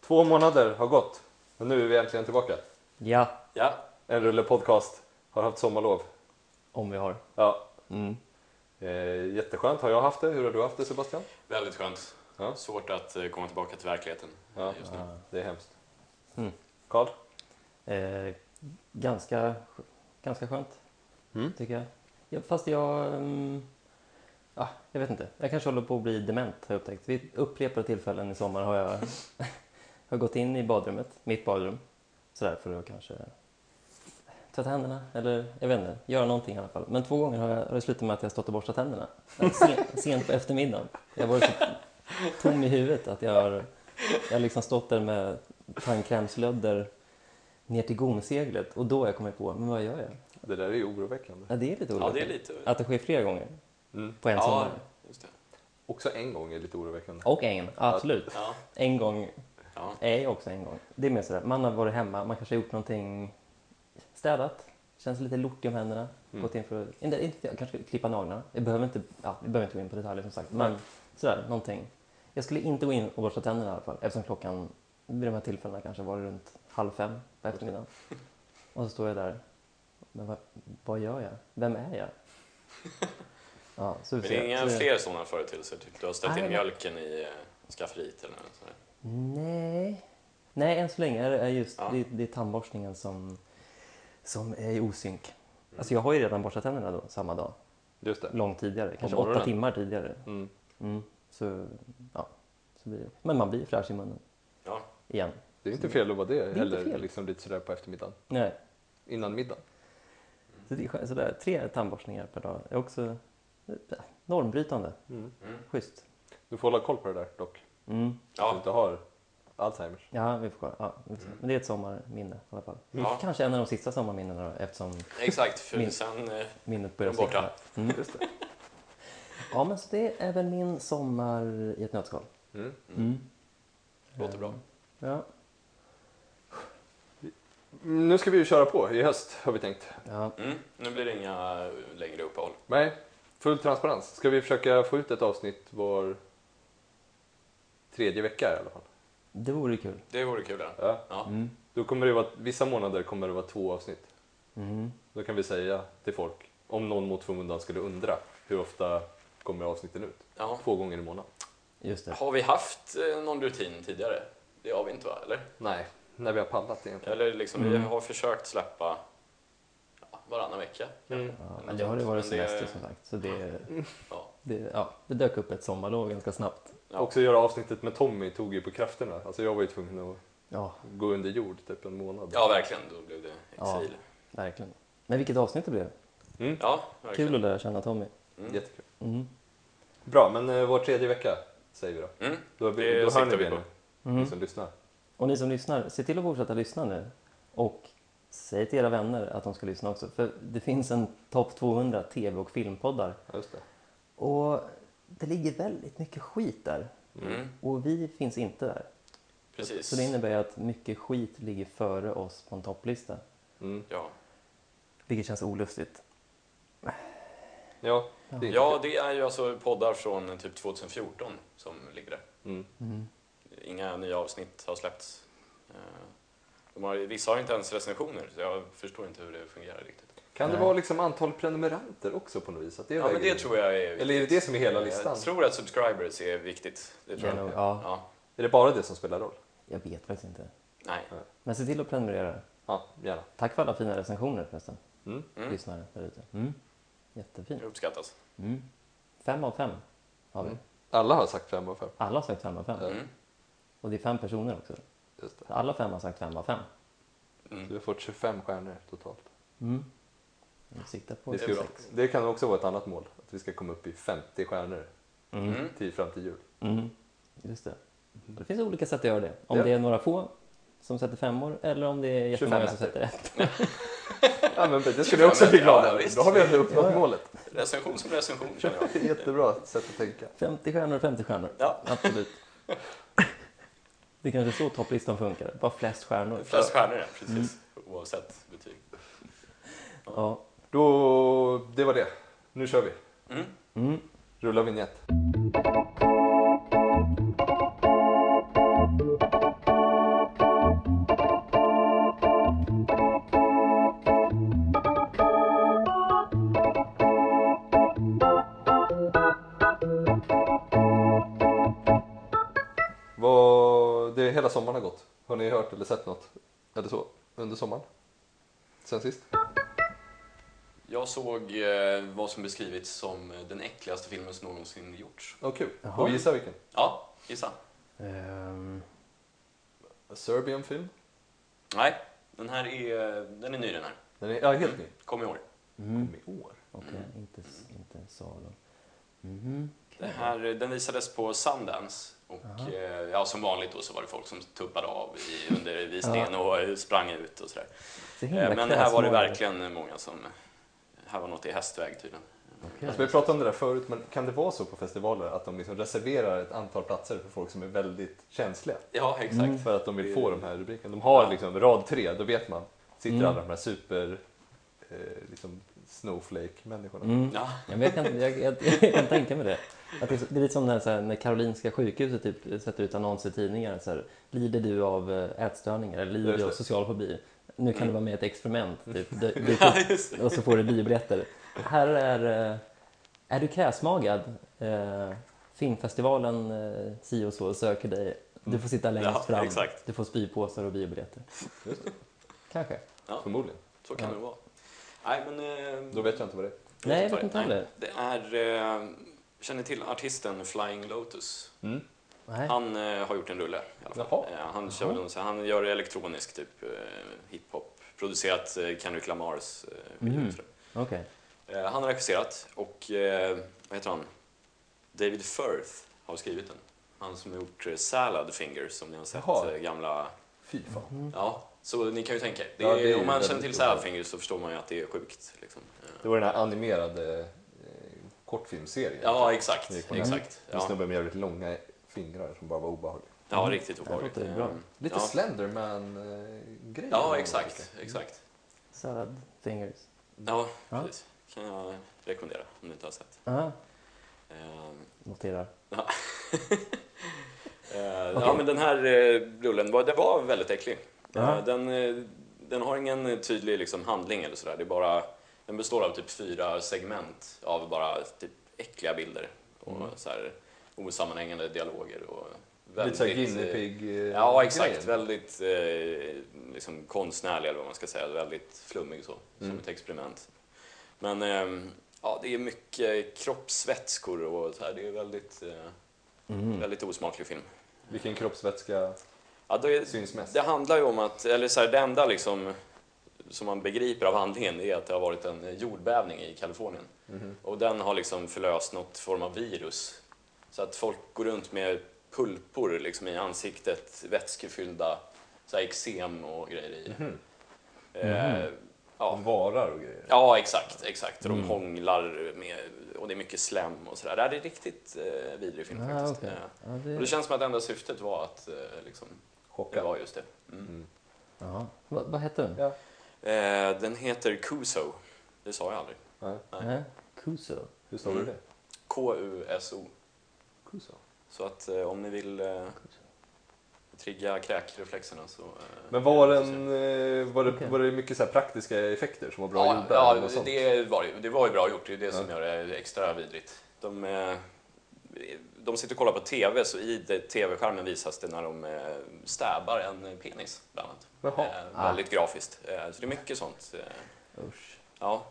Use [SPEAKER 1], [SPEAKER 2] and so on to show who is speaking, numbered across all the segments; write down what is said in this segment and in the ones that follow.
[SPEAKER 1] Två månader har gått och nu är vi äntligen tillbaka.
[SPEAKER 2] Ja,
[SPEAKER 3] Ja.
[SPEAKER 1] En rulle podcast har haft sommarlov.
[SPEAKER 2] om vi har.
[SPEAKER 1] Ja.
[SPEAKER 2] Mm.
[SPEAKER 1] Eh, jätteskönt har jag haft det. Hur har du haft det Sebastian?
[SPEAKER 3] Väldigt skönt.
[SPEAKER 1] Ja.
[SPEAKER 3] Svårt att eh, komma tillbaka till verkligheten
[SPEAKER 1] Ja.
[SPEAKER 3] eh, just nu.
[SPEAKER 1] Det är hemskt.
[SPEAKER 2] Mm.
[SPEAKER 1] Karl?
[SPEAKER 2] Eh, ganska, ganska skönt,
[SPEAKER 1] Mm.
[SPEAKER 2] tycker jag. Ja, Fast jag... mm, ja, jag vet inte. Jag kanske håller på att bli dement, har jag upptäckt. Vid upprepade tillfällen i sommar har jag har gått in i badrummet, mitt badrum, sådär för att kanske tvätta händerna eller jag vet inte, göra någonting i alla fall. Men två gånger har, jag, har det slutat med att jag har stått och borstat tänderna. Eh, Sen, sent på eftermiddagen. Jag var så tom i huvudet att jag har, jag har liksom stått där med tandkrämslödder ner till gomseglet och då har jag kommit på, men vad gör jag?
[SPEAKER 1] Det där är ju oroväckande.
[SPEAKER 2] Ja, det är lite
[SPEAKER 3] Ja,
[SPEAKER 2] oroligt.
[SPEAKER 3] det är lite...
[SPEAKER 2] Att det sker flera gånger
[SPEAKER 1] Mm.
[SPEAKER 2] på en
[SPEAKER 3] ja,
[SPEAKER 2] sommar.
[SPEAKER 3] just det.
[SPEAKER 1] Också en gång är lite oroväckande.
[SPEAKER 2] Och en, absolut.
[SPEAKER 3] Ja.
[SPEAKER 2] En gång
[SPEAKER 3] Ja.
[SPEAKER 2] är ju också en gång. Det är mer sådär, man har varit hemma, man kanske har gjort någonting, städat, känns lite lortig om händerna,
[SPEAKER 3] Mm.
[SPEAKER 2] gått in för att, inte, inte, kanske klippa naglarna. Jag behöver inte, ja, vi behöver inte gå in på detaljer som sagt, men sådär, någonting. Jag skulle inte gå in och borsta tänderna i alla fall, eftersom klockan vid de här tillfällena kanske var runt halv fem på eftermiddagen. Och så står jag där, men vad, vad gör jag? Vem är jag? Ja, så
[SPEAKER 3] Men det är inga
[SPEAKER 2] så-
[SPEAKER 3] fler sådana företeelser? Typ du har ställt
[SPEAKER 2] Nej,
[SPEAKER 3] in
[SPEAKER 2] men-
[SPEAKER 3] mjölken i eh, skafferiet eller något sånt där.
[SPEAKER 2] Nej. Nej, än så länge är det är just
[SPEAKER 3] Ja.
[SPEAKER 2] det, det är tandborstningen som, som är i osynk. Alltså jag har ju redan borstat tänderna då, samma dag,
[SPEAKER 1] Just det.
[SPEAKER 2] långt tidigare, kanske
[SPEAKER 1] morgonen.
[SPEAKER 2] åtta timmar tidigare.
[SPEAKER 1] Mm.
[SPEAKER 2] Mm. Så, ja, så blir det. Men man blir fräsch i munnen
[SPEAKER 3] Ja.
[SPEAKER 2] igen.
[SPEAKER 1] Det är inte fel att vara det,
[SPEAKER 2] inte
[SPEAKER 1] eller
[SPEAKER 2] fel.
[SPEAKER 1] liksom lite sådär på eftermiddagen.
[SPEAKER 2] Nej.
[SPEAKER 1] Innan middagen.
[SPEAKER 2] Så det är skönt. sådär, tre tandborstningar per dag är också eh, normbrytande. Schysst.
[SPEAKER 1] Du får hålla koll på det där dock.
[SPEAKER 2] Mm.
[SPEAKER 1] Så du
[SPEAKER 3] Ja.
[SPEAKER 1] inte har Alzheimers.
[SPEAKER 2] Ja, vi får kolla. Ja, vi får se. Men det är ett sommarminne i alla fall.
[SPEAKER 3] Ja.
[SPEAKER 2] Kanske en av de sista sommarminnena då, eftersom
[SPEAKER 3] Exakt, för
[SPEAKER 2] Min-
[SPEAKER 3] sen... eh,
[SPEAKER 2] Minnet börjar
[SPEAKER 3] Den borta.
[SPEAKER 2] svikta. Mm. Ja, men så det är väl min sommar i ett nötskal.
[SPEAKER 1] Mm.
[SPEAKER 3] Låter
[SPEAKER 1] Eh,
[SPEAKER 3] bra.
[SPEAKER 2] Ja.
[SPEAKER 1] Nu ska vi ju köra på i höst har vi tänkt.
[SPEAKER 2] ja.
[SPEAKER 3] Mm. Nu blir det inga eh, längre uppehåll.
[SPEAKER 1] Nej, full transparens. Ska vi försöka få ut ett avsnitt var tredje vecka i alla fall?
[SPEAKER 2] Det vore kul.
[SPEAKER 3] Det vore kul. Ja.
[SPEAKER 1] Ja.
[SPEAKER 3] Ja.
[SPEAKER 1] Då kommer det vara, vissa månader kommer det vara två avsnitt.
[SPEAKER 2] Mm.
[SPEAKER 1] Då kan vi säga till folk, om någon mot förmodan skulle undra, hur ofta kommer avsnitten ut?
[SPEAKER 3] Ja.
[SPEAKER 1] Två gånger i månaden.
[SPEAKER 2] Just det.
[SPEAKER 3] Har vi haft eh, någon rutin tidigare? Det har vi inte va? Eller?
[SPEAKER 1] Nej, när vi har pallat egentligen.
[SPEAKER 3] Eller liksom, vi
[SPEAKER 2] Mm.
[SPEAKER 3] har försökt släppa ja, varannan vecka.
[SPEAKER 1] Mm.
[SPEAKER 2] Ja, men det har ju varit semester som sagt. Så det,
[SPEAKER 3] Ja.
[SPEAKER 2] det, ja, det dök upp ett sommarlov ganska snabbt.
[SPEAKER 3] Ja.
[SPEAKER 1] Också göra avsnittet med Tommy tog ju på krafterna. Alltså jag var ju tvungen att
[SPEAKER 2] Ja,
[SPEAKER 1] gå under jord typ en månad.
[SPEAKER 3] ja, verkligen. Då blev det exil.
[SPEAKER 2] verkligen. Men vilket avsnitt det blev.
[SPEAKER 3] Ja, verkligen.
[SPEAKER 2] Kul att lära känna Tommy.
[SPEAKER 1] Jättekul.
[SPEAKER 2] Mm.
[SPEAKER 1] Bra, men eh, var tredje vecka säger vi då.
[SPEAKER 3] Mm.
[SPEAKER 1] Då, då
[SPEAKER 3] Det
[SPEAKER 1] hör ni
[SPEAKER 3] siktar vi
[SPEAKER 1] det
[SPEAKER 3] på.
[SPEAKER 1] nu, ni
[SPEAKER 2] Mm.
[SPEAKER 1] som lyssnar.
[SPEAKER 2] Och ni som lyssnar, se till att fortsätta lyssna nu. Och säg till era vänner att de ska lyssna också. För det finns en topp 200 tv och filmpoddar
[SPEAKER 1] Ja, just det.
[SPEAKER 2] Och det ligger väldigt mycket skit där.
[SPEAKER 3] Mm.
[SPEAKER 2] Och vi finns inte där.
[SPEAKER 3] Precis.
[SPEAKER 2] Så det innebär ju att mycket skit ligger före oss på en topplista.
[SPEAKER 1] Mm.
[SPEAKER 3] ja.
[SPEAKER 2] Vilket känns olustigt.
[SPEAKER 1] Ja, det är inte
[SPEAKER 3] ja, det är ju alltså poddar från typ 2014 som ligger där.
[SPEAKER 1] kul. Mm.
[SPEAKER 3] Inga nya avsnitt har släppts. Eh, De har, vissa har inte ens recensioner, så jag förstår inte hur det fungerar riktigt.
[SPEAKER 1] Kan det
[SPEAKER 2] Nej.
[SPEAKER 1] vara liksom antal prenumeranter också på något vis? Att det
[SPEAKER 3] Ja, men
[SPEAKER 1] väger
[SPEAKER 3] det
[SPEAKER 1] in?
[SPEAKER 3] tror jag är viktigt.
[SPEAKER 1] Eller är det det som är hela listan?
[SPEAKER 3] Jag tror att subscribers är viktigt. Det tror
[SPEAKER 2] Det är
[SPEAKER 3] jag.
[SPEAKER 2] nog- ja.
[SPEAKER 3] Ja.
[SPEAKER 1] Är det bara det som spelar roll?
[SPEAKER 2] Jag vet faktiskt inte.
[SPEAKER 3] Nej.
[SPEAKER 2] Men se till att prenumerera.
[SPEAKER 1] Ja, gärna.
[SPEAKER 2] Tack för alla fina recensioner förresten.
[SPEAKER 1] Mm.
[SPEAKER 3] Mm.
[SPEAKER 2] Lyssnare där ute. Mm. Jättefint.
[SPEAKER 3] Det uppskattas.
[SPEAKER 2] Mm. Fem av fem har vi.
[SPEAKER 1] Mm. Alla har sagt fem av fem.
[SPEAKER 2] Alla har sagt fem av fem.
[SPEAKER 3] Mm.
[SPEAKER 2] Och det är fem personer också.
[SPEAKER 1] Just det.
[SPEAKER 2] Så alla fem har sagt fem av fem.
[SPEAKER 3] Mm.
[SPEAKER 1] Så vi har fått 25 stjärnor totalt.
[SPEAKER 2] Mm. Vi siktar på
[SPEAKER 1] Det, ska vi,
[SPEAKER 2] sex.
[SPEAKER 1] det kan också vara ett annat mål, att vi ska komma upp i 50 stjärnor
[SPEAKER 2] Mm.
[SPEAKER 3] Mm.
[SPEAKER 1] till, fram till jul.
[SPEAKER 2] Mm, just det. Det finns olika sätt att göra det. Om
[SPEAKER 1] Mm. Ja.
[SPEAKER 2] det är några få som sätter femmor eller om det är jättemånga som
[SPEAKER 1] 25
[SPEAKER 2] sätter ett.
[SPEAKER 1] Ja, men det skulle jag också bli glad över. Då har vi ändå
[SPEAKER 2] Ja,
[SPEAKER 1] uppnått
[SPEAKER 2] ja.
[SPEAKER 1] målet.
[SPEAKER 3] Recension som recension känner jag.
[SPEAKER 1] Jättebra sätt att tänka.
[SPEAKER 2] 50 stjärnor och 50 stjärnor.
[SPEAKER 3] Ja.
[SPEAKER 2] Absolut. Det är kanske så topplistan funkar. Bara flest stjärnor.
[SPEAKER 3] Flest stjärnor, ja, precis.
[SPEAKER 1] Mm.
[SPEAKER 3] Oavsett betyg.
[SPEAKER 2] Ja.
[SPEAKER 1] Då, det var det. Nu kör vi.
[SPEAKER 3] Mm.
[SPEAKER 2] Mm.
[SPEAKER 1] Rulla vignett. det, hela sommaren har gått. Har ni hört eller sett något? Eller så? Under sommaren? Sen sist?
[SPEAKER 3] Jag såg eh, vad som beskrivits som eh, den äckligaste filmen som någonsin gjorts.
[SPEAKER 1] Åh kul.
[SPEAKER 2] Jaha.
[SPEAKER 1] Och gissa vilken?
[SPEAKER 3] Ja, gissa.
[SPEAKER 2] Ehm,
[SPEAKER 1] A Serbian film?
[SPEAKER 3] Nej, den här är, eh, den är ny den här.
[SPEAKER 1] Den är, ja, helt ny.
[SPEAKER 3] Kom i år.
[SPEAKER 2] mm.
[SPEAKER 1] Kom i år.
[SPEAKER 2] Okej, inte, inte salen. Mhm.
[SPEAKER 3] Det här, eh, den visades på Sundance. Och
[SPEAKER 2] Jaha.
[SPEAKER 3] eh, ja, som vanligt då så var det folk som tuppade av i, under visningen och eh, sprang ut och sådär.
[SPEAKER 2] Så himla
[SPEAKER 3] Eh, Men det här var det
[SPEAKER 2] kräsmål.
[SPEAKER 3] verkligen många som... eh, Här var något i hästväg tydligen.
[SPEAKER 2] Okej.
[SPEAKER 1] Alltså, vi pratade om det där förut, men kan det vara så på festivaler att de liksom reserverar ett antal platser för folk som är väldigt känsliga?
[SPEAKER 3] Ja, exakt.
[SPEAKER 2] Mm.
[SPEAKER 1] För att de vill få de här rubrikerna. De har liksom rad tre, då vet man. Sitter
[SPEAKER 2] Mm.
[SPEAKER 1] alla de här super eh, liksom snowflake-människorna.
[SPEAKER 2] Mm.
[SPEAKER 3] Ja,
[SPEAKER 2] Ja, men jag, kan, jag, jag, jag kan tänka mig det. Att det, är så- det är lite som när, så här, när Karolinska sjukhuset typ, sätter ut annonser i tidningar. Så här, lider du av eh, ätstörningar eller lider
[SPEAKER 1] Just
[SPEAKER 2] du av
[SPEAKER 1] det.
[SPEAKER 2] social fobi? Nu kan du vara med i ett experiment. Typ, Dy- dyk
[SPEAKER 3] ja
[SPEAKER 2] upp,
[SPEAKER 3] just det.
[SPEAKER 2] och så får du biobiljetter. Här är... eh, Är du kräsmagad? Eh, filmfestivalen eh, si och så söker dig. Du får sitta längst
[SPEAKER 3] Ja,
[SPEAKER 2] fram.
[SPEAKER 3] exakt.
[SPEAKER 2] Du får spypåsar och biobiljetter. Kanske.
[SPEAKER 1] Förmodligen.
[SPEAKER 3] Så kan
[SPEAKER 2] Ja.
[SPEAKER 3] det vara. Nej, men... eh,
[SPEAKER 1] Då vet jag inte vad det är.
[SPEAKER 2] Nej, jag vet inte heller.
[SPEAKER 3] Det är... eh, Känner ni till artisten Flying Lotus?
[SPEAKER 1] Mm.
[SPEAKER 2] Nej.
[SPEAKER 3] Han eh, har gjort en rulle i alla fall.
[SPEAKER 1] Jaha.
[SPEAKER 3] Eh, han, kör väl någon så här- han gör elektronisk typ eh, hiphop. Producerat eh, Kendrick Lamars eh, videor
[SPEAKER 2] Mm.
[SPEAKER 3] och sådär.
[SPEAKER 2] Okej.
[SPEAKER 3] eh, Han har regisserat och eh, vad heter han? David Firth har skrivit den. Han som har gjort eh, Salad Fingers som ni har sett
[SPEAKER 1] Jaha.
[SPEAKER 3] eh, gamla...
[SPEAKER 1] Fy fan.
[SPEAKER 2] Mm.
[SPEAKER 3] Ja, så ni kan ju tänka er. Det är,
[SPEAKER 1] Ja, det är ju
[SPEAKER 3] om man känner
[SPEAKER 1] väldigt
[SPEAKER 3] till
[SPEAKER 1] roligt.
[SPEAKER 3] Salad Fingers så förstår man ju att det är sjukt. Liksom. Eh,
[SPEAKER 1] Det var den här animerade eh, kortfilmserien.
[SPEAKER 3] Ja,
[SPEAKER 1] Det gick
[SPEAKER 3] exakt.
[SPEAKER 1] på nätet.
[SPEAKER 3] exakt.
[SPEAKER 1] En
[SPEAKER 3] Ja,
[SPEAKER 1] snubbe med jävligt långa fingrar som bara var obehaglig.
[SPEAKER 3] ja riktigt obehagligt.
[SPEAKER 2] låter bra.
[SPEAKER 3] Eh,
[SPEAKER 1] Lite eh,
[SPEAKER 3] ja.
[SPEAKER 1] Slenderman-grej.
[SPEAKER 3] Ja,
[SPEAKER 1] liksom.
[SPEAKER 3] exakt. exakt.
[SPEAKER 2] Salad fingers.
[SPEAKER 3] Ja,
[SPEAKER 2] Ja.
[SPEAKER 3] precis. kan jag rekommendera om du inte har sett.
[SPEAKER 2] Aha.
[SPEAKER 3] Ehm,
[SPEAKER 2] Ah, Noterar.
[SPEAKER 3] eh, Ja,
[SPEAKER 2] Okej.
[SPEAKER 3] men den här eh, rullen var, det var väldigt äcklig. Eh,
[SPEAKER 2] Ja.
[SPEAKER 3] Den, eh, den har ingen tydlig liksom, handling eller sådär. Det är bara, den består av typ fyra segment av bara typ äckliga bilder och
[SPEAKER 1] Mm.
[SPEAKER 3] så här, osammanhängande dialoger. Och
[SPEAKER 1] Lite såhär
[SPEAKER 3] väldigt,
[SPEAKER 1] guinea
[SPEAKER 3] eh,
[SPEAKER 1] pig
[SPEAKER 3] Ja, exakt. Väldigt eh, liksom konstnärlig, eller vad man ska säga. Väldigt flummig så, som
[SPEAKER 1] Mm.
[SPEAKER 3] ett experiment. Men ehm, ja, det är mycket kroppsvätskor och så här. Det är väldigt, eh,
[SPEAKER 2] Mm.
[SPEAKER 3] väldigt osmaklig film.
[SPEAKER 1] Vilken kroppsvätska
[SPEAKER 3] Ja, det,
[SPEAKER 1] syns mest?
[SPEAKER 3] det handlar ju om att, eller så här, det enda liksom som man begriper av handlingen är att det har varit en jordbävning i Kalifornien.
[SPEAKER 1] Mhm.
[SPEAKER 3] Och den har liksom förlöst något form av virus. Så att folk går runt med pulpor liksom i ansiktet, vätskefyllda, så här eksem och grejer i.
[SPEAKER 1] Mhm.
[SPEAKER 3] Eh, ja.
[SPEAKER 1] Och Varar och grejer.
[SPEAKER 3] ja, exakt, exakt. Och de
[SPEAKER 2] Mm.
[SPEAKER 3] hånglar med, och det är mycket slem och sådär. Det här är riktigt eh, vidrig film
[SPEAKER 2] Ah,
[SPEAKER 3] faktiskt.
[SPEAKER 2] okej.
[SPEAKER 3] Eh,
[SPEAKER 2] Ja, det...
[SPEAKER 3] och det känns som att enda syftet var att eh, liksom, det
[SPEAKER 1] Chockad.
[SPEAKER 3] var just det. Mm.
[SPEAKER 1] Mm.
[SPEAKER 2] Ja. Vad, vad hette den?
[SPEAKER 1] Ja.
[SPEAKER 3] Eh, den heter Kuso. Det sa jag aldrig.
[SPEAKER 1] Nej.
[SPEAKER 3] Nej.
[SPEAKER 2] Nej. Kuso.
[SPEAKER 1] Hur står det
[SPEAKER 3] Mm.
[SPEAKER 1] det?
[SPEAKER 3] K-U-S-O.
[SPEAKER 1] Kuso.
[SPEAKER 3] Så att eh, om ni vill eh, trigga kräkreflexerna så... Eh,
[SPEAKER 1] Men var,
[SPEAKER 3] så ser
[SPEAKER 1] den, eh, var, det,
[SPEAKER 2] Okej.
[SPEAKER 1] var det mycket så här praktiska effekter som var bra
[SPEAKER 3] ja,
[SPEAKER 1] gjorda? eller
[SPEAKER 3] ja,
[SPEAKER 1] något sånt?
[SPEAKER 3] det var, ju- det var ju bra gjort. Det är det som
[SPEAKER 1] Ja.
[SPEAKER 3] gör det extra vidrigt. De, eh, de sitter och kollar på TV, så i det- TV-skärmen visas det när de eh, stäbar en penis, bland annat.
[SPEAKER 1] Jaha.
[SPEAKER 3] Eh,
[SPEAKER 2] Ah.
[SPEAKER 3] väldigt grafiskt. Eh, så det är mycket sånt. Eh,
[SPEAKER 2] Usch.
[SPEAKER 3] ja.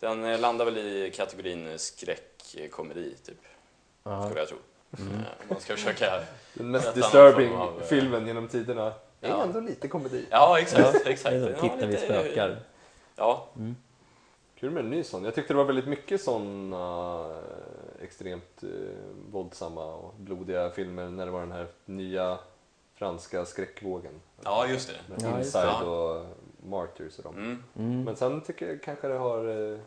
[SPEAKER 3] Den eh, landar väl i kategorin eh, skräckkomedi, typ.
[SPEAKER 2] Ja.
[SPEAKER 3] skulle jag tro. Eh, Om man ska försöka...
[SPEAKER 1] Den mest
[SPEAKER 3] Ett annat
[SPEAKER 1] disturbing
[SPEAKER 3] form av, eh,
[SPEAKER 1] filmen genom tiderna. Det
[SPEAKER 3] Ja.
[SPEAKER 1] är ändå lite komedi.
[SPEAKER 3] Ja, exakt. exakt.
[SPEAKER 2] Det är
[SPEAKER 3] Den
[SPEAKER 2] så,
[SPEAKER 3] har
[SPEAKER 2] Tittar vi
[SPEAKER 3] lite-
[SPEAKER 2] spökar.
[SPEAKER 3] Ja,
[SPEAKER 1] Kul med en ny sån. Jag tyckte det var väldigt mycket såna eh, extremt eh, våldsamma och blodiga filmer när det var den här nya franska skräckvågen.
[SPEAKER 3] ja just det.
[SPEAKER 1] Med
[SPEAKER 2] Ja, just det.
[SPEAKER 1] Inside och Martyrs och dem.
[SPEAKER 3] Mm.
[SPEAKER 2] Mm.
[SPEAKER 1] Men sen tycker jag kanske det har eh,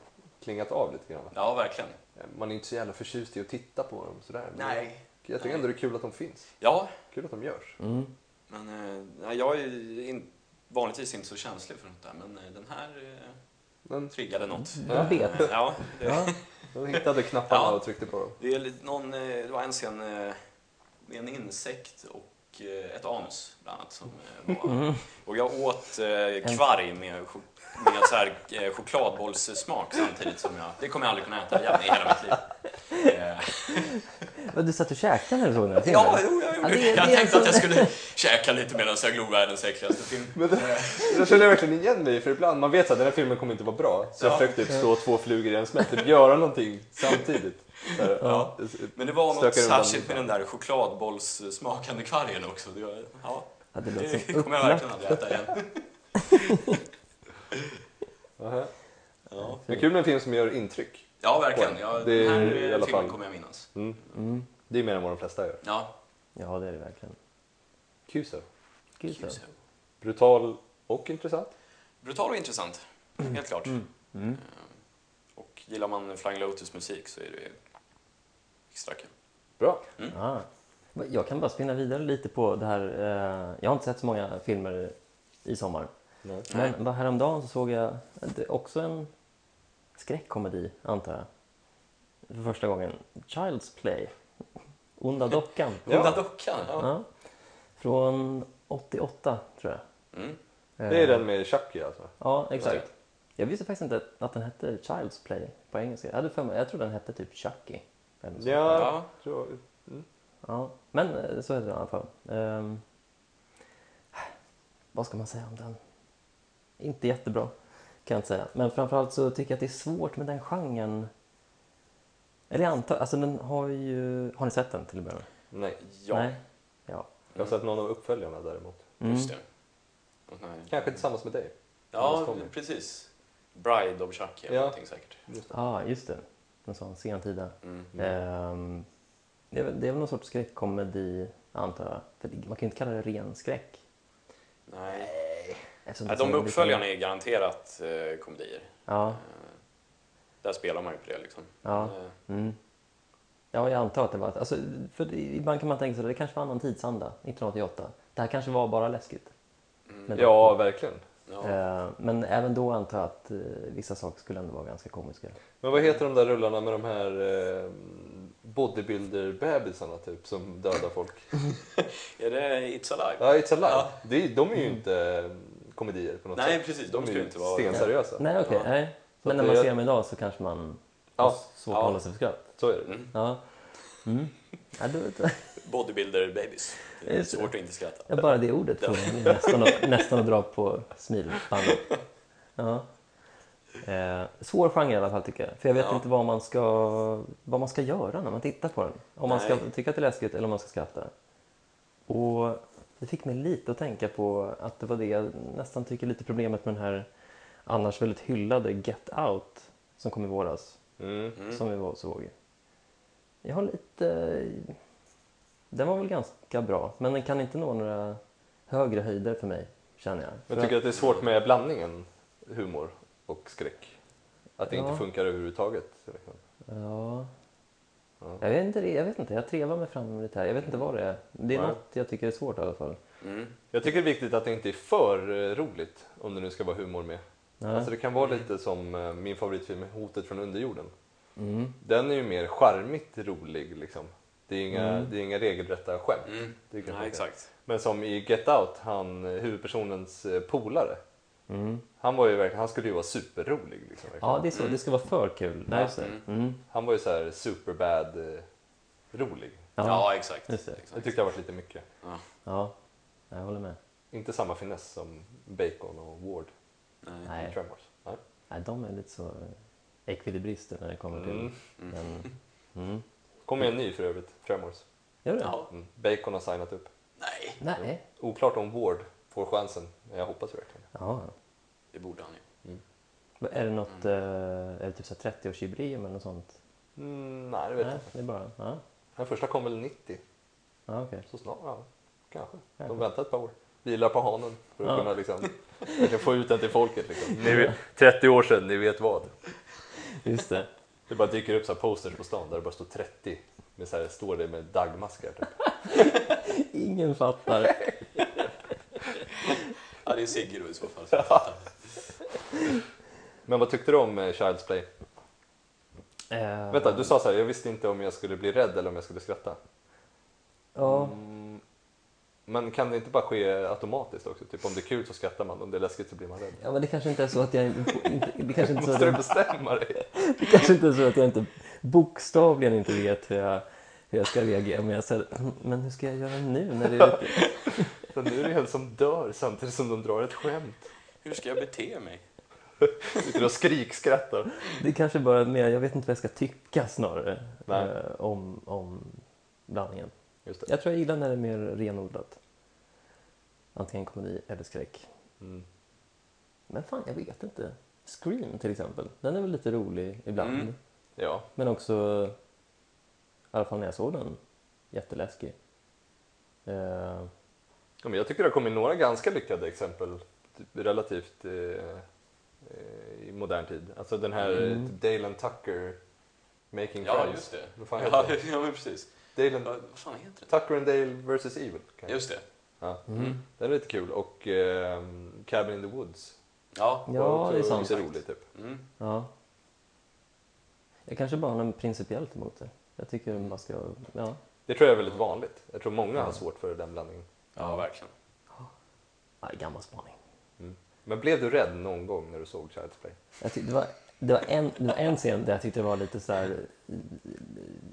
[SPEAKER 1] klingat av lite grann.
[SPEAKER 3] Ja, verkligen.
[SPEAKER 1] Man är inte så jävla förtjust i att titta på dem sådär. Men Jag tycker ändå det är kul att de finns.
[SPEAKER 3] Ja,
[SPEAKER 1] Kul att de görs.
[SPEAKER 2] Mm.
[SPEAKER 3] men eh, nej, jag är ju in, vanligtvis inte så känslig för sånt där, men eh, den här eh,
[SPEAKER 1] Den,
[SPEAKER 3] triggade något.
[SPEAKER 2] Jag vet.
[SPEAKER 3] Eh, Ja, det,
[SPEAKER 2] Ja.
[SPEAKER 1] de hittade knapparna
[SPEAKER 3] Ja.
[SPEAKER 1] och tryckte på dem.
[SPEAKER 3] det, är lite någon, eh, det var en scen eh, med en insekt och fick eh, ett anus, bland annat. Som, eh, var. Och jag åt eh, kvarg med, chok- med så här, eh, chokladbollssmak samtidigt som jag... Det kommer jag aldrig kunna äta igen i hela mitt liv. Eh,
[SPEAKER 2] Vad, Du satt och käkade när du såg den här filmen?
[SPEAKER 3] ja, jo,
[SPEAKER 2] Ja,
[SPEAKER 3] jag gjorde
[SPEAKER 2] det-
[SPEAKER 3] det. Jag
[SPEAKER 2] det är
[SPEAKER 3] tänkte att
[SPEAKER 2] så-
[SPEAKER 3] jag skulle käka lite medan jag glor världens äckligaste film.
[SPEAKER 1] Men det, det känner jag verkligen igen mig i, för ibland man vet att den här filmen kommer inte vara bra. Så jag
[SPEAKER 3] Ja.
[SPEAKER 1] försökte typ slå två flugor i en smäll, typ göra någonting samtidigt. Så här,
[SPEAKER 3] Ja.
[SPEAKER 1] det-
[SPEAKER 3] Men det var något
[SPEAKER 1] Stökar undan
[SPEAKER 3] särskilt med den där chokladbollssmakande kvargen också. Det, var, ja,
[SPEAKER 2] Ja, det låter
[SPEAKER 3] det
[SPEAKER 2] som
[SPEAKER 3] kommer jag
[SPEAKER 2] upplagt.
[SPEAKER 3] verkligen aldrig äta igen.
[SPEAKER 1] Aha.
[SPEAKER 3] Ja,
[SPEAKER 1] Men kul med en film som gör intryck.
[SPEAKER 3] ja verkligen. Ja,
[SPEAKER 1] Det
[SPEAKER 3] den
[SPEAKER 1] är
[SPEAKER 3] här eh,
[SPEAKER 1] i alla
[SPEAKER 3] filmen
[SPEAKER 1] fall-
[SPEAKER 3] kommer jag minnas.
[SPEAKER 2] Mm.
[SPEAKER 1] Det är mer än vad de flesta gör.
[SPEAKER 3] Ja,
[SPEAKER 2] Ja, det är det verkligen.
[SPEAKER 1] Kuso.
[SPEAKER 2] Gud, så.
[SPEAKER 3] Kuso.
[SPEAKER 1] Brutal och intressant.
[SPEAKER 3] Brutal och intressant, helt klart. Eh,
[SPEAKER 2] Mm.
[SPEAKER 3] Och gillar man Flying Lotus musik så är det extra kul.
[SPEAKER 1] Bra.
[SPEAKER 3] Mm.
[SPEAKER 2] Ah. Men Jag kan bara spinna vidare lite på det här. eh, Jag har inte sett så många filmer i sommar.
[SPEAKER 1] Nej.
[SPEAKER 2] Men bara häromdagen så såg jag det- också en skräckkomedi, antar jag. För första gången. Child's Play. Onda dockan.
[SPEAKER 1] Ja.
[SPEAKER 3] Onda dockan, ja.
[SPEAKER 2] Ja. Från 88, tror jag. Eh,
[SPEAKER 3] Mm.
[SPEAKER 1] Det är den med Chucky alltså.
[SPEAKER 2] Ja,
[SPEAKER 1] Right.
[SPEAKER 2] exakt. Jag visste faktiskt inte att den hette Child's Play på engelska. Jag, hade för mig, jag trodde den hette typ Chucky. Eller så.
[SPEAKER 1] Ja,
[SPEAKER 3] Ja.
[SPEAKER 1] tror-
[SPEAKER 2] Ja, men eh, så heter den i alla fall. Ehm, vad ska man säga om den? Inte jättebra, kan jag inte säga. Men framförallt så tycker jag att det är svårt med den genren. Eller jag antar, alltså den har ju... Har ni sett den till och med?
[SPEAKER 1] nej.
[SPEAKER 3] Ja,
[SPEAKER 2] Nej? Ja.
[SPEAKER 1] Jag har sett någon av uppföljarna däremot.
[SPEAKER 3] just det. Och den här-
[SPEAKER 1] Kanske tillsammans med dig. Thomas
[SPEAKER 3] Ja,
[SPEAKER 1] Conny.
[SPEAKER 3] precis. Bride of Chucky eller
[SPEAKER 1] Ja.
[SPEAKER 3] någonting säkert.
[SPEAKER 2] Ja, ah, just det. En sån sentida.
[SPEAKER 3] Mm.
[SPEAKER 2] Ehm, det, är, väl- det är väl någon sorts skräckkomedi, antar jag. För det- man kan ju inte kalla det ren skräck.
[SPEAKER 3] Nej.
[SPEAKER 2] eftersom
[SPEAKER 3] Ja,
[SPEAKER 2] det är
[SPEAKER 3] de
[SPEAKER 2] så lite-
[SPEAKER 3] uppföljarna är garanterat eh, komedier.
[SPEAKER 2] Ja,
[SPEAKER 3] Där spelar man ju på det liksom.
[SPEAKER 2] ja.
[SPEAKER 3] Eh,
[SPEAKER 2] Mm. Ja, jag antar att det var... Alltså, för det, ibland kan man tänka sig att det kanske var annan tidsanda, 1988. Det här kanske var bara läskigt. Men,
[SPEAKER 1] Ja, verkligen.
[SPEAKER 3] Mm. Ja.
[SPEAKER 2] eh, men även då antar jag att eh, vissa saker skulle ändå vara ganska komiska.
[SPEAKER 1] Men vad heter de där rullarna med de här eh, bodybuilder-bebisarna typ som dödar folk?
[SPEAKER 3] Är det It's Alive?
[SPEAKER 1] Ja, It's Alive.
[SPEAKER 3] Ja. Mm.
[SPEAKER 1] Det är, de är ju inte eh, komedier på något
[SPEAKER 3] Nej,
[SPEAKER 1] sätt.
[SPEAKER 3] precis. De
[SPEAKER 1] är
[SPEAKER 3] ska ju
[SPEAKER 1] ju
[SPEAKER 3] inte vara-
[SPEAKER 1] stenseriösa.
[SPEAKER 2] Nej, okej.
[SPEAKER 3] Ja.
[SPEAKER 2] nej.
[SPEAKER 1] Så
[SPEAKER 2] Men
[SPEAKER 1] att
[SPEAKER 2] när
[SPEAKER 1] det-
[SPEAKER 2] man ser dem idag så kanske man har
[SPEAKER 1] Ja,
[SPEAKER 2] svårt
[SPEAKER 3] ja.
[SPEAKER 2] att hålla sig för skratt.
[SPEAKER 1] Så är det.
[SPEAKER 2] Ja. Mm. Ja, du vet,
[SPEAKER 3] Bodybuilder babies. Det är
[SPEAKER 2] Just det.
[SPEAKER 3] svårt att inte skratta.
[SPEAKER 2] ja, bara det ordet får mig nästan, att- nästan att dra på smilbandet. Ja. Eh, svår genre i alla fall tycker jag. För jag vet
[SPEAKER 3] Ja.
[SPEAKER 2] inte vad man, ska, vad man ska göra när man tittar på den. Om man ska
[SPEAKER 3] Nej.
[SPEAKER 2] tycka att det är läskigt eller om man ska skratta. Och det fick mig lite att tänka på att det var det jag nästan tycker lite problemet med den här annars väldigt hyllade Get Out som kom i våras.
[SPEAKER 1] Mm.
[SPEAKER 2] som vi var och såg. Jag har lite... Den var väl ganska bra, men den kan inte nå några högre höjder för mig, känner jag.
[SPEAKER 1] Men tycker att det är svårt med blandningen humor och skräck? Att det inte
[SPEAKER 2] Ja.
[SPEAKER 1] funkar överhuvudtaget? liksom.
[SPEAKER 2] Ja.
[SPEAKER 1] Ja.
[SPEAKER 2] Jag vet, inte, jag vet inte, jag trevar mig fram lite här. Jag vet inte vad det är. Det är
[SPEAKER 1] Nej.
[SPEAKER 2] något jag tycker är svårt i alla fall.
[SPEAKER 3] Mm.
[SPEAKER 1] Jag tycker det är viktigt att det inte är för eh, roligt om det nu ska vara humor med.
[SPEAKER 2] Nej.
[SPEAKER 1] Alltså det kan
[SPEAKER 3] Mm.
[SPEAKER 1] vara lite som eh, min favoritfilm Hotet från underjorden.
[SPEAKER 2] Mm.
[SPEAKER 1] Den är ju mer charmigt rolig liksom. Det är ju inga,
[SPEAKER 2] Mm.
[SPEAKER 1] det är inga regelrätta skämt.
[SPEAKER 3] Mm.
[SPEAKER 1] Det kan
[SPEAKER 3] Nej,
[SPEAKER 1] jag
[SPEAKER 3] exakt.
[SPEAKER 1] Men som i Get Out, han, eh, huvudpersonens eh, polare.
[SPEAKER 2] Mm.
[SPEAKER 1] Han, var ju verkligen, han skulle ju vara superrolig. Liksom, verkligen.
[SPEAKER 2] Ja, det är så. Det ska vara för kul. Nej, just det. Mm.
[SPEAKER 1] Han var ju så här superbad-rolig.
[SPEAKER 3] Ja,
[SPEAKER 2] Ja.
[SPEAKER 3] exakt.
[SPEAKER 2] Just det.
[SPEAKER 1] Det
[SPEAKER 3] exakt.
[SPEAKER 1] tyckte jag var lite mycket.
[SPEAKER 2] ja, jag håller med.
[SPEAKER 1] Inte samma finess som Bacon och Ward
[SPEAKER 3] Nej.
[SPEAKER 1] i
[SPEAKER 2] Nej.
[SPEAKER 1] Tremors. Nej.
[SPEAKER 2] Nej, de är lite så ekvilibrister när det kommer till...
[SPEAKER 1] Mm.
[SPEAKER 2] Men, mm.
[SPEAKER 1] Kom med en ny för övrigt, Tremors.
[SPEAKER 2] Gör det?
[SPEAKER 3] Ja.
[SPEAKER 1] Mm. Bacon har signat upp.
[SPEAKER 3] Nej,
[SPEAKER 2] Nej.
[SPEAKER 1] Oklart om Ward får chansen, men jag hoppas verkligen
[SPEAKER 2] Ja.
[SPEAKER 3] det borde han ju.
[SPEAKER 2] Men Är det något, eh, är det typ så här 30-årsjubileum eller något sånt?
[SPEAKER 1] mm, Nej, det vet jag
[SPEAKER 2] Nej,
[SPEAKER 1] inte.
[SPEAKER 2] det är bara, ja,
[SPEAKER 1] Den första kom väl 90,
[SPEAKER 2] ja okej.
[SPEAKER 1] så snart, ja, kanske. De
[SPEAKER 2] Kanske.
[SPEAKER 1] väntar ett par år. Vilar på hanen för att
[SPEAKER 2] Ja.
[SPEAKER 1] kunna liksom, verkligen få ut den till folket. Liksom. Ni vet, 30 år sedan, ni vet vad.
[SPEAKER 2] Just det.
[SPEAKER 1] Det bara dyker upp så här posters på stan där det bara står 30. Men så här står det med dagmaskar. Typ.
[SPEAKER 2] Ingen fattar.
[SPEAKER 3] Ja, det är Sigge då i så fall. som fattar.
[SPEAKER 1] Men vad tyckte du om eh, Child's Play?
[SPEAKER 2] Eh,
[SPEAKER 1] Vänta, du sa så här, jag visste inte om jag skulle bli rädd eller om jag skulle skratta.
[SPEAKER 2] Ja,
[SPEAKER 1] Mm, Men kan det inte bara ske automatiskt också? Typ om det är kul så skrattar man, om det är läskigt så blir man rädd.
[SPEAKER 2] Ja, men det kanske inte är så att jag inte, Alltså, det kanske inte är så att
[SPEAKER 1] Måste du
[SPEAKER 2] jag,
[SPEAKER 1] bestämma dig?
[SPEAKER 2] det kanske inte är så att jag inte bokstavligen inte vet hur jag, hur jag ska reagera. Men jag säger, men hur ska jag göra nu när det är lite...
[SPEAKER 1] Så nu är det en som dör samtidigt som de drar ett skämt.
[SPEAKER 3] Hur ska jag bete mig?
[SPEAKER 1] Sitter och skrikskrattar.
[SPEAKER 2] Det kanske bara är mer, jag vet inte vad jag ska tycka snarare
[SPEAKER 1] Nej.
[SPEAKER 2] eh, om, om blandningen.
[SPEAKER 1] Just det.
[SPEAKER 2] Jag tror jag gillar när det är mer renodlat. Antingen komedi eller skräck.
[SPEAKER 1] Mm.
[SPEAKER 2] Men fan, jag vet inte. Scream till exempel, den är väl lite rolig ibland.
[SPEAKER 3] Mm.
[SPEAKER 1] Ja,
[SPEAKER 2] Men också, i alla fall när jag såg den, jätteläskig. Eh,
[SPEAKER 1] Ja, men jag tycker det har kommit några ganska lyckade exempel typ, relativt eh, eh, i modern tid. Alltså den här
[SPEAKER 2] Mm.
[SPEAKER 1] mm. typ Dale and Tucker Making
[SPEAKER 3] Ja,
[SPEAKER 1] Friends.
[SPEAKER 3] just det.
[SPEAKER 1] Vad fan
[SPEAKER 3] Ja,
[SPEAKER 1] heter det?
[SPEAKER 3] ja, men precis.
[SPEAKER 1] Dale and,
[SPEAKER 3] Vad vad fan heter det?
[SPEAKER 1] Tucker and Dale vs Evil. kanske.
[SPEAKER 3] Just det.
[SPEAKER 1] Ja.
[SPEAKER 2] mm.
[SPEAKER 1] Den är lite kul. Och ehm, Cabin in the Woods.
[SPEAKER 3] Ja.
[SPEAKER 2] Ja,
[SPEAKER 1] Var också
[SPEAKER 2] det är sant.
[SPEAKER 1] Lite rolig, typ.
[SPEAKER 3] Mm.
[SPEAKER 2] Ja. Jag kanske bara har något principiellt emot det. Jag tycker
[SPEAKER 3] Mm.
[SPEAKER 2] man ska, ja.
[SPEAKER 1] Det tror jag är väldigt vanligt. Jag tror många har svårt för den blandningen.
[SPEAKER 3] Ja, verkligen.
[SPEAKER 2] Ah, gammal spaning.
[SPEAKER 1] Men blev du rädd någon gång när du såg Child's Play?
[SPEAKER 2] Jag tyckte, det, var, det, var en, det var en scen där jag tyckte det var lite så här,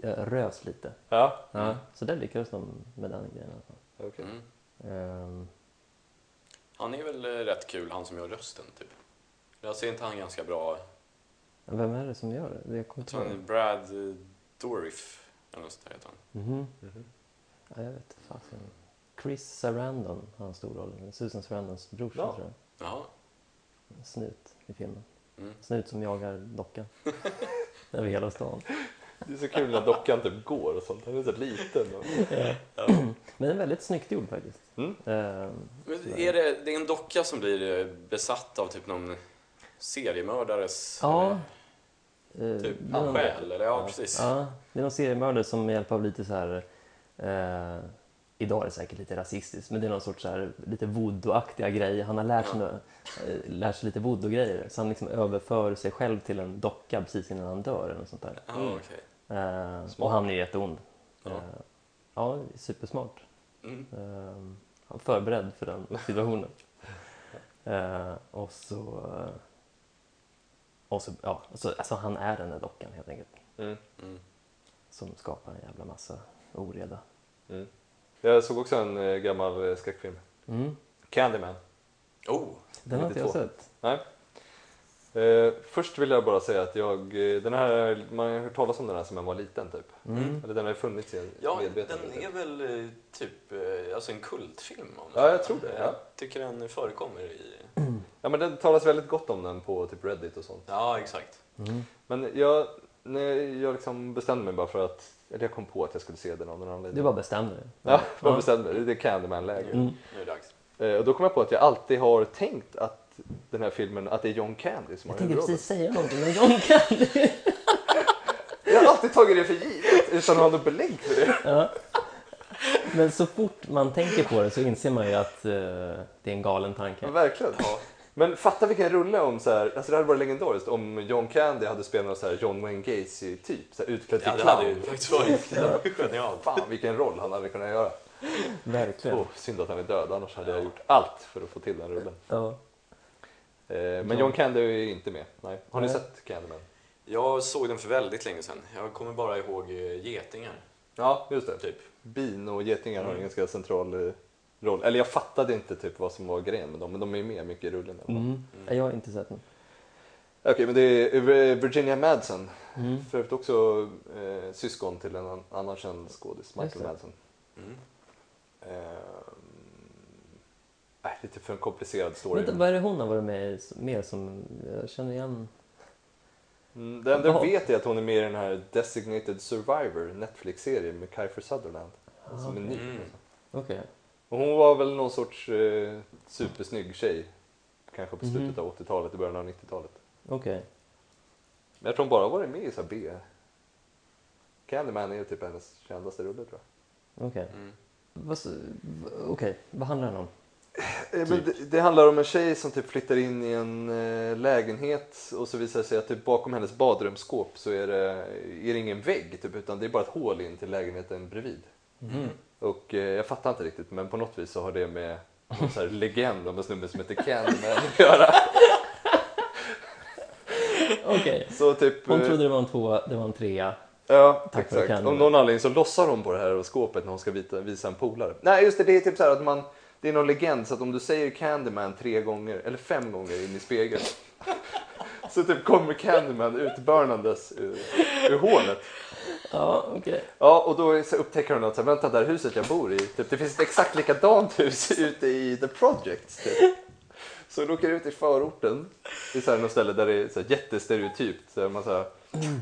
[SPEAKER 2] jag rös lite.
[SPEAKER 1] Ja,
[SPEAKER 2] Ja. Så där lyckades de med den grejen i alla fall.
[SPEAKER 1] okej.
[SPEAKER 3] Mm.
[SPEAKER 2] Ehm,
[SPEAKER 3] Han är väl eh, rätt kul, han som gör rösten, typ. Jag ser inte han ganska bra.
[SPEAKER 2] vem är det som gör det? Jag kommer
[SPEAKER 3] Jag
[SPEAKER 2] inte
[SPEAKER 3] tror han är
[SPEAKER 2] ihåg.
[SPEAKER 3] Brad eh, Dourif, eller något sånt där heter han.
[SPEAKER 2] Mhm.
[SPEAKER 1] Mhm.
[SPEAKER 2] Ja, jag vet fasen. Chris Sarandon har en stor roll. Susan Sarandons brorsa
[SPEAKER 1] Ja.
[SPEAKER 2] tror
[SPEAKER 3] Jaha.
[SPEAKER 2] jag. Snut i filmen.
[SPEAKER 3] Mm.
[SPEAKER 2] Snut som jagar dockan. Över hela stan.
[SPEAKER 1] Det är så kul när dockan typ går och sånt. Den är så liten. Och...
[SPEAKER 2] Men den är väldigt snyggt gjord faktiskt.
[SPEAKER 1] Mm.
[SPEAKER 2] Ehm,
[SPEAKER 3] Men är det, det är en docka som blir eh, besatt av typ någon seriemördares
[SPEAKER 2] ja. Eh,
[SPEAKER 3] eller, typ,
[SPEAKER 2] det är någon-
[SPEAKER 3] själ? Eller, ja, precis.
[SPEAKER 2] Ja, det är någon seriemördare som med hjälp av lite så här... Eh, idag är det säkert lite rasistiskt, men det är någon sorts så här, lite voodoo-aktiga grej. Han har lärt sig, nå- eh, lärt sig lite voodoo-grejer, så han liksom överför sig själv till en docka precis innan han dör. Eller något sånt där.
[SPEAKER 3] Ja,
[SPEAKER 1] Mm.
[SPEAKER 3] okej.
[SPEAKER 2] Eh, och
[SPEAKER 1] Smart.
[SPEAKER 2] han är ju jätteond.
[SPEAKER 3] Ja.
[SPEAKER 2] Eh, ja, supersmart.
[SPEAKER 3] Mm.
[SPEAKER 2] Eh, han är förberedd för den situationen. eh, och så... eh, Och så, ja, så alltså han är den där dockan helt enkelt
[SPEAKER 1] Mm.
[SPEAKER 3] Mm.
[SPEAKER 2] som skapar en jävla massa oreda.
[SPEAKER 1] Mm. Jag såg också en eh, gammal eh, skräckfilm. Candyman.
[SPEAKER 3] Oh,
[SPEAKER 2] Mm. Den har inte jag
[SPEAKER 1] 92.
[SPEAKER 2] sett.
[SPEAKER 1] Nej. Eh, först vill jag bara säga att jag, eh, den här, man har hört talas om den här sedan man var liten typ.
[SPEAKER 2] Mm.
[SPEAKER 1] Eller den har ju funnits i
[SPEAKER 3] ja,
[SPEAKER 1] medvetandet.
[SPEAKER 3] den är väl eh, typ eh, alltså en kultfilm? Om
[SPEAKER 1] Ja, jag tror det, ja.
[SPEAKER 3] Jag tycker den förekommer i...
[SPEAKER 1] Ja men det talas väldigt gott om den på typ Reddit och sånt.
[SPEAKER 3] Ja, exakt.
[SPEAKER 2] Mm.
[SPEAKER 1] Men jag, när jag liksom bestämde mig bara för att, eller jag kom på att jag skulle se den av någon anledning.
[SPEAKER 2] Du bara bestämde dig.
[SPEAKER 1] Ja, jag bara bestämde mig. Det är Candyman-läge.
[SPEAKER 2] Mm.
[SPEAKER 3] Nu är det dags.
[SPEAKER 1] Eh, och då kom jag på att jag alltid har tänkt att den här filmen, att det är John Candy som
[SPEAKER 2] Jag
[SPEAKER 1] har
[SPEAKER 2] tänkte
[SPEAKER 1] huvudrollen.
[SPEAKER 2] precis säga någonting men John kan.
[SPEAKER 1] Jag har alltid tagit det för givet utan att ha något belägg för det.
[SPEAKER 2] Ja. Men så fort man tänker på det så inser man ju att eh, det är en galen
[SPEAKER 1] Ja,
[SPEAKER 2] tanke.
[SPEAKER 1] verkligen. Men fatta vilken rulle om så här, alltså det hade varit legendariskt om John Candy hade spelat någon så här John Wayne Gacy typ, så här utklädd till
[SPEAKER 3] Ja, det hade ju
[SPEAKER 1] clown.
[SPEAKER 3] faktiskt varit det hade varit genialt.
[SPEAKER 1] Fan vilken roll han hade kunnat göra.
[SPEAKER 2] Verkligen.
[SPEAKER 1] Åh, synd att han är död, annars hade jag gjort allt för att få till den rullen.
[SPEAKER 2] Ja.
[SPEAKER 1] Eh, men John Candy är ju inte med. Nej. Har ni
[SPEAKER 2] Nej.
[SPEAKER 1] sett Candyman?
[SPEAKER 3] Jag såg den för väldigt länge sedan. Jag kommer bara ihåg eh, getingar,
[SPEAKER 1] Ja, just det.
[SPEAKER 3] typ.
[SPEAKER 1] Bin och getingar har en
[SPEAKER 3] Mm.
[SPEAKER 1] ganska central eh, roll. Eller jag fattade inte typ vad som var grejen med dem, men de är ju med mycket i rullen. i alla fall.
[SPEAKER 2] Mm. Nej, Jag har inte sett den.
[SPEAKER 1] Okej, men det är Virginia Madsen.
[SPEAKER 2] Mm.
[SPEAKER 1] För övrigt också eh, syskon till en an- annan känd skådis,
[SPEAKER 2] Just
[SPEAKER 1] Michael
[SPEAKER 2] det.
[SPEAKER 1] Madsen.
[SPEAKER 3] Mm.
[SPEAKER 1] Eh, äh, lite för en komplicerad story.
[SPEAKER 2] Vänta, vad är det hon har varit med i s- mer som jag känner igen?
[SPEAKER 1] Mm, det enda jag
[SPEAKER 2] Jaha.
[SPEAKER 1] vet är att hon är med i den här Designated Survivor Netflix-serien med Kiefer Sutherland.
[SPEAKER 2] Ah,
[SPEAKER 1] Som är ny.
[SPEAKER 3] Mm.
[SPEAKER 2] Okej.
[SPEAKER 1] Och hon var väl någon sorts eh, supersnygg tjej. Kanske på slutet
[SPEAKER 2] Mhm.
[SPEAKER 1] av 80-talet, i början av 90-talet.
[SPEAKER 2] Okej.
[SPEAKER 1] Men jag tror hon bara har varit med i så här B. Candyman är ju typ hennes kändaste rulle tror jag.
[SPEAKER 2] Okej.
[SPEAKER 3] Mm.
[SPEAKER 2] Vad s- v- Okej, vad handlar den om?
[SPEAKER 1] Eh, Men det, det handlar om en tjej som typ flyttar in i en eh, lägenhet och så visar det sig att typ bakom hennes badrumsskåp så är det, är det ingen vägg typ, utan det är bara ett hål in till lägenheten bredvid.
[SPEAKER 2] Mhm.
[SPEAKER 1] Och eh, jag fattar inte riktigt, men på något vis så har det med någon så här legend om en snubbe som heter Candyman att göra.
[SPEAKER 2] Okej.
[SPEAKER 1] Så typ...
[SPEAKER 2] Hon
[SPEAKER 1] eh,
[SPEAKER 2] trodde det var en tvåa, det var en trea.
[SPEAKER 1] Ja,
[SPEAKER 2] Tack för
[SPEAKER 1] exakt.
[SPEAKER 2] Candyman.
[SPEAKER 1] Om någon anledning så lossar hon på det här skåpet när hon ska vita- visa en polare. Nej, just det. Det är typ så här att man... Det är någon legend så att om du säger Candyman tre gånger, eller fem gånger in i spegeln. så typ kommer Candyman utbörnandes ur, ur hålet.
[SPEAKER 2] Ja, okej.
[SPEAKER 1] Ja, och då så upptäcker hon att så här, vänta, det här huset jag bor i, typ, det finns ett exakt likadant hus ute i The Projects. Typ. Så då åker jag ut i förorten, i så här, något ställe där det är så här, jättestereotypt. Så här, man, så här,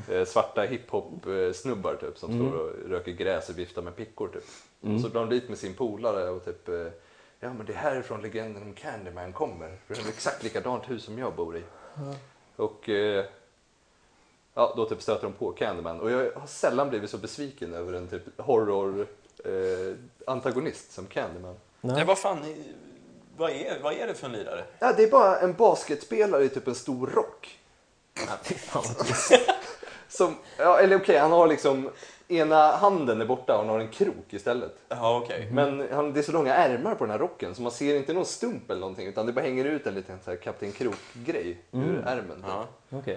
[SPEAKER 1] eh, svarta hiphop-snubbar typ, som står och röker gräs och viftar med pickor. Typ. Och så drar de dit med sin polare och typ, eh, ja men det här är från legenden om Candyman kommer. För det är ett exakt likadant hus som jag bor i. Och eh, ja, då typ stöter de på Candyman. Och jag har sällan blivit så besviken över en typ horror-antagonist som Candyman.
[SPEAKER 3] Nej, vad fan, är- vad är, vad är det för en lirare?
[SPEAKER 1] Ja, det är bara en basketspelare i typ en stor rock.
[SPEAKER 2] Fan vad trist.
[SPEAKER 1] Som, ja, eller okej, han har liksom ena handen är borta och han har en krok istället.
[SPEAKER 3] Ja, okej.
[SPEAKER 2] Mm.
[SPEAKER 1] Men han, det är så långa ärmar på den här rocken så man ser inte någon stump eller någonting utan det bara hänger ut en liten så här Kapten Krok-grej ur ärmen. typ.
[SPEAKER 3] Ja.
[SPEAKER 2] Okej.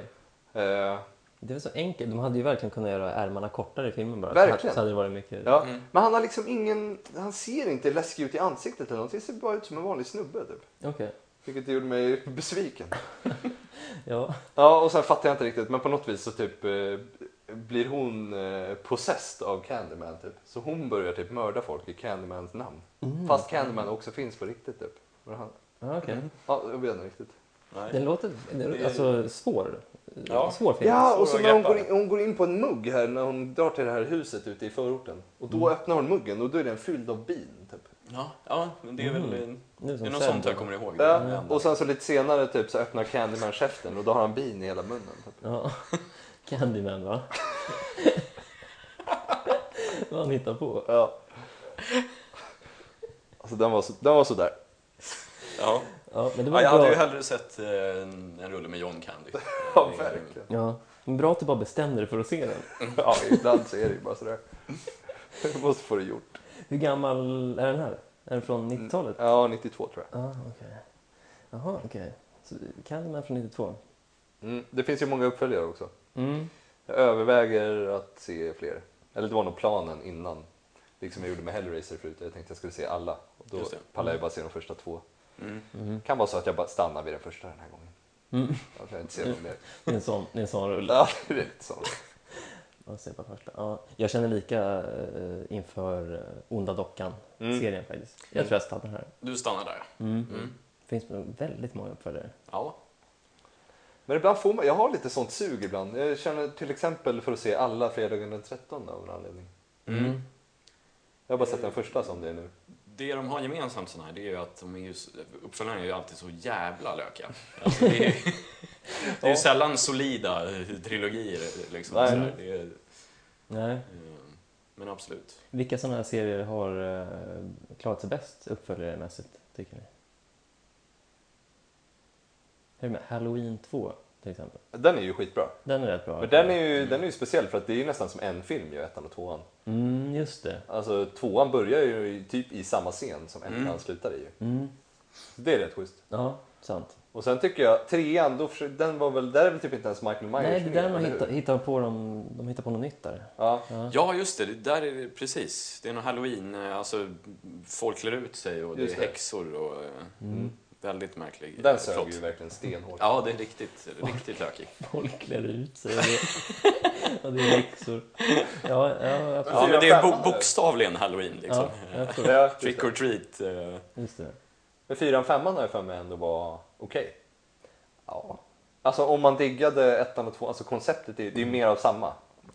[SPEAKER 1] Eh,
[SPEAKER 2] Det var så enkelt. De hade ju verkligen kunnat göra ärmarna kortare i filmen bara.
[SPEAKER 1] Verkligen.
[SPEAKER 2] Så hade det varit mycket...
[SPEAKER 1] ja. Men han har liksom ingen, han ser inte läskig ut i ansiktet eller någonting. ser bara ut som en vanlig snubbe typ.
[SPEAKER 2] Okej.
[SPEAKER 1] Vilket gjorde mig besviken.
[SPEAKER 2] Ja.
[SPEAKER 1] Ja, och sen fattar jag inte riktigt, men på något vis så typ eh, blir hon eh, possessed av Candyman typ. Så hon börjar typ mörda folk i Candymans namn. Fast Candyman också finns på riktigt typ. Men han,
[SPEAKER 2] ja okej.
[SPEAKER 3] Mm.
[SPEAKER 1] ja, jag vet inte riktigt.
[SPEAKER 2] Den
[SPEAKER 3] Nej.
[SPEAKER 2] låter... Den, alltså svår.
[SPEAKER 3] Eh. Ja.
[SPEAKER 2] Svår film.
[SPEAKER 1] Ja, och
[SPEAKER 3] Svår
[SPEAKER 1] så
[SPEAKER 3] att
[SPEAKER 1] när hon
[SPEAKER 3] greppa.
[SPEAKER 1] går, in, hon går in på en mugg här när hon drar till det här huset ute i förorten. Och då öppnar hon muggen och då är den fylld av bin typ.
[SPEAKER 3] Ja, ja, men det är väl en,
[SPEAKER 2] Mm. Det är
[SPEAKER 3] det
[SPEAKER 2] som
[SPEAKER 3] är något
[SPEAKER 2] Sven.
[SPEAKER 3] sånt jag kommer ihåg.
[SPEAKER 1] Ja,
[SPEAKER 3] Det enda.
[SPEAKER 1] Och sen så lite senare typ så öppnar Candyman käften och då har han bin i hela munnen. Typ.
[SPEAKER 2] Ja. Candyman va? Vad han hittar på.
[SPEAKER 1] Ja. Alltså den var, så, den var sådär.
[SPEAKER 3] Ja.
[SPEAKER 2] Ja, men det var
[SPEAKER 3] Ja, jag
[SPEAKER 2] bra.
[SPEAKER 3] hade ju hellre sett eh, en, en rulle med John Candy.
[SPEAKER 1] Ja, verkligen.
[SPEAKER 2] Ja. Men bra att du bara bestämde dig för att se den.
[SPEAKER 1] Ja, ibland så är det ju bara sådär. Du måste få det gjort.
[SPEAKER 2] Hur gammal är den här? Är den från 90-talet?
[SPEAKER 1] Ja, 92 tror jag.
[SPEAKER 2] Ja, ah, okej. Jaha, okej. Så Candyman från 92?
[SPEAKER 1] Mm. Det finns ju många uppföljare också.
[SPEAKER 2] Mm.
[SPEAKER 1] Jag överväger att se fler. Eller det var nog planen innan. Liksom jag gjorde med Hellraiser förut. Jag tänkte jag skulle se alla. Och då
[SPEAKER 3] Just det.
[SPEAKER 1] pallade jag bara se de första två.
[SPEAKER 3] Mm.
[SPEAKER 1] Kan vara så att jag bara stannar vid den första den här gången. Att jag inte ser någon mer.
[SPEAKER 2] Det är en sån, det är en sån rulle.
[SPEAKER 1] Ja, det är lite så.
[SPEAKER 2] Jag, ser bara första. Ja, jag känner lika eh, inför eh, Onda Dockan-serien faktiskt. Jag tror jag stannar här.
[SPEAKER 3] Du stannar där. Mm.
[SPEAKER 2] Det finns väldigt många uppföljare.
[SPEAKER 3] Ja.
[SPEAKER 1] Men ibland får man, jag har lite sånt sug ibland. Jag känner till exempel för att se alla fredagen den 13 av en anledning.
[SPEAKER 2] Mm.
[SPEAKER 1] Jag har bara sett den första som det är nu.
[SPEAKER 3] Det de har gemensamt sådana här, det är ju att de är ju, uppföljarna är ju alltid så jävla lökiga. Alltså, det är ju, det är ju sällan solida eh, trilogier. Liksom,
[SPEAKER 1] Nej.
[SPEAKER 3] sådär. Det är,
[SPEAKER 2] Nej.
[SPEAKER 3] eh, men absolut.
[SPEAKER 2] Vilka sådana här serier har eh, klarat sig bäst uppföljaremässigt, tycker ni? Hur är det med Halloween 2, till exempel?
[SPEAKER 1] Den är ju skitbra.
[SPEAKER 2] Den är rätt bra.
[SPEAKER 1] Men den är, ju, den är ju speciell för att det är ju nästan som en film ju, ettan och tvåan.
[SPEAKER 2] Mm, just det.
[SPEAKER 1] Alltså tvåan börjar ju i- typ i samma scen som ettan slutar i ju.
[SPEAKER 2] Mm.
[SPEAKER 1] Så det är rätt schysst.
[SPEAKER 2] Ja, sant.
[SPEAKER 1] Och sen tycker jag trean, då, försö- den var väl, där är väl typ inte ens Michael Myers
[SPEAKER 2] Nej, det är där
[SPEAKER 1] med,
[SPEAKER 2] man
[SPEAKER 1] eller
[SPEAKER 2] hittar,
[SPEAKER 1] hur?
[SPEAKER 2] hittar på dem, de hittar på något nytt där.
[SPEAKER 1] Ja.
[SPEAKER 3] Ja, just det. det Där är det, precis. Det är någon halloween. eh, Alltså, folk klär ut sig och det
[SPEAKER 1] Just
[SPEAKER 3] är
[SPEAKER 1] det.
[SPEAKER 3] häxor och... eh, Väldigt märklig eh,
[SPEAKER 1] Den sög
[SPEAKER 3] plott.
[SPEAKER 1] ju verkligen stenhårt.
[SPEAKER 3] Ja, det är riktigt, riktigt lökig.
[SPEAKER 2] Folk klär ut sig och det, och det är läxor. Ja, ja, absolut.
[SPEAKER 3] Ja, men det är bo-
[SPEAKER 1] femman där.
[SPEAKER 3] bokstavligen halloween liksom.
[SPEAKER 2] Ja, jag tror.
[SPEAKER 1] Ja, just
[SPEAKER 3] Trick
[SPEAKER 1] det.
[SPEAKER 3] or treat. eh,
[SPEAKER 2] Just det.
[SPEAKER 1] Men fyran, femman har jag för mig ändå var okej.
[SPEAKER 2] Ja.
[SPEAKER 1] Alltså om man diggade ettan och tvåan, alltså konceptet är ju det är ju mer av samma.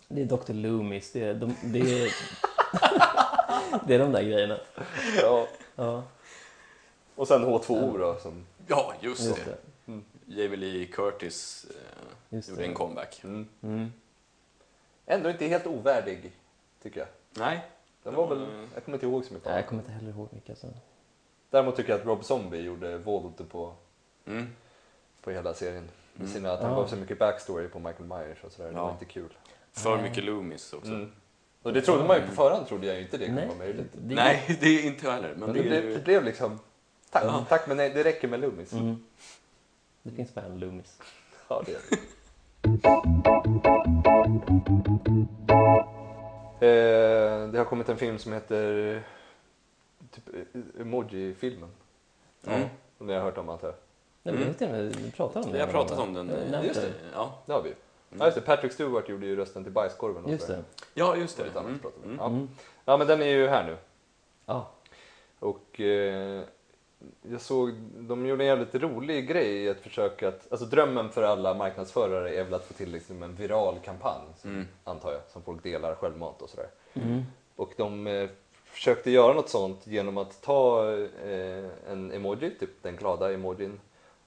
[SPEAKER 2] Det är Dr. Loomis, det är de, det är, det är de där grejerna.
[SPEAKER 1] Ja.
[SPEAKER 2] Ja,
[SPEAKER 1] Och sen H2O
[SPEAKER 2] Mm.
[SPEAKER 1] då som...
[SPEAKER 3] Ja, just,
[SPEAKER 2] just
[SPEAKER 3] det.
[SPEAKER 2] det.
[SPEAKER 3] Jamie Lee Curtis eh,
[SPEAKER 2] Just
[SPEAKER 3] gjorde
[SPEAKER 2] det.
[SPEAKER 3] en comeback.
[SPEAKER 1] Mm.
[SPEAKER 2] Mm.
[SPEAKER 1] Ändå inte helt ovärdig, tycker jag.
[SPEAKER 3] Nej.
[SPEAKER 1] Den var väl, jag kommer inte ihåg så mycket
[SPEAKER 2] Mm. Nej,
[SPEAKER 1] av
[SPEAKER 2] jag
[SPEAKER 1] den.
[SPEAKER 2] kommer inte heller ihåg alltså. vilka som...
[SPEAKER 1] Däremot tycker jag att Rob Zombie gjorde våld på,
[SPEAKER 3] Mm.
[SPEAKER 1] på hela serien. Med sina, att han
[SPEAKER 2] Mm. Ja.
[SPEAKER 1] gav så mycket backstory på Michael Myers och sådär. Det
[SPEAKER 3] Ja.
[SPEAKER 1] var inte kul.
[SPEAKER 3] För mycket Loomis också.
[SPEAKER 1] Mm. Och Och det trodde man ju på förhand, trodde jag ju inte det kunde
[SPEAKER 2] Nej.
[SPEAKER 1] vara möjligt.
[SPEAKER 2] Det-
[SPEAKER 3] Nej, det är inte jag heller. Men
[SPEAKER 1] Men
[SPEAKER 3] det
[SPEAKER 1] det, blev- det
[SPEAKER 3] är...
[SPEAKER 1] blev liksom, tack, tack men nej, det räcker med Loomis.
[SPEAKER 2] Mm. Det finns bara en Loomis.
[SPEAKER 1] Ja, det är det. Eh, det har kommit en film som heter eh, typ, eh, Emoji-filmen.
[SPEAKER 3] Mm.
[SPEAKER 1] Som ni har hört om antar jag.
[SPEAKER 2] Nej, men jag vet inte om vi pratar om det.
[SPEAKER 3] Vi har pratat om den.
[SPEAKER 2] Jag
[SPEAKER 3] eh,
[SPEAKER 2] nämnde
[SPEAKER 3] Just det.
[SPEAKER 2] den.
[SPEAKER 3] Ja,
[SPEAKER 1] Det har vi ju. Ja, just det. Patrick Stewart gjorde ju rösten till Bajskorven. och
[SPEAKER 2] Just
[SPEAKER 1] sådär.
[SPEAKER 2] det.
[SPEAKER 3] ja just
[SPEAKER 1] Det
[SPEAKER 3] det.
[SPEAKER 1] var lite annat vi
[SPEAKER 3] Mm.
[SPEAKER 1] pratade om.
[SPEAKER 3] Mm.
[SPEAKER 1] Ja.
[SPEAKER 2] Mm.
[SPEAKER 1] ja, men den är ju här nu.
[SPEAKER 2] Ja.
[SPEAKER 1] Och eh, jag såg, de gjorde en jävligt rolig grej i ett försök att, alltså drömmen för alla marknadsförare är väl att få till liksom en viral kampanj, som,
[SPEAKER 3] Mm.
[SPEAKER 1] antar jag, som folk delar självmant och sådär.
[SPEAKER 2] Mm.
[SPEAKER 1] Och de eh, försökte göra något sånt genom att ta eh, en emoji, typ den glada emojin,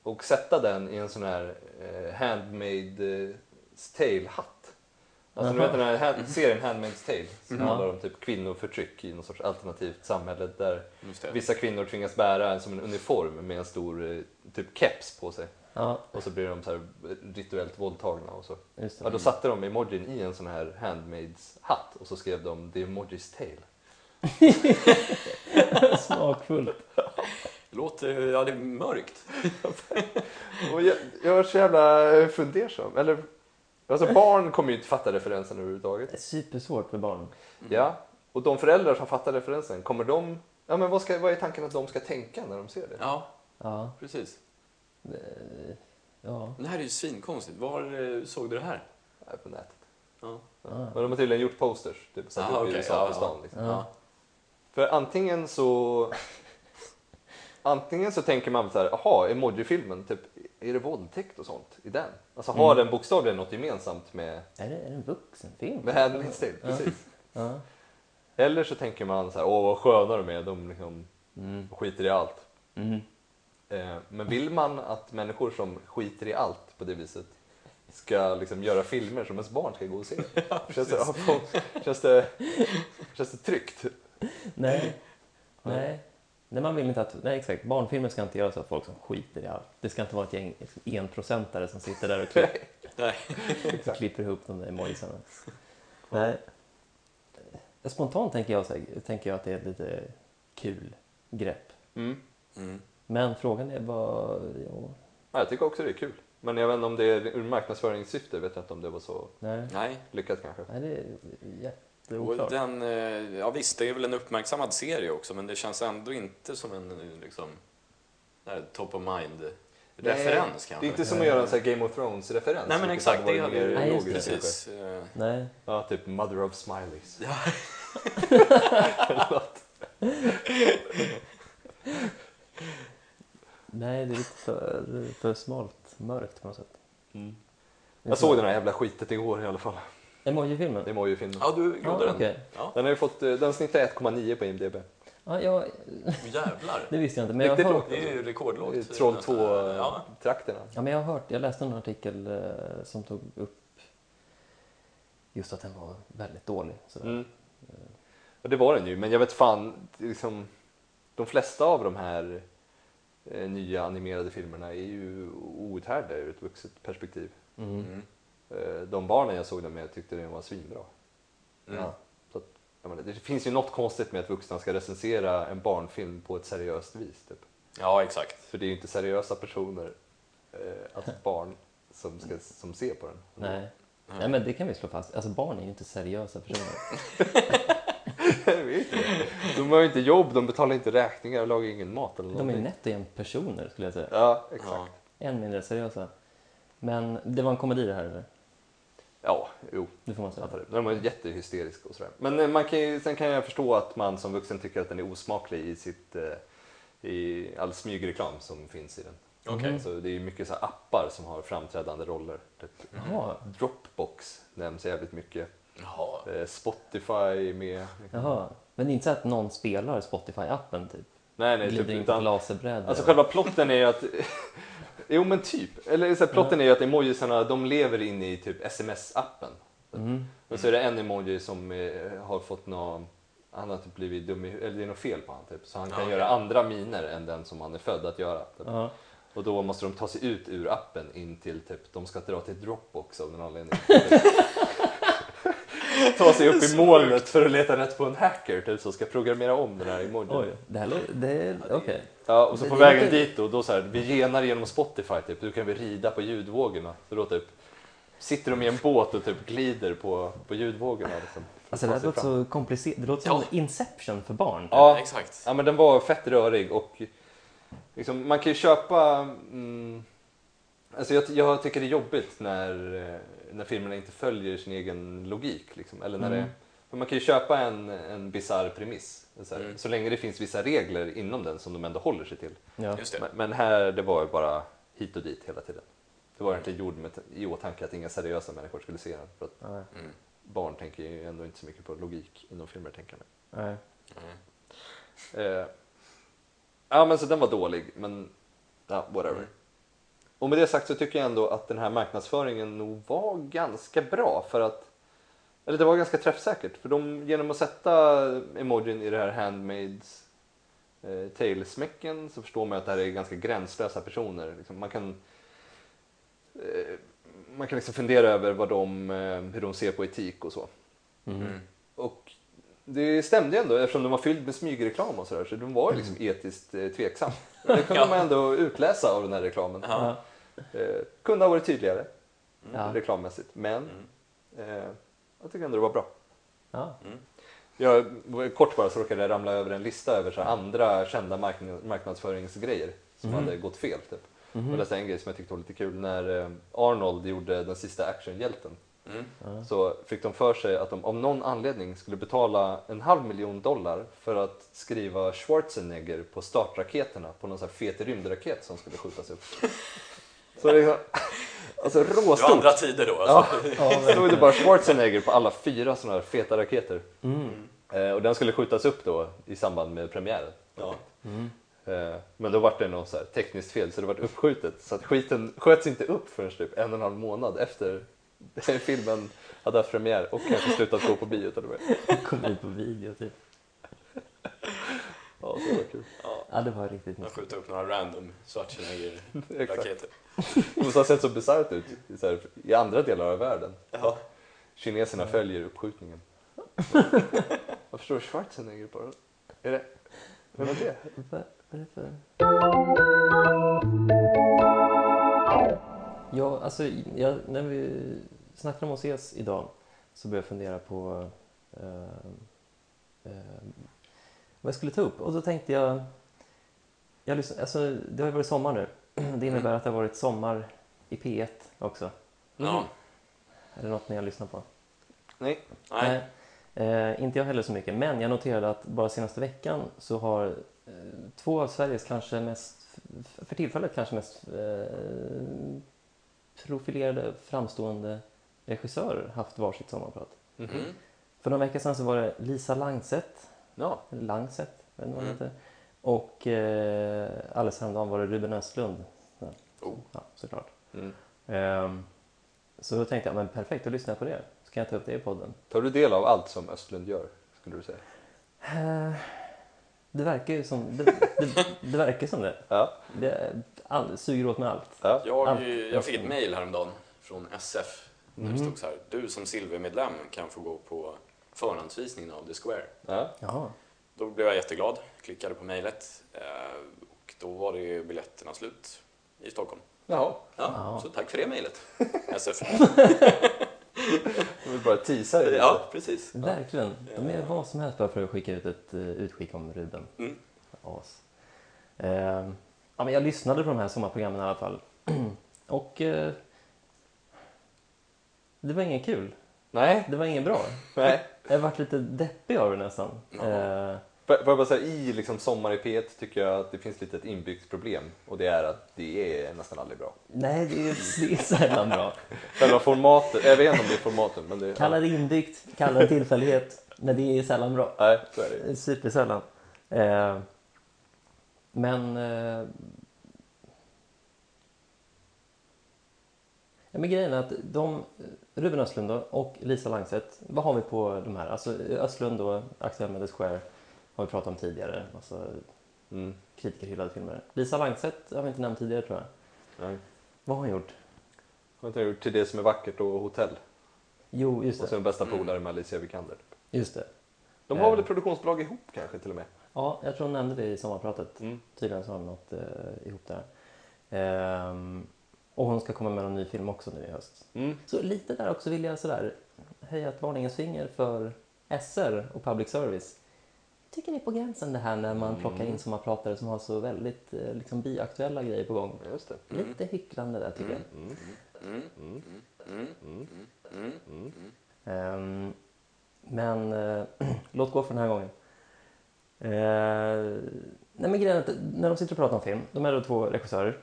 [SPEAKER 1] och sätta den i en sån här eh, handmade eh, tale-hatt. Alltså du vet den här hand, serien Handmaid's Tale som
[SPEAKER 2] Mhm.
[SPEAKER 1] handlar om typ kvinnoförtryck i något sorts alternativt samhälle där
[SPEAKER 3] Just det.
[SPEAKER 1] Vissa kvinnor tvingas bära som en uniform med en stor eh, typ keps på sig.
[SPEAKER 2] ja,
[SPEAKER 1] Och så blir de så här eh, rituellt våldtagna och så.
[SPEAKER 2] just
[SPEAKER 1] Ja,
[SPEAKER 2] det.
[SPEAKER 1] då satte de emojin i en sån här handmaids hatt och så skrev de The Emojis Tale.
[SPEAKER 2] Smakfullt.
[SPEAKER 3] Det låter... Ja, det är mörkt.
[SPEAKER 1] Och jag, jag var så jävla eh, fundersam. Eller, alltså barn kommer ju inte fatta referensen
[SPEAKER 2] Det är
[SPEAKER 1] överhuvudtaget.
[SPEAKER 2] supersvårt för barn.
[SPEAKER 3] Mm.
[SPEAKER 1] Ja, och de föräldrar som fattar referensen, kommer de... Ja, men vad, ska, vad är tanken att de ska tänka när de ser det?
[SPEAKER 3] Ja,
[SPEAKER 2] Ja.
[SPEAKER 3] precis.
[SPEAKER 2] eh, Ja.
[SPEAKER 3] Det här är ju svinkonstigt. Var eh, såg du det här?
[SPEAKER 1] Här på nätet.
[SPEAKER 3] Ja.
[SPEAKER 2] ja.
[SPEAKER 1] Men de har tydligen gjort posters, typ, satt
[SPEAKER 3] Ah,
[SPEAKER 1] upp i
[SPEAKER 3] okej,
[SPEAKER 1] USA på
[SPEAKER 3] ja,
[SPEAKER 1] stan.
[SPEAKER 3] ja.
[SPEAKER 1] Liksom.
[SPEAKER 2] Ja.
[SPEAKER 1] För antingen så... Antingen så tänker man så här, jaha, emojifilmen, typ, är det våldtäkt och sånt i den? Alltså
[SPEAKER 3] Mm.
[SPEAKER 1] har den bokstavligen något gemensamt med,
[SPEAKER 2] Är, det, är det en vuxenfilm?
[SPEAKER 1] med Handmaid's Tale? Precis.
[SPEAKER 2] Ja.
[SPEAKER 1] Eller så tänker man så här, åh vad sköna de är, de liksom
[SPEAKER 2] Mm.
[SPEAKER 1] skiter i allt.
[SPEAKER 2] Mm.
[SPEAKER 1] Eh, men vill man att människor som skiter i allt på det viset ska liksom göra filmer som ens barn ska gå och se? känns, det, ja, på- känns, det, känns det tryggt?
[SPEAKER 2] Nej. Nej. Nej, man vill inte att, nej, exakt. Barnfilmer ska inte göra så att folk som skiter i allt. Det ska inte vara ett gäng enprocentare som sitter där och klipper,
[SPEAKER 3] Nej.
[SPEAKER 2] klipper ihop de där emojisarna. Nej. Eh, Spontant tänker jag, så här, tänker jag att det är ett lite kul grepp.
[SPEAKER 1] Mm.
[SPEAKER 3] Mm.
[SPEAKER 2] Men frågan är vad... Ja,
[SPEAKER 1] Ja, jag tycker också det är kul. Men jag vet inte om det är ur marknadsföringssyfte, vet jag inte om det var så
[SPEAKER 2] nej.
[SPEAKER 3] Nej.
[SPEAKER 1] lyckat kanske.
[SPEAKER 2] nej, det är
[SPEAKER 3] Och
[SPEAKER 2] jätteoklart.
[SPEAKER 3] den, eh, ja visst, det är väl en uppmärksammad serie också, men det känns ändå inte som en eh, liksom, där, top of mind-referens kanske.
[SPEAKER 1] Det är inte som att göra en sån här Game of Thrones-referens.
[SPEAKER 3] Nej men
[SPEAKER 1] vilket
[SPEAKER 3] exakt,
[SPEAKER 1] hade
[SPEAKER 3] det
[SPEAKER 1] varit
[SPEAKER 3] hade ju
[SPEAKER 1] mer
[SPEAKER 2] Ja, just
[SPEAKER 1] logiskt
[SPEAKER 2] det.
[SPEAKER 3] precis. eh,
[SPEAKER 2] Nej.
[SPEAKER 1] kanske. Ja, typ Mother of Smileys.
[SPEAKER 3] Ja.
[SPEAKER 2] nej, det är lite för, för smalt, mörkt på något sätt.
[SPEAKER 1] Mm. Jag såg den här jävla skiten igår i alla fall.
[SPEAKER 2] Emojifilmen?
[SPEAKER 1] Det var ju filmen.
[SPEAKER 3] Ja, du gjorde
[SPEAKER 2] Ja,
[SPEAKER 3] den.
[SPEAKER 2] okej.
[SPEAKER 3] Ja,
[SPEAKER 1] Den har ju fått, eh, den snittar 1,9 på IMDB.
[SPEAKER 2] Ja, jag,
[SPEAKER 3] jävlar.
[SPEAKER 2] det visste jag inte. Men jag
[SPEAKER 1] Riktigt
[SPEAKER 2] har hört,
[SPEAKER 1] lågt.
[SPEAKER 3] Det är ju
[SPEAKER 1] Det är
[SPEAKER 3] rekordlågt.
[SPEAKER 1] Troll
[SPEAKER 3] nästan. Ja.
[SPEAKER 1] 2-trakterna.
[SPEAKER 2] ja, men jag, har hört, jag läste en artikel eh, som tog upp just att den var väldigt dålig. sådär.
[SPEAKER 1] Mm. Och det var den ju, men jag vet fan, det är liksom, de flesta av de här eh, nya animerade filmerna är ju outhärdliga ur ett vuxet perspektiv.
[SPEAKER 2] Mm.
[SPEAKER 3] Mm.
[SPEAKER 1] Eh, De barnen jag såg den med tyckte den var svinbra.
[SPEAKER 3] Mm.
[SPEAKER 2] Ja.
[SPEAKER 1] Så att, jag menar, det finns ju något konstigt med att vuxna ska recensera en barnfilm på ett seriöst vis. Typ.
[SPEAKER 3] ja, exakt.
[SPEAKER 1] För det är ju inte seriösa personer, eh, alltså barn, som, ska, som ser på den.
[SPEAKER 2] Nej.
[SPEAKER 1] Mm.
[SPEAKER 2] Nej, men det kan vi slå fast. Alltså barn är ju inte seriösa personer.
[SPEAKER 1] Jag vet inte. de har ju inte jobb, de betalar inte räkningar, lagar ingen mat eller
[SPEAKER 2] De är
[SPEAKER 1] någonting.
[SPEAKER 2] nätt och jämnt personer skulle jag säga.
[SPEAKER 1] Ja,
[SPEAKER 3] Ja.
[SPEAKER 1] exakt.
[SPEAKER 2] Än mindre seriösa. Men det var en komedi det här eller?
[SPEAKER 1] Ja, jo.
[SPEAKER 2] Det får man säga.
[SPEAKER 1] fattar det. De är jättehysteriska och sådär. Men eh, man kan ju, sen kan jag förstå att man som vuxen tycker att den är osmaklig i, sitt, eh, i all smygreklam som finns i den.
[SPEAKER 2] Mm.
[SPEAKER 3] Okej.
[SPEAKER 1] Så det är ju mycket så här appar som har framträdande roller. Typ.
[SPEAKER 2] Jaha.
[SPEAKER 1] Dropbox nämns jävligt mycket.
[SPEAKER 3] Jaha.
[SPEAKER 1] Eh, Spotify är med.
[SPEAKER 2] Jaha. Men det är inte så att någon spelar Spotify-appen typ?
[SPEAKER 1] Nej, nej, typ,
[SPEAKER 2] Glider in på
[SPEAKER 1] utan,
[SPEAKER 2] laserbrädor?
[SPEAKER 1] alltså själva plotten är ju att... jo, men typ. Eller så här, plotten är ju att emojisarna, de lever in i typ sms-appen.
[SPEAKER 2] Mm.
[SPEAKER 1] Och så är det en emoji som eh, har fått någon, han har typ blivit dum i hu- eller det är något fel på han typ. Så han kan
[SPEAKER 3] Ja,
[SPEAKER 1] göra andra miner än den som han är född att göra. Typ.
[SPEAKER 2] Ja.
[SPEAKER 1] Och då måste de ta sig ut ur appen in till typ, de ska dra till Dropbox av någon anledning. ta sig upp i molnet för att leta rätt på en hacker typ, som ska programmera om den här emojin.
[SPEAKER 2] Oj, det här lå- det är okej.
[SPEAKER 1] Ja, och så
[SPEAKER 2] Det-
[SPEAKER 1] på
[SPEAKER 2] det
[SPEAKER 1] vägen
[SPEAKER 2] låter-
[SPEAKER 1] dit då, då så här, vi genar genom Spotify typ, du kan vi rida på ljudvågorna. Så då typ sitter de i en båt och typ glider på, på ljudvågorna. Liksom, för
[SPEAKER 2] Alltså
[SPEAKER 1] att ta
[SPEAKER 2] det här
[SPEAKER 1] sig
[SPEAKER 2] låter
[SPEAKER 1] fram.
[SPEAKER 2] så komplicerat. Det låter som Inception för barn.
[SPEAKER 1] Ja,
[SPEAKER 3] Exakt.
[SPEAKER 1] ja, men den var fett rörig och liksom, man kan ju köpa... Mm, alltså jag, jag tycker det är jobbigt när, eh, när filmerna inte följer sin egen logik. Liksom, eller när
[SPEAKER 2] Mm.
[SPEAKER 1] det, för man kan ju köpa en, en bisarr premiss. Så, här,
[SPEAKER 3] Mm.
[SPEAKER 1] så länge det finns vissa regler inom den som de ändå håller sig till.
[SPEAKER 2] Ja.
[SPEAKER 3] Just det.
[SPEAKER 1] Men, men här, det var ju bara hit och dit hela tiden. Det var inte gjord med, i åtanke att inga seriösa människor skulle se den. För att
[SPEAKER 2] Nej.
[SPEAKER 3] Mm.
[SPEAKER 1] barn tänker ju ändå inte så mycket på logik inom filmer, tänker jag mig.
[SPEAKER 2] Nej.
[SPEAKER 3] Mm.
[SPEAKER 1] Eh, ja, men så den var dålig, men ja, whatever.
[SPEAKER 3] Mm.
[SPEAKER 1] Och med det sagt så tycker jag ändå att den här marknadsföringen nog var ganska bra för att eller det var ganska träffsäkert för de genom att sätta emojin i det här handmades eh, tale-smäcken så förstår man att det här är ganska gränslösa personer. Liksom, man kan eh, man kan liksom fundera över vad de, eh, hur de ser på etik och så.
[SPEAKER 3] Mm.
[SPEAKER 1] Och det stämde ju ändå eftersom den var fylld med smygreklam och sådär så den var ju liksom etiskt eh, tveksam. Det kunde
[SPEAKER 3] Mm. Ja.
[SPEAKER 1] man ändå utläsa av den här reklamen.
[SPEAKER 3] Ja.
[SPEAKER 1] Eh, kunde ha varit tydligare
[SPEAKER 2] Ja.
[SPEAKER 1] reklammässigt men
[SPEAKER 3] Mm.
[SPEAKER 1] eh, jag tycker ändå det var bra.
[SPEAKER 2] Ja.
[SPEAKER 1] Jag, kort bara så råkade jag ramla över en lista över så här andra kända markn- marknadsföringsgrejer som hade gått fel. Typ. Och läste en grej som jag tyckte var lite kul. När eh, Arnold gjorde den sista actionhjälten
[SPEAKER 3] Mm.
[SPEAKER 1] så fick de för sig att de av någon anledning skulle betala en halv miljon dollar för att skriva Schwarzenegger på startraketerna på någon så här fet rymdraket som skulle skjutas upp. Så liksom, alltså
[SPEAKER 3] Det var
[SPEAKER 1] råstort.
[SPEAKER 3] andra tider då.
[SPEAKER 1] Ja,
[SPEAKER 3] Alltså.
[SPEAKER 1] så stod det bara Schwarzenegger på alla fyra sådana här feta raketer. Eh, och den skulle skjutas upp då i samband med premiären.
[SPEAKER 3] Ja.
[SPEAKER 1] Eh, men då var det något så här tekniskt fel så det var uppskjutet. Så att skiten sköts inte upp förrän typ en och en halv månad efter filmen hade haft premiär och kanske slutat gå på bio. Utan det var,
[SPEAKER 2] Kom ut på video typ.
[SPEAKER 1] ja, så det var kul.
[SPEAKER 2] Ja, det var riktigt
[SPEAKER 3] De
[SPEAKER 2] mysigt.
[SPEAKER 3] skjuter upp några random
[SPEAKER 1] Exakt.
[SPEAKER 3] Schwarzenegger-raketer.
[SPEAKER 1] Det måste ha sett så bisarrt ut i så här, i andra delar av världen.
[SPEAKER 3] Ja.
[SPEAKER 1] Kineserna följer uppskjutningen. Varför står Schwarzenegger på den? Är det... Vem är det?
[SPEAKER 2] Vad vad är det för... Ja, alltså, jag, när vi snackade om att ses idag så började jag fundera på eh, eh, vad jag skulle ta upp. Och då tänkte jag... jag lyssn- alltså, det har ju varit sommar nu. Det innebär att det har varit sommar i P1 också.
[SPEAKER 3] Ja.
[SPEAKER 2] Är det något ni har lyssnat på?
[SPEAKER 1] Nej.
[SPEAKER 3] Nej.
[SPEAKER 2] Eh, inte jag heller så mycket, men jag noterade att bara senaste veckan så har eh, två av Sveriges kanske mest, f- för tillfället kanske mest eh, profilerade, framstående regissörer haft varsitt sommarprat.
[SPEAKER 3] Mm.
[SPEAKER 2] För några veckor sedan så var det Lisa Langset,
[SPEAKER 1] Ja.
[SPEAKER 2] eller Langset, jag vet inte vad hon
[SPEAKER 3] Mm.
[SPEAKER 2] heter, och eh, alldeles häromdagen var det Ruben Östlund.
[SPEAKER 3] Oh.
[SPEAKER 2] Ja, såklart.
[SPEAKER 1] Mm.
[SPEAKER 2] Ehm, så då tänkte jag, men perfekt, då lyssnar jag på det. Så kan jag ta upp det i podden.
[SPEAKER 1] Tar du del av allt som Östlund gör? Skulle du säga?
[SPEAKER 2] Eh, Det verkar ju som det. det, det, verkar som det.
[SPEAKER 1] Ja.
[SPEAKER 2] det all, suger åt med allt.
[SPEAKER 1] ja. Mm.
[SPEAKER 3] Jag,
[SPEAKER 2] Allt.
[SPEAKER 3] jag fick ett mejl häromdagen från SF. Där det stod så här. Du som silvermedlem kan få gå på förhandsvisningen av The Square.
[SPEAKER 1] ja.
[SPEAKER 2] Jaha.
[SPEAKER 3] Då blev jag jätteglad, klickade på mejlet eh, och då var det ju biljetterna slut i Stockholm.
[SPEAKER 1] Jaha.
[SPEAKER 3] Ja,
[SPEAKER 2] Ja.
[SPEAKER 3] Så tack för det mejlet, SF.
[SPEAKER 1] Jag vill bara teasa dig lite.
[SPEAKER 3] ja, precis.
[SPEAKER 2] Verkligen. De är vad som helst bara för att skicka ut ett eh, utskick om Ruben.
[SPEAKER 3] Mm.
[SPEAKER 2] As. Eh, ja, men jag lyssnade på de här sommarprogrammen i alla fall. Och eh, det var inget kul.
[SPEAKER 1] Nej.
[SPEAKER 2] Det var inget bra.
[SPEAKER 1] Nej.
[SPEAKER 2] Jag vart lite deppig av det nästan. Eh,
[SPEAKER 1] Får får jag bara säga, i liksom Sommar i P1 tycker jag att det finns lite ett inbyggt problem och det är att det är nästan aldrig bra.
[SPEAKER 2] nej, det är, det är sällan bra.
[SPEAKER 1] Själva formatet, jag vet inte om det är formatet men det
[SPEAKER 2] Kalla det inbyggt, kalla det tillfällighet, men det är sällan bra.
[SPEAKER 1] Nej, så är det ju.
[SPEAKER 2] Supersällan. Eh, men... Eh, ja, men grejen är att de, Ruben Östlund då, och Lisa Langset, vad har vi på de här? Alltså Östlund då, Axel Mendes Square har vi pratat om tidigare, alltså
[SPEAKER 1] Mm.
[SPEAKER 2] kritikerhyllade filmer. Lisa Langset har vi inte nämnt tidigare tror jag.
[SPEAKER 1] Nej.
[SPEAKER 2] Vad har hon gjort?
[SPEAKER 1] Vad har jag gjort till det som är vackert och hotell?
[SPEAKER 2] Jo, just
[SPEAKER 1] Och så
[SPEAKER 2] det.
[SPEAKER 1] är de bästa polare med Alicia Vikander. typ.
[SPEAKER 2] Just det.
[SPEAKER 1] De har
[SPEAKER 2] Eh.
[SPEAKER 1] väl ett produktionsbolag ihop kanske till och med?
[SPEAKER 2] Ja, jag tror hon nämnde det i sommarpratet.
[SPEAKER 1] Mm.
[SPEAKER 2] Tydligen så har de något eh, ihop där. Ehm, och hon ska komma med en ny film också nu i höst.
[SPEAKER 1] Mm.
[SPEAKER 2] Så lite där också vill jag sådär höja ett varningens finger för SR och public service. Jag tycker det är på gränsen det här när man plockar
[SPEAKER 1] Mm.
[SPEAKER 2] in sommarpratare som har så väldigt eh, liksom, biaktuella grejer på gång.
[SPEAKER 1] Just det.
[SPEAKER 2] Lite hycklande där tycker jag. Ehm, Men eh, låt gå för den här gången. Eh, nej men grejen är att när de sitter och pratar om film, de är då två regissörer.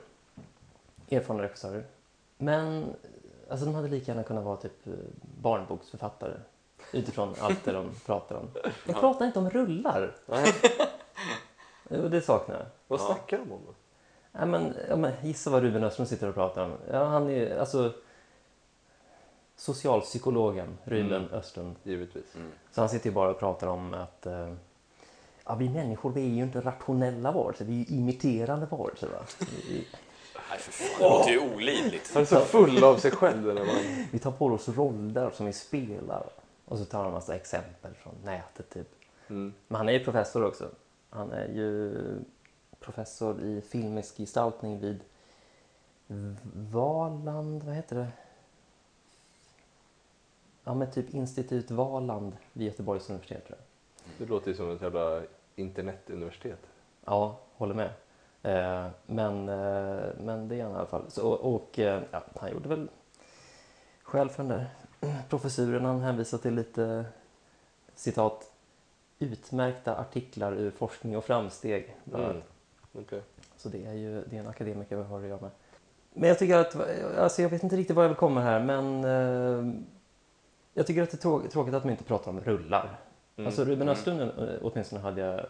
[SPEAKER 2] Erfarna regissörer. Men alltså, de hade lika gärna kunnat vara typ eh, barnboksförfattare. Utifrån allt det de pratar om. De pratar inte om rullar.
[SPEAKER 1] Nej,
[SPEAKER 2] Och det saknar jag.
[SPEAKER 1] vad
[SPEAKER 3] Ja.
[SPEAKER 1] snackar de om? då?
[SPEAKER 2] Ja, men, ja, men, gissa vad Ruben Östlund sitter och pratar om. Ja, han är ju, alltså socialpsykologen Ruben Östlund.
[SPEAKER 1] Givetvis.
[SPEAKER 2] Så han sitter ju bara och pratar om att eh, ja, vi människor vi är ju inte rationella varelser, vi är ju imiterande varelser. Va? Vi,
[SPEAKER 3] Nej, för fan. Det låter ju olidligt.
[SPEAKER 1] Han är så full av sig själv den där mannen.
[SPEAKER 2] vi tar på oss roller som vi spelar. Och så tar han en massa exempel från nätet. Typ.
[SPEAKER 1] Mm.
[SPEAKER 2] Men han är ju professor också. Han är ju professor i filmisk gestaltning vid Valand, vad heter det? Ja men typ Institut Valand vid Göteborgs universitet tror jag.
[SPEAKER 1] Det låter ju som ett jävla internetuniversitet.
[SPEAKER 2] Ja, håller med. Eh, men, eh, men det är han i alla fall. Så, och eh, ja, han gjorde väl själv för den där professuren. Han hänvisar till lite citat utmärkta artiklar ur forskning och framsteg. Bland annat.
[SPEAKER 1] Mm. Okej.
[SPEAKER 2] Så det är ju det är en akademiker vi har att göra med. Men jag tycker att, alltså jag vet inte riktigt var jag vill komma här men eh, jag tycker att det är trå- tråkigt att man inte pratar om rullar.
[SPEAKER 1] Mm.
[SPEAKER 2] Alltså Ruben Östlund eh, åtminstone hade jag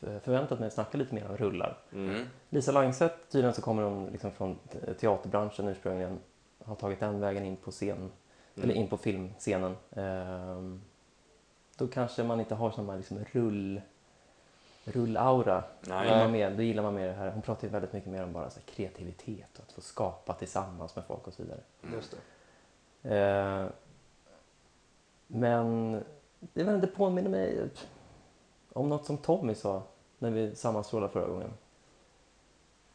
[SPEAKER 2] f- förväntat mig att snacka lite mer om rullar.
[SPEAKER 3] Mm.
[SPEAKER 2] Lisa Langset, tydligen så kommer hon liksom från te- teaterbranschen ursprungligen. Har tagit den vägen in på scen,
[SPEAKER 1] Mm.
[SPEAKER 2] eller in på filmscenen. Ehm, då kanske man inte har samma liksom rull, rullaura.
[SPEAKER 3] Nej.
[SPEAKER 2] Då, är man mer, då gillar man mer det här. Hon pratar ju väldigt mycket mer om bara så här kreativitet och att få skapa tillsammans med folk och så vidare.
[SPEAKER 1] Just det.
[SPEAKER 2] Eh, men jag vet inte, det påminner mig om något som Tommy sa när vi sammanstrålade förra gången.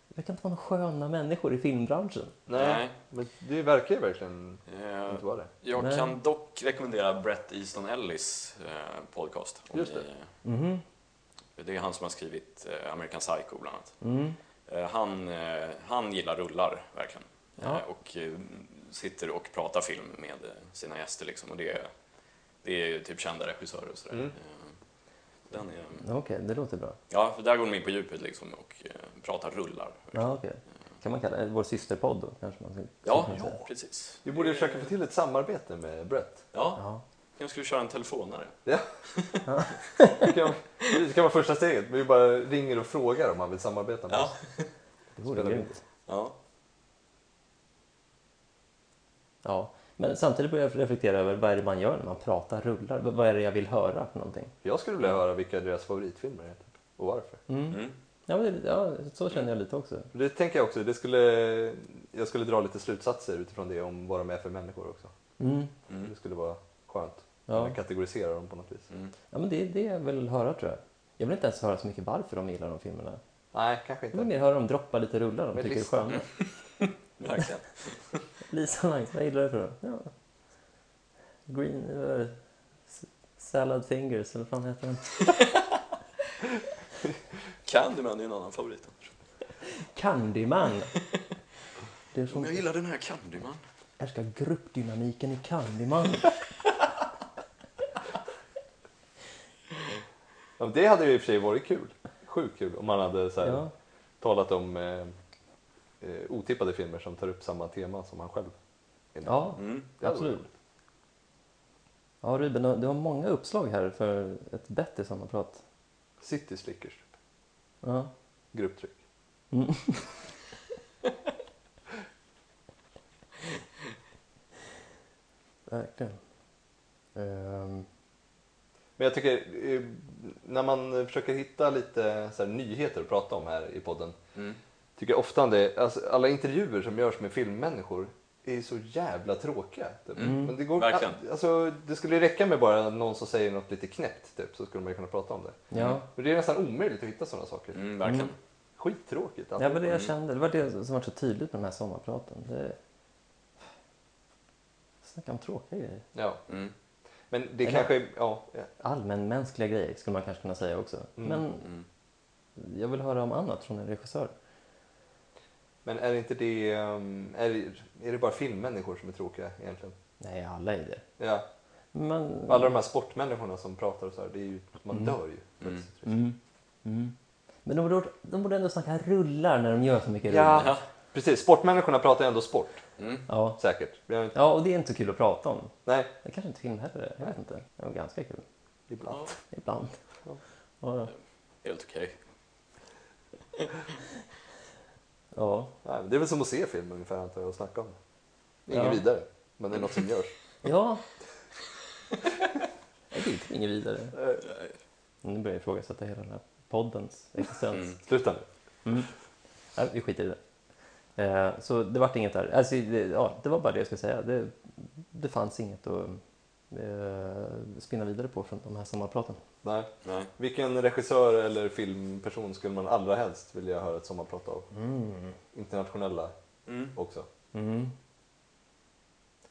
[SPEAKER 2] Det verkar inte vara några sköna människor i filmbranschen.
[SPEAKER 1] Nej, men det verkar ju verkligen
[SPEAKER 3] Eh,
[SPEAKER 1] inte vara det.
[SPEAKER 3] Jag
[SPEAKER 2] Nej.
[SPEAKER 3] kan dock rekommendera Brett Easton Ellis eh, podcast. Om
[SPEAKER 1] Just det.
[SPEAKER 3] ni-
[SPEAKER 2] Mhm.
[SPEAKER 3] det är han som har skrivit eh, American Psycho bland annat.
[SPEAKER 2] Mm.
[SPEAKER 3] Eh, han, eh, han gillar rullar verkligen.
[SPEAKER 2] Ja.
[SPEAKER 3] Eh, och eh, sitter och pratar film med eh, sina gäster liksom. Och det, är- det är ju typ kända regissörer och sådär.
[SPEAKER 1] Mm.
[SPEAKER 3] Eh, den är,
[SPEAKER 2] Okej, det låter bra.
[SPEAKER 3] ja, för där går de in på djupet liksom och eh, pratar rullar.
[SPEAKER 2] Ja, okay. Kan man kalla det vår systerpodd då? Kanske man skulle,
[SPEAKER 3] Ja,
[SPEAKER 2] kan säga.
[SPEAKER 3] ja precis.
[SPEAKER 1] Vi borde ju försöka få till ett samarbete med Brett.
[SPEAKER 3] Ja,
[SPEAKER 2] ja.
[SPEAKER 3] jag skulle köra en telefonare.
[SPEAKER 1] Ja. det, kan, det kan vara första steget. Vi bara ringer och frågar om han vill samarbeta med
[SPEAKER 3] Ja.
[SPEAKER 1] oss.
[SPEAKER 2] Det vore
[SPEAKER 1] Spelar vi
[SPEAKER 2] grymt.
[SPEAKER 3] Ja.
[SPEAKER 2] Ja. Men samtidigt börjar jag reflektera över vad är det man gör när man pratar rullar? V- Vad är det jag vill höra för någonting?
[SPEAKER 1] Jag skulle vilja höra vilka deras favoritfilmer är typ, och varför.
[SPEAKER 2] Mm.
[SPEAKER 3] Mm.
[SPEAKER 2] Ja, men det- ja, så känner jag lite också.
[SPEAKER 1] Det tänker jag också. Det skulle, jag skulle dra lite slutsatser utifrån det om vad de är för människor också.
[SPEAKER 2] Mm.
[SPEAKER 3] Mm.
[SPEAKER 1] Det skulle vara skönt.
[SPEAKER 2] Ja.
[SPEAKER 1] Kunna Kategorisera dem på något vis.
[SPEAKER 3] Mm.
[SPEAKER 2] Ja, men det är det jag vill höra tror jag. Jag vill inte ens höra så mycket varför de gillar de filmerna.
[SPEAKER 1] Nej, kanske
[SPEAKER 2] Jag vill
[SPEAKER 1] inte.
[SPEAKER 2] mer höra dem droppa lite rullar de
[SPEAKER 1] Men
[SPEAKER 2] tycker det är
[SPEAKER 1] lyssna.
[SPEAKER 2] sköna.
[SPEAKER 3] Verkligen.
[SPEAKER 2] Lisa Langs, vad gillar du för dem? Ja. Green... eh, s- salad fingers, eller vad fan heter den?
[SPEAKER 3] Candyman är en annan favorit.
[SPEAKER 2] Candyman! Det är
[SPEAKER 3] Men
[SPEAKER 2] som
[SPEAKER 3] jag gillar den här Candyman.
[SPEAKER 2] härskar gruppdynamiken i Candyman.
[SPEAKER 1] Ja, men det hade ju i och för sig varit kul. Sjukt kul om man hade så här,
[SPEAKER 2] Ja.
[SPEAKER 1] talat om eh, eh, otippade filmer som tar upp samma tema som han själv.
[SPEAKER 2] Ja,
[SPEAKER 3] Mm.
[SPEAKER 1] Det hade
[SPEAKER 2] absolut.
[SPEAKER 1] varit roligt.
[SPEAKER 2] Ja, Ruben, du har många uppslag här för ett bättre sommarprat.
[SPEAKER 1] City Slickers, typ.
[SPEAKER 2] Ja.
[SPEAKER 1] grupptryck.
[SPEAKER 2] Verkligen. Ehm,
[SPEAKER 1] Men jag tycker, eh, när man försöker hitta lite så här, nyheter att prata om här i podden,
[SPEAKER 3] Mm.
[SPEAKER 1] tycker jag ofta om det, alltså, alla intervjuer som görs med filmmänniskor är så jävla tråkiga. Typ.
[SPEAKER 3] Mm,
[SPEAKER 1] Men det, går,
[SPEAKER 3] verkligen.
[SPEAKER 1] alltså, det skulle räcka med bara någon som säger något lite knäppt typ, så skulle man ju kunna prata om det.
[SPEAKER 2] Ja.
[SPEAKER 1] Men det är nästan omöjligt att hitta sådana saker.
[SPEAKER 3] Mm, verkligen.
[SPEAKER 2] Mm.
[SPEAKER 1] Skittråkigt. alltså.
[SPEAKER 2] Ja, men det jag kände, det var det som var så tydligt med de här sommarpraten. Det... Snacka om tråkiga grejer.
[SPEAKER 1] Ja.
[SPEAKER 3] Mm.
[SPEAKER 1] Men det
[SPEAKER 2] Eller-
[SPEAKER 1] kanske, ja, ja.
[SPEAKER 2] Allmänmänskliga grejer skulle man kanske kunna säga också. Men
[SPEAKER 3] Mm.
[SPEAKER 2] jag vill höra om annat från en regissör.
[SPEAKER 1] Men är inte det, ehm, är det, är det bara filmmänniskor som är tråkiga egentligen?
[SPEAKER 2] Nej, alla är det.
[SPEAKER 1] Ja.
[SPEAKER 2] Men...
[SPEAKER 1] Alla de här sportmänniskorna som pratar och så här, det är ju, man
[SPEAKER 2] Mm.
[SPEAKER 1] dör ju. plötsligt.
[SPEAKER 2] Mm. Mm. Men de borde, gjort- de borde ändå snacka rullar när de gör så mycket
[SPEAKER 1] Ja.
[SPEAKER 2] rullar.
[SPEAKER 1] Precis, sportmänniskorna pratar ju ändå sport,
[SPEAKER 3] Mm.
[SPEAKER 2] Ja.
[SPEAKER 1] säkert. Vi har inte-
[SPEAKER 2] ja, och det är inte så kul att prata om.
[SPEAKER 1] Nej,
[SPEAKER 2] Det kanske inte film heller är. Jag vet inte. Det var ganska kul.
[SPEAKER 1] ibland.
[SPEAKER 2] Ibland.
[SPEAKER 1] Ja.
[SPEAKER 2] Ja.
[SPEAKER 3] Helt okej.
[SPEAKER 2] ja.
[SPEAKER 1] Nej, men det är väl som att se film ungefär antar jag och snacka om det. Det är
[SPEAKER 2] Ja.
[SPEAKER 1] Inget vidare, men det är något som görs.
[SPEAKER 2] Ja. Jag vet inget vidare. Nu börjar jag ifrågasätta hela den här poddens existens.
[SPEAKER 3] Mm.
[SPEAKER 1] Sluta nu.
[SPEAKER 2] Mm. Nej, vi skiter i det. Eh, så det vart inget där. Alltså, det, ja, det var bara det jag skulle säga. Det, det fanns inget att eh, spinna vidare på från de här sommarpraten.
[SPEAKER 1] Nej.
[SPEAKER 3] Nej.
[SPEAKER 1] Vilken regissör eller filmperson skulle man allra helst vilja höra ett sommarprat av? Internationella
[SPEAKER 3] Mm.
[SPEAKER 1] också.
[SPEAKER 2] Mm.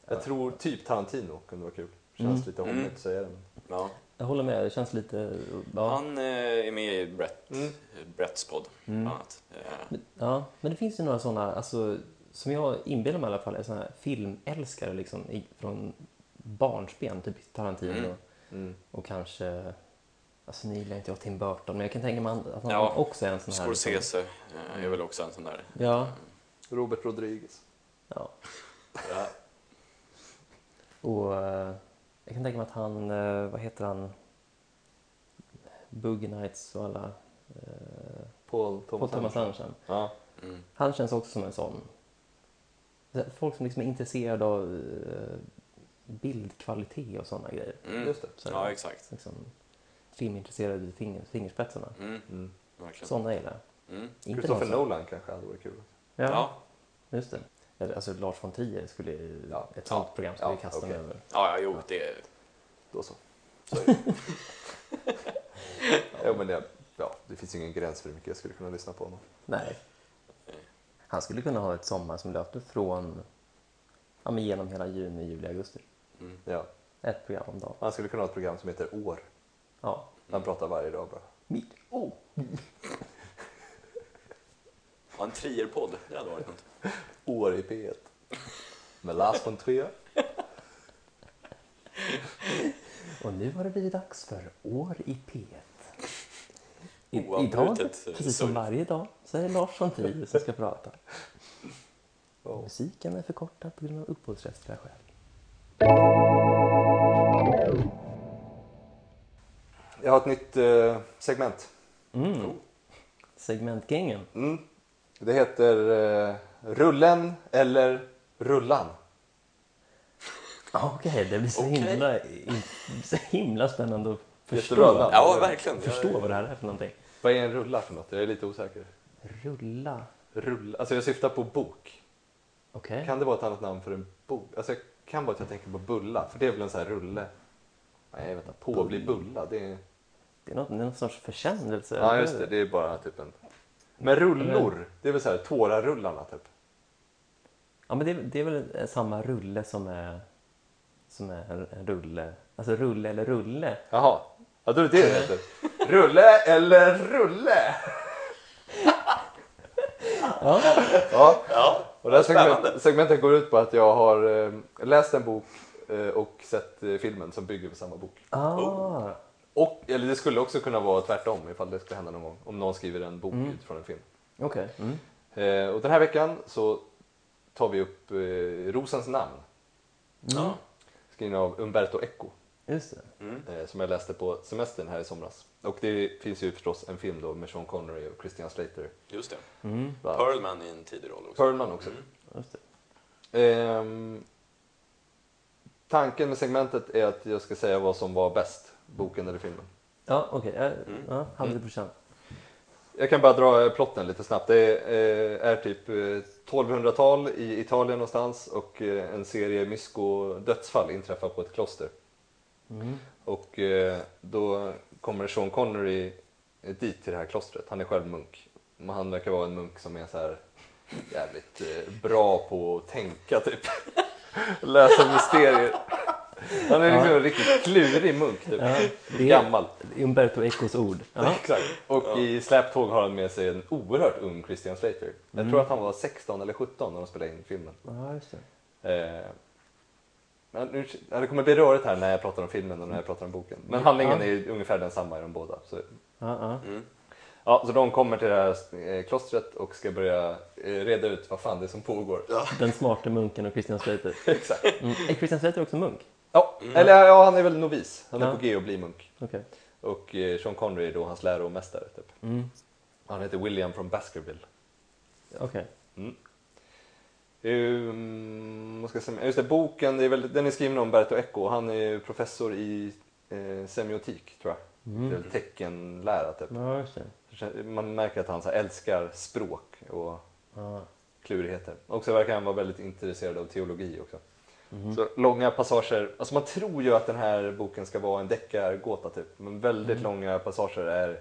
[SPEAKER 1] Jag tror typ Tarantino kunde vara kul. Känns
[SPEAKER 2] Mm.
[SPEAKER 1] lite hånigt
[SPEAKER 3] Mm.
[SPEAKER 1] att säga det. Men...
[SPEAKER 3] Ja.
[SPEAKER 2] Jag håller med, det känns lite... Ja. Mm.
[SPEAKER 3] Han eh, är med i Brett,
[SPEAKER 1] Mm.
[SPEAKER 3] Bretts podd, bland annat. Eh,
[SPEAKER 2] Men, ja. Men det finns ju några sådana, alltså, som jag inbillar mig i alla fall, är sådana här filmälskare liksom, i, från barnsben, typ Tarantino
[SPEAKER 3] Mm.
[SPEAKER 1] Mm.
[SPEAKER 2] och kanske... Alltså nu gillar inte jag Tim Burton, men jag kan tänka mig att han
[SPEAKER 3] Ja.
[SPEAKER 2] också är en sån här... liksom-
[SPEAKER 3] Scorsese eh, är väl också en sån där.
[SPEAKER 2] Ja.
[SPEAKER 1] Robert Rodriguez.
[SPEAKER 2] ja.
[SPEAKER 3] Ja.
[SPEAKER 2] Och eh, jag kan tänka mig att han, eh, vad heter han, Boogie Nights och alla, eh,
[SPEAKER 1] Paul
[SPEAKER 2] Paul
[SPEAKER 1] Thomas,
[SPEAKER 2] Thomas Anderson.
[SPEAKER 1] Ja.
[SPEAKER 3] Mm.
[SPEAKER 2] Han känns också som en sån, folk som liksom är intresserade av eh, bildkvalitet och sådana grejer.
[SPEAKER 3] Mm.
[SPEAKER 1] Just det.
[SPEAKER 2] Så,
[SPEAKER 3] Ja, exakt.
[SPEAKER 2] Liksom, filmintresserade i finger, fingerspetsarna.
[SPEAKER 3] Mm.
[SPEAKER 1] Mm.
[SPEAKER 3] Verkligen.
[SPEAKER 2] Sådana gillar jag.
[SPEAKER 3] Mm.
[SPEAKER 2] Inte
[SPEAKER 1] Christopher
[SPEAKER 2] någon som-
[SPEAKER 1] Nolan kanske hade varit kul.
[SPEAKER 2] Ja,
[SPEAKER 3] Ja.
[SPEAKER 2] just det. Eller, Alltså Lars von Trier skulle ju,
[SPEAKER 1] Ja.
[SPEAKER 2] ett sånt
[SPEAKER 1] Ja.
[SPEAKER 2] program skulle
[SPEAKER 1] Ja,
[SPEAKER 2] vi kasta
[SPEAKER 1] okej.
[SPEAKER 2] mig över.
[SPEAKER 3] Ja, ja, jo, det...
[SPEAKER 1] Då så.
[SPEAKER 3] Så är det.
[SPEAKER 1] Ja, men det, ja, det finns ingen gräns för hur mycket jag skulle kunna lyssna på honom.
[SPEAKER 2] Nej. Han skulle kunna ha ett sommar som löpte från ja, men genom hela juni, juli, augusti.
[SPEAKER 3] Mm.
[SPEAKER 1] Ja.
[SPEAKER 2] Ett program om dagen.
[SPEAKER 1] Han skulle kunna ha ett program som heter År.
[SPEAKER 2] Ja.
[SPEAKER 1] Han pratar varje dag bara.
[SPEAKER 2] Mitt oh.
[SPEAKER 3] Ja, en Trier-podd, det hade varit något.
[SPEAKER 1] År i P1. Med Lars von Trier.
[SPEAKER 2] Och nu har det blivit dags för År i P1. I, idag,
[SPEAKER 3] Oavbrutet, eh,
[SPEAKER 2] precis som
[SPEAKER 3] surf.
[SPEAKER 2] varje dag, så är det Lars von Trier som ska prata.
[SPEAKER 1] Ja.
[SPEAKER 2] Musiken är förkortad på grund av upphovsrättsliga skäl.
[SPEAKER 1] Jag har ett nytt eh, segment.
[SPEAKER 2] Segmentgängen.
[SPEAKER 1] Mm. Det heter eh, Rullen eller Rullan.
[SPEAKER 2] Ah, Okej, det blir så,
[SPEAKER 3] Okej.
[SPEAKER 2] himla, i- så himla spännande att förstå,
[SPEAKER 1] Jättebra namn.
[SPEAKER 3] Ja, verkligen.
[SPEAKER 2] förstå vad det här är för någonting.
[SPEAKER 1] Vad är en rulla för något? Jag är lite osäker.
[SPEAKER 2] Rulla.
[SPEAKER 1] Rulla. Alltså jag syftar på bok.
[SPEAKER 2] Okej.
[SPEAKER 1] Kan det vara ett annat namn för en bok? Alltså jag kan vara att jag tänker på bulla, för det är väl en sån här rulle? Nej, vänta. På blir bulla. Det är...
[SPEAKER 2] Det är något, det är någon sorts försändelse.
[SPEAKER 1] Ja, just det. Det är bara typ en... Men rullor, det är väl så här tårarullarna typ?
[SPEAKER 2] Ja, men det, är- det är väl eh, samma rulle som är, som är en- en rulle. Alltså rulle eller rulle.
[SPEAKER 1] Jaha. Ja, då är det det det heter. Rulle eller rulle?
[SPEAKER 2] Ja.
[SPEAKER 1] Ja.
[SPEAKER 3] Ja,
[SPEAKER 1] Och det här
[SPEAKER 3] Spännande.
[SPEAKER 1] segment, segmentet går ut på att jag har eh, läst en bok eh, och sett eh, filmen som bygger på samma bok.
[SPEAKER 2] Ah,
[SPEAKER 1] Och, eller det skulle också kunna vara tvärtom ifall det skulle hända någon gång. Om någon skriver en bok
[SPEAKER 3] Mm.
[SPEAKER 1] utifrån en film.
[SPEAKER 2] okej. Mm.
[SPEAKER 1] Eh, och den här veckan så tar vi upp eh, Rosens namn.
[SPEAKER 3] ja.
[SPEAKER 1] Skriven av Umberto Eco.
[SPEAKER 2] Just det.
[SPEAKER 1] eh, som jag läste på semestern här i somras. Och det finns ju förstås en film då med Sean Connery och Christian Slater.
[SPEAKER 3] just det.
[SPEAKER 2] Mm,
[SPEAKER 1] bland annat.
[SPEAKER 3] Pearlman i en tidig roll också.
[SPEAKER 1] Perlman också.
[SPEAKER 2] just det.
[SPEAKER 1] Ehm, tanken med segmentet är att jag ska säga vad som var bäst, boken eller filmen.
[SPEAKER 2] Mm. Ja, okej. Jag- Ja, hade det procent.
[SPEAKER 1] Jag kan bara dra eh, plotten lite snabbt. Det är, eh, är typ eh, 1200-tal i Italien någonstans och eh, en serie mysko-dödsfall inträffar på ett kloster. Och eh, då kommer Sean Connery eh, dit till det här klostret. Han är själv munk. Men han verkar vara en munk som är så här jävligt eh, bra på att tänka typ. Lösa mysterier. Han är liksom en riktigt klurig munk typ.
[SPEAKER 2] Ja, det är
[SPEAKER 1] Gammal.
[SPEAKER 2] Umberto Ecos ord. Ja.
[SPEAKER 1] Exakt. Och i släptåg har han med sig en oerhört ung Christian Slater. Jag
[SPEAKER 2] Mm.
[SPEAKER 1] tror att han var 16 eller 17 när de spelade in filmen.
[SPEAKER 2] Ja, just det.
[SPEAKER 1] Eh, men nu, ja, det kommer bli rörigt här när jag pratar om filmen och när jag pratar om boken. Men handlingen
[SPEAKER 2] Ja.
[SPEAKER 1] är ju ungefär densamma i de båda. Så,
[SPEAKER 2] Ja, ja.
[SPEAKER 1] ja, så de kommer till det här eh, klostret och ska börja eh, reda ut vad fan det är som pågår.
[SPEAKER 2] Den smarte munken och Christian Slater.
[SPEAKER 1] Exakt.
[SPEAKER 2] Mm. Är Christian Slater också munk?
[SPEAKER 1] Ja, eller ja, han är väl novis. Han är
[SPEAKER 2] Mm. Ja.
[SPEAKER 1] på G och blir munk.
[SPEAKER 2] Okej.
[SPEAKER 1] Och eh, Sean Connery är då hans läromästare. Typ.
[SPEAKER 2] Mm.
[SPEAKER 1] Han heter William från Baskerville.
[SPEAKER 2] Okej.
[SPEAKER 1] Um, vad ska jag säga? Just det, boken det är väl, den är skriven av Umberto Eco. Han är ju professor i eh, semiotik, tror jag. Det är väl teckenlära, typ.
[SPEAKER 2] Ja, just det.
[SPEAKER 1] Man märker att han så här, älskar språk och
[SPEAKER 2] Ja.
[SPEAKER 1] klurigheter. Och så verkar han vara väldigt intresserad av teologi också. Så långa passager. Alltså man tror ju att den här boken ska vara en deckargåta, typ. Men väldigt långa passager är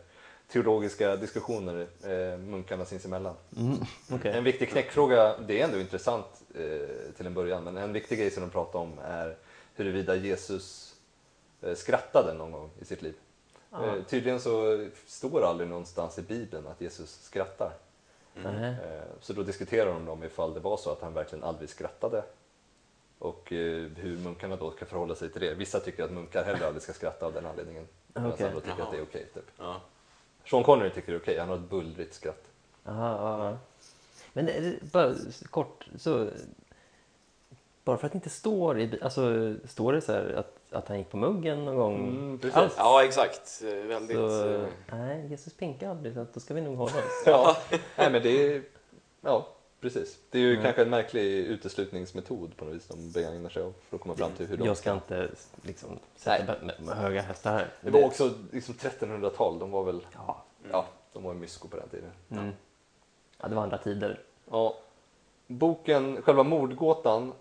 [SPEAKER 1] teologiska diskussioner eh, munkarna sinsemellan.
[SPEAKER 2] Mm. Okej.
[SPEAKER 1] En viktig knäckfråga, det är ändå intressant eh, till en början, men en viktig grej som de pratar om är huruvida Jesus eh, skrattade någon gång i sitt liv. Eh, tydligen så står det aldrig någonstans i Bibeln att Jesus skrattar.
[SPEAKER 2] Nej.
[SPEAKER 1] Eh, så då diskuterar de om ifall det var så att han verkligen aldrig skrattade och eh, hur munkarna då ska förhålla sig till det. Vissa tycker att munkar heller aldrig ska skratta av den anledningen. Medan
[SPEAKER 2] Okej.
[SPEAKER 1] andra tycker att det är okej. typ.
[SPEAKER 3] Ja.
[SPEAKER 1] Sean Connery tycker det är okej, han har ett bullrigt skratt.
[SPEAKER 2] Aha, ja, ja. Men är det bara s- kort, så... Bara för att det inte står i... bi- Alltså, står det så här att, att han gick på muggen någon gång?
[SPEAKER 1] Mm, precis.
[SPEAKER 2] alls?
[SPEAKER 4] Ja, exakt. Eh, Väldigt...
[SPEAKER 2] Så,
[SPEAKER 4] eh,
[SPEAKER 2] nej, Jesus pinkade aldrig, så att då ska vi nog hålla oss.
[SPEAKER 1] Ja, nej men det är Ja, precis. Det är ju kanske en märklig uteslutningsmetod på något vis de begagnar sig av för att komma fram till hur de...
[SPEAKER 2] Jag ska inte liksom, sätta
[SPEAKER 1] Nej.
[SPEAKER 2] med, med höga hästar här.
[SPEAKER 1] Det var också liksom 1300-tal, de var väl... Mm.
[SPEAKER 2] Ja.
[SPEAKER 1] Ja, de var ju mysko på den tiden.
[SPEAKER 2] Mm. ja, det var andra tider.
[SPEAKER 1] Ja. Boken, själva mordgåtan,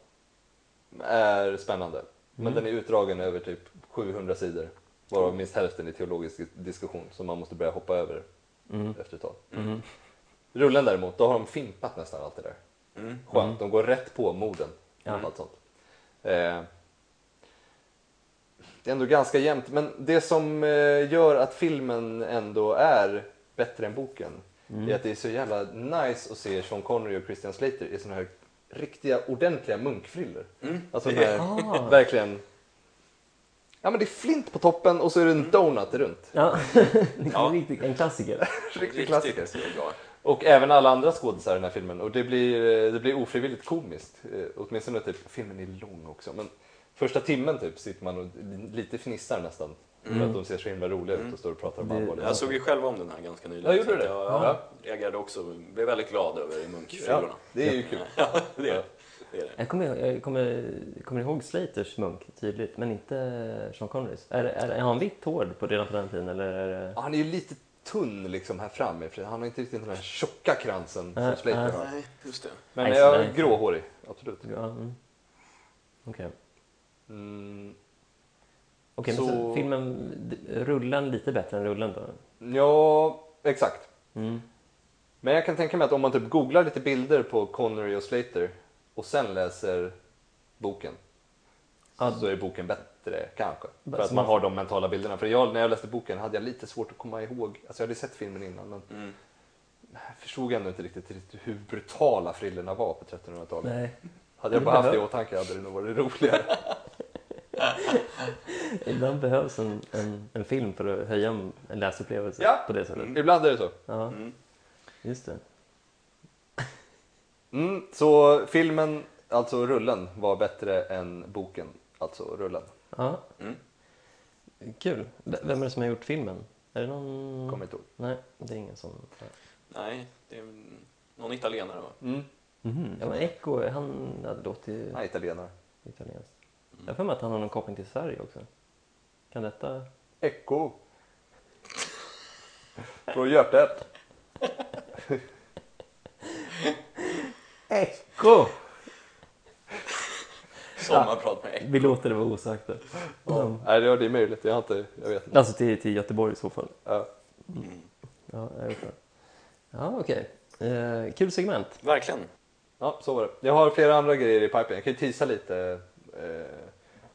[SPEAKER 1] är spännande. Men den är utdragen över typ 700 sidor. Varav minst hälften är teologisk diskussion som man måste börja hoppa över efter ett tag. Rullen däremot, då har de fimpat nästan allt det där. Skönt, de går rätt på morden. och Allt sånt. Eh, det är ändå ganska jämnt, men det som eh, gör att filmen ändå är bättre än boken är att det är så jävla nice att se Sean Connery och Christian Slater i såna här riktiga, ordentliga munkfriller. Alltså den här, verkligen... Ja men det är flint på toppen och så är det en donut runt.
[SPEAKER 2] Ja. Det är riktigt en klassiker.
[SPEAKER 1] Riktig klassiker.
[SPEAKER 3] Riktigt bra.
[SPEAKER 1] Och även alla andra skådisar i den här filmen. Och det blir, eh, det blir ofrivilligt komiskt. Eh, Åtminstone typ, filmen är lång också. Men första timmen typ sitter man och lite fnissar nästan. För att de ser så himla roliga ut och står och pratar om
[SPEAKER 2] Det-
[SPEAKER 1] allvarliga
[SPEAKER 3] Jag såg
[SPEAKER 1] saker.
[SPEAKER 3] ju själv om den här ganska nyligen.
[SPEAKER 1] Ja, gjorde du
[SPEAKER 3] så att
[SPEAKER 1] det?
[SPEAKER 3] Jag
[SPEAKER 1] Ja.
[SPEAKER 3] reagerade också. Blev väldigt glad över munkfrillorna.
[SPEAKER 1] ja, Det är ju kul.
[SPEAKER 3] Ja, det är det. det. Är det.
[SPEAKER 2] Jag kommer, jag kommer, kommer ihåg Slaters munk tydligt, men inte Sean Connerys. Är, är, har han vitt hår på, redan på den tiden? Eller är det...
[SPEAKER 1] Ja, Han är ju lite tunn liksom här framme. För han har inte riktigt den här tjocka kransen som
[SPEAKER 2] Nej,
[SPEAKER 1] Slater
[SPEAKER 2] nej.
[SPEAKER 1] har.
[SPEAKER 3] Nej, just det.
[SPEAKER 1] Men
[SPEAKER 2] Nej,
[SPEAKER 1] jag
[SPEAKER 2] nej.
[SPEAKER 1] är gråhårig, absolut.
[SPEAKER 2] Ja, mm. Okej.
[SPEAKER 1] Mm,
[SPEAKER 2] Okej, men
[SPEAKER 1] Så-
[SPEAKER 2] så filmen, d- rullen lite bättre än rullen då?
[SPEAKER 1] ja, exakt.
[SPEAKER 2] Mm.
[SPEAKER 1] Men jag kan tänka mig att om man typ googlar lite bilder på Connery och Slater och sen läser boken
[SPEAKER 2] Ja,
[SPEAKER 1] så Alltså är boken bättre kanske. För
[SPEAKER 2] Så
[SPEAKER 1] att man
[SPEAKER 2] man-
[SPEAKER 1] har de mentala bilderna. För jag, när jag läste boken hade jag lite svårt att komma ihåg. Alltså jag hade sett filmen innan men
[SPEAKER 3] Mm.
[SPEAKER 1] jag förstod ändå inte riktigt, riktigt hur brutala frillorna var på 1300-talet.
[SPEAKER 2] Nej.
[SPEAKER 1] Hade jag bara haft det i åtanke hade det nog varit roligare.
[SPEAKER 2] Ibland behövs en, en, en film för att höja en en läsupplevelse
[SPEAKER 1] Ja. Mm.
[SPEAKER 2] på det sättet.
[SPEAKER 1] Ibland är det så.
[SPEAKER 2] Ja, just det.
[SPEAKER 1] Mm, så filmen, alltså rullen, var bättre än boken, alltså rullen.
[SPEAKER 2] Ja.
[SPEAKER 3] Mm.
[SPEAKER 2] Kul. V- Vem är det som har gjort filmen? Är det någon...
[SPEAKER 1] Kommer inte ihåg.
[SPEAKER 2] Nej, det är ingen sån.
[SPEAKER 3] Nej, det är någon italienare va?
[SPEAKER 1] Mm.
[SPEAKER 2] Ja, men Echo, han hade låtit ju
[SPEAKER 1] Nej, italienare.
[SPEAKER 2] italienskt. Jag har för mig att han har någon koppling till Sverige också. Kan detta...
[SPEAKER 1] Echo. Från hjärtat.
[SPEAKER 2] Echo!
[SPEAKER 3] Sommarprat med äck.
[SPEAKER 2] Vi låter det vara osagt. där. Mm.
[SPEAKER 1] Nej, det är möjligt. Jag, har inte, jag vet inte.
[SPEAKER 2] Alltså till, till Göteborg i så fall.
[SPEAKER 1] Ja.
[SPEAKER 2] Ja, jag vet inte. ja okej. Eh, kul segment.
[SPEAKER 3] Verkligen.
[SPEAKER 1] ja, så var det. Jag har flera andra grejer i pipen. Jag kan ju tisa lite. Eh,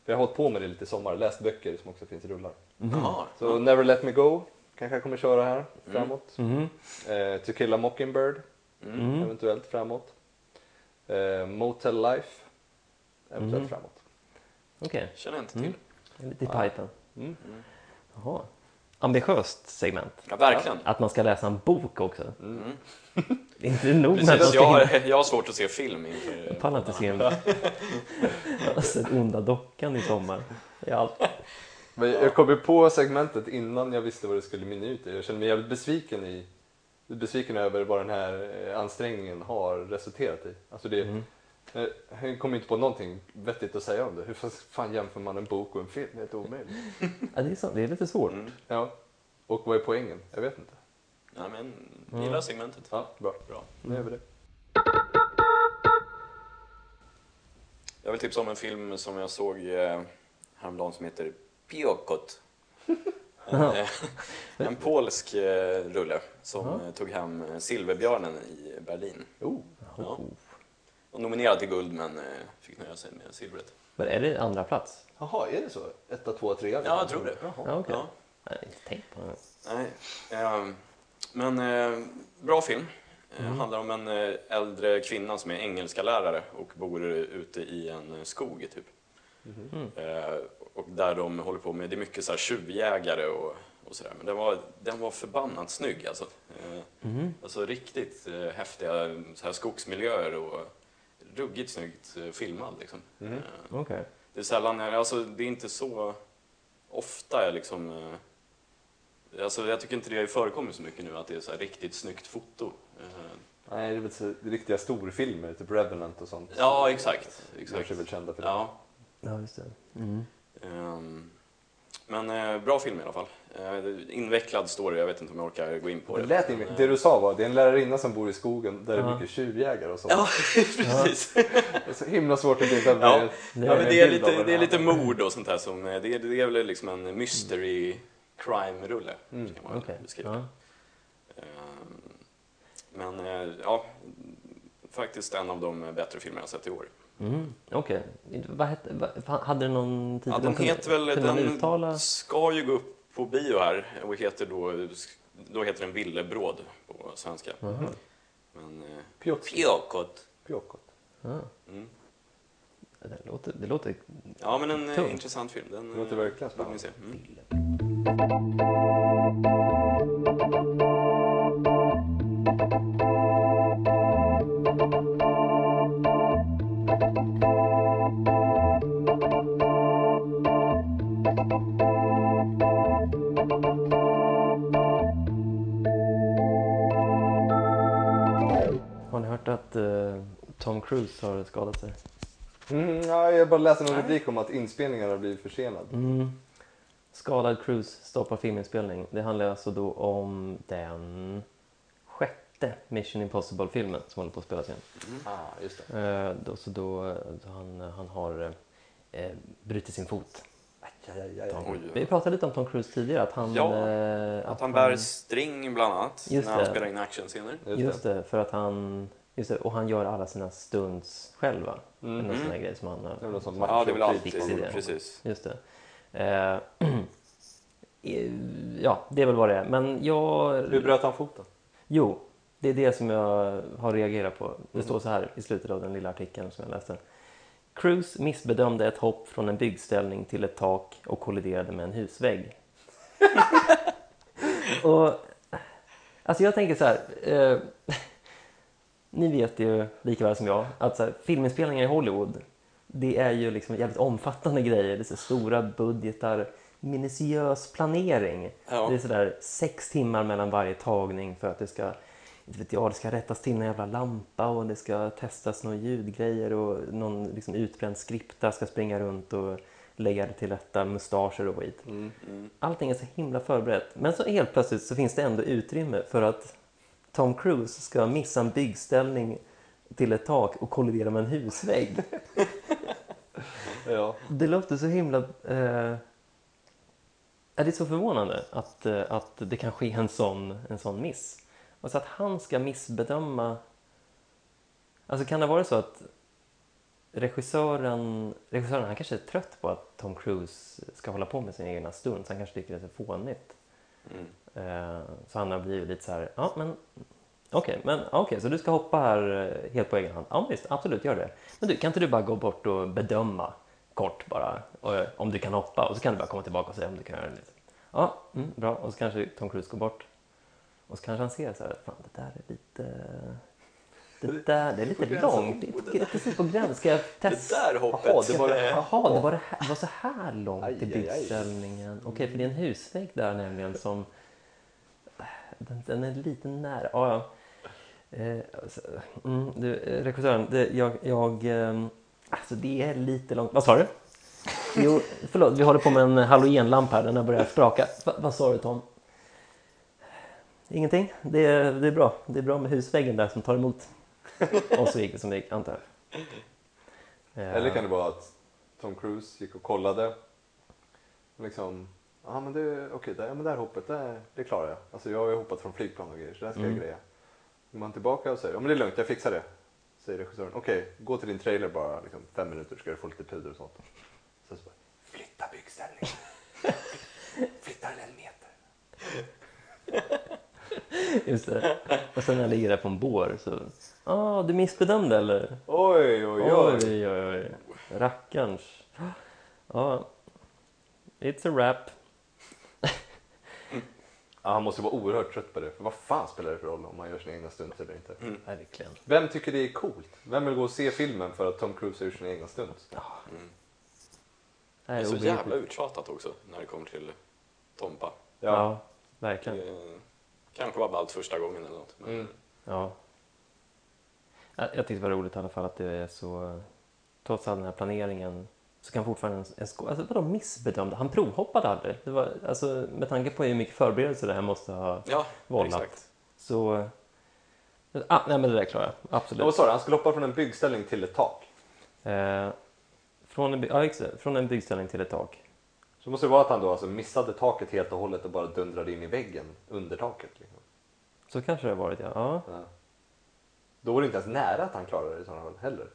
[SPEAKER 1] för jag har hållit på med det lite i sommar. Läst böcker som också finns i rullar.
[SPEAKER 3] Jaha.
[SPEAKER 1] Så Never Let Me Go kanske jag kommer köra här framåt.
[SPEAKER 2] Mhm.
[SPEAKER 1] Eh, to Kill a Mockingbird
[SPEAKER 2] Mm.
[SPEAKER 1] eventuellt framåt. Eh, Motel Life eventuellt framåt.
[SPEAKER 2] Okej,
[SPEAKER 3] Känner jag inte till.
[SPEAKER 2] lite i pipen.
[SPEAKER 1] Mm.
[SPEAKER 2] Jaha. Ambitiöst segment.
[SPEAKER 3] Ja, verkligen.
[SPEAKER 2] Att man ska läsa en bok också.
[SPEAKER 3] Mm.
[SPEAKER 2] Det är inte nog med att man
[SPEAKER 3] Precis,
[SPEAKER 2] ska
[SPEAKER 3] jag,
[SPEAKER 2] hinna-
[SPEAKER 3] har, jag har svårt att se film inför...
[SPEAKER 2] Jag pallar inte se en... Jag har sett Alltså, Onda Dockan i sommar. Det är allt.
[SPEAKER 1] Men jag kom ju på segmentet innan jag visste vad det skulle mynna ut i. Jag kände mig jävligt besviken, i, besviken över vad den här eh, ansträngningen har resulterat i. Alltså det,
[SPEAKER 3] Mm.
[SPEAKER 1] eh, Jag kom inte på någonting vettigt att säga om det. Hur fan- fan jämför man en bok och en film? Det är helt omöjligt.
[SPEAKER 2] Ja, det, är så, det är lite svårt.
[SPEAKER 3] Mm.
[SPEAKER 1] Ja. Och vad är poängen? Jag vet inte.
[SPEAKER 3] Nej, men gillar segmentet.
[SPEAKER 1] Ja, bra.
[SPEAKER 3] Bra.
[SPEAKER 1] Nu gör vi det.
[SPEAKER 3] Jag vill tipsa om en film som jag såg eh, häromdagen som heter Piokot. En, eh, en polsk eh, rulle som eh, tog hem eh, Silverbjörnen i Berlin.
[SPEAKER 1] Oh.
[SPEAKER 3] Ja. Och nominerad till guld men eh, fick nöja sig med silvret.
[SPEAKER 2] Men är det andra plats?
[SPEAKER 1] Jaha, är det så? Etta, tvåa, trea?
[SPEAKER 3] Ja, jag tror det.
[SPEAKER 2] Ja, okej.
[SPEAKER 3] Ja.
[SPEAKER 2] Jag har inte tänkt på det.
[SPEAKER 3] Nej. ehm, Men eh, bra film. Eh, Handlar om en eh, äldre kvinna som är engelska lärare och bor ute i en eh, skog typ. Eh, Och där de håller på med, det är mycket så här tjuvjägare och, och sådär. Men den var, den var förbannat snygg alltså. Eh,
[SPEAKER 2] Mm.
[SPEAKER 3] Alltså riktigt eh, häftiga eh, så här, skogsmiljöer och ruggigt snyggt eh, filmad liksom. Eh,
[SPEAKER 2] Okej.
[SPEAKER 3] det är sällan, jag- alltså det är inte så ofta jag liksom... eh, Alltså jag tycker inte det förekommer så mycket nu att det är så här riktigt snyggt foto. Eh,
[SPEAKER 1] Nej, det är väl så- det är riktiga storfilmer, typ Revenant och sånt.
[SPEAKER 3] Ja, exakt.
[SPEAKER 1] Görs
[SPEAKER 3] exakt.
[SPEAKER 1] är väl kända för det.
[SPEAKER 3] Ja.
[SPEAKER 2] Ja, just det. Mm.
[SPEAKER 3] ehm, Men eh, bra film i alla fall. Eh, Invecklad story, jag vet inte om jag orkar gå in på
[SPEAKER 1] Det,
[SPEAKER 3] det.
[SPEAKER 1] lät
[SPEAKER 3] men,
[SPEAKER 1] inget.
[SPEAKER 3] eh,
[SPEAKER 1] det du sa var det är en lärarinna som bor i skogen där det är
[SPEAKER 2] Ja.
[SPEAKER 1] mycket tjuvjägare och sånt.
[SPEAKER 3] Ja, precis.
[SPEAKER 1] Det är så himla svårt att bilda
[SPEAKER 3] Ja.
[SPEAKER 1] en-
[SPEAKER 3] Ja, men
[SPEAKER 1] en
[SPEAKER 3] det är
[SPEAKER 1] bild av
[SPEAKER 3] lite,
[SPEAKER 1] vad
[SPEAKER 3] det är lite
[SPEAKER 1] handlar om.
[SPEAKER 3] mord och sånt här som... eh, Det är, det är väl liksom en mystery crime-rulle.
[SPEAKER 1] Mm,
[SPEAKER 3] kan man
[SPEAKER 2] Okej.
[SPEAKER 3] beskriva
[SPEAKER 2] Ja.
[SPEAKER 3] Ehm, Men eh, ja, faktiskt en av de bättre filmer jag sett i år.
[SPEAKER 2] Mm. Okej. Vad hette... vad- fan, Hade den någon titel?
[SPEAKER 3] Ja, den
[SPEAKER 2] Man kunde-
[SPEAKER 3] heter väl,
[SPEAKER 2] Kunde man uttala?
[SPEAKER 3] den ska ju gå upp på bio här och heter då, då heter den Villebråd på svenska. Men eh,
[SPEAKER 1] Pjotr.
[SPEAKER 3] Piokot.
[SPEAKER 1] Pjokot.
[SPEAKER 2] Ja.
[SPEAKER 3] Mm.
[SPEAKER 2] Det låter... Det låter...
[SPEAKER 3] Ja, men en eh,
[SPEAKER 2] Tung.
[SPEAKER 3] intressant film. Den
[SPEAKER 1] Det låter
[SPEAKER 3] eh,
[SPEAKER 1] verkligen
[SPEAKER 3] borde ni
[SPEAKER 1] spännande.
[SPEAKER 3] se. Mm.
[SPEAKER 2] Har ni hört att eh, Tom Cruise har skadat sig?
[SPEAKER 1] Mm, ja, jag bara läste någon rubrik om att inspelningen har blivit försenad.
[SPEAKER 2] Mm. Skadad Cruise stoppar filminspelning. Det handlar alltså då om den sjätte Mission Impossible-filmen som håller på att spelas igen.
[SPEAKER 3] Mm.
[SPEAKER 1] Ah, just det.
[SPEAKER 2] Eh, då, så då, eh, då han, han har eh, brutit sin fot.
[SPEAKER 1] Aj, aj, aj, aj.
[SPEAKER 2] Tom.
[SPEAKER 3] Oj.
[SPEAKER 2] Vi pratade lite om Tom Cruise tidigare, att han...
[SPEAKER 3] Ja,
[SPEAKER 2] eh,
[SPEAKER 3] Att han bär string bland annat
[SPEAKER 2] Just
[SPEAKER 3] när han
[SPEAKER 2] det.
[SPEAKER 3] spelar in actionscener.
[SPEAKER 1] Just det.
[SPEAKER 2] Just det, för att han... Just det, och han gör alla sina stunts själv, va?
[SPEAKER 1] Mm.
[SPEAKER 2] Eller någon sån där
[SPEAKER 3] Mm.
[SPEAKER 2] grej som han har...
[SPEAKER 1] Det är väl någon sån macho
[SPEAKER 3] Ja, det är väl
[SPEAKER 2] Fix i
[SPEAKER 3] alltid,
[SPEAKER 2] det.
[SPEAKER 3] precis.
[SPEAKER 2] Just det. Eh, eh, ja, det är väl vad det är. Men jag...
[SPEAKER 1] Hur bröt han foten?
[SPEAKER 2] Jo, det är det som jag har reagerat på. Det står så här i slutet av den lilla artikeln som jag läste. Cruise missbedömde ett hopp från en byggställning till ett tak och kolliderade med en husvägg. och, alltså jag tänker så här. Eh, ni vet ju lika väl som jag att så här, filminspelningar i Hollywood det är ju liksom jävligt omfattande grejer. Det är så stora budgetar, minutiös planering.
[SPEAKER 3] Ja.
[SPEAKER 2] Det är sådär sex timmar mellan varje tagning för att det ska, inte vet jag, det ska rättas till en jävla lampa och det ska testas några ljudgrejer och någon liksom utbränd skripta ska springa runt och lägga det till rätta, mustascher och skit. Allting är så himla förberett. Men så helt plötsligt så finns det ändå utrymme för att Tom Cruise ska missa en byggställning till ett tak och kollidera med en husvägg.
[SPEAKER 1] Ja.
[SPEAKER 2] Det låter så himla... Eh, är det är så förvånande att, eh, att det kan ske en sån, en sån miss. Och så att han ska missbedöma... Alltså kan det vara så att regissören, regissören han kanske är trött på att Tom Cruise ska hålla på med sin egna stund så han kanske tycker att det är fånigt.
[SPEAKER 3] Mm.
[SPEAKER 2] Eh, så han har blivit lite så här, ja men okej, men okej, så du ska hoppa här eh, helt på egen hand? Ja visst, absolut, gör det. Men du, kan inte du bara gå bort och bedöma kort bara och, eh, om du kan hoppa och så kan du bara komma tillbaka och säga om du kan göra det. Lite. Ja, mm, bra. Och så kanske Tom Cruise går bort och så kanske han ser så här, fan det där är lite... Det där, det är
[SPEAKER 3] På
[SPEAKER 2] lite
[SPEAKER 3] gränsen.
[SPEAKER 2] långt, det är- det är precis på gränsen. Ska jag testa?
[SPEAKER 3] där hoppet.
[SPEAKER 1] Jaha, det var det.
[SPEAKER 2] Jaha, det var, det här, det var så här långt
[SPEAKER 1] Aj,
[SPEAKER 2] till
[SPEAKER 1] aj, aj.
[SPEAKER 2] byggställningen. Okej, för det är en husvägg där nämligen som... Den, den är lite nära. Ja, ja. Eh, alltså, mm, du, eh, regissören, det, jag, jag... ehm, Alltså det är lite långt. Vad sa du? Jo, förlåt, vi håller på med en halogenlampa här. Den har börjat spraka. Va, vad sa du Tom? Ingenting. Det, är- det är bra. Det är bra med husväggen där som tar emot. Och så gick det som det gick, antar jag. Eh,
[SPEAKER 1] Eller kan det vara att Tom Cruise gick och kollade. Och liksom, ja men det, okej, där, ja, men där hoppet, där, det klarar jag. Alltså jag har ju hoppat från flygplan och grejer, så där ska jag greja. Går man tillbaka och säger, ja men det är lugnt, jag fixar det. Säger regissören, okej, gå till din trailer bara, liksom, fem minuter ska du få lite puder och sånt. Sen så bara, flytta byggställningen. flytta den en meter.
[SPEAKER 2] Just det. Och sen när jag ligger där på en bår så... Ah, du missbedömde eller?
[SPEAKER 1] Oj, oj, oj.
[SPEAKER 2] oj, oj, oj. Rackarns. Ja, it's a wrap.
[SPEAKER 1] Ja, han måste vara oerhört trött på det, för vad fan spelar det för roll om man gör sina egna stunts eller inte?
[SPEAKER 2] Verkligen.
[SPEAKER 1] Vem tycker det är coolt? Vem vill gå och se filmen för att Tom Cruise har gjort sina egna stunts?
[SPEAKER 2] Det
[SPEAKER 3] Det
[SPEAKER 2] här
[SPEAKER 3] är
[SPEAKER 2] är
[SPEAKER 3] så
[SPEAKER 2] obegripligt.
[SPEAKER 3] jävla uttjatat också när det kommer till Tompa.
[SPEAKER 2] Ja.
[SPEAKER 1] Ja.
[SPEAKER 2] verkligen.
[SPEAKER 3] Eh, Kanske var ballt första gången eller något. Men
[SPEAKER 1] Mm.
[SPEAKER 2] Ja. Jag jag tyckte det var roligt i alla fall att det är så... Trots all den här planeringen så kan fortfarande en, en sko- Alltså vadå missbedömde? Han provhoppade aldrig. Det var, alltså, med tanke på hur mycket förberedelse det här måste ha
[SPEAKER 3] Ja,
[SPEAKER 2] vållat.
[SPEAKER 3] exakt.
[SPEAKER 2] Så... Ah, nej men det där klarar jag.
[SPEAKER 1] Ja, Vad
[SPEAKER 2] Absolut.
[SPEAKER 1] sa du? Han skulle hoppa från en byggställning till ett tak.
[SPEAKER 2] Eh, från, en, by- ja, exakt. från en byggställning till ett tak.
[SPEAKER 1] Så måste det vara att han då alltså missade taket helt och hållet och bara dundrade in i väggen under taket. Liksom.
[SPEAKER 2] Så kanske det har varit ja. ja.
[SPEAKER 1] Ja. Då var det inte ens nära att han klarade det i sådana fall heller.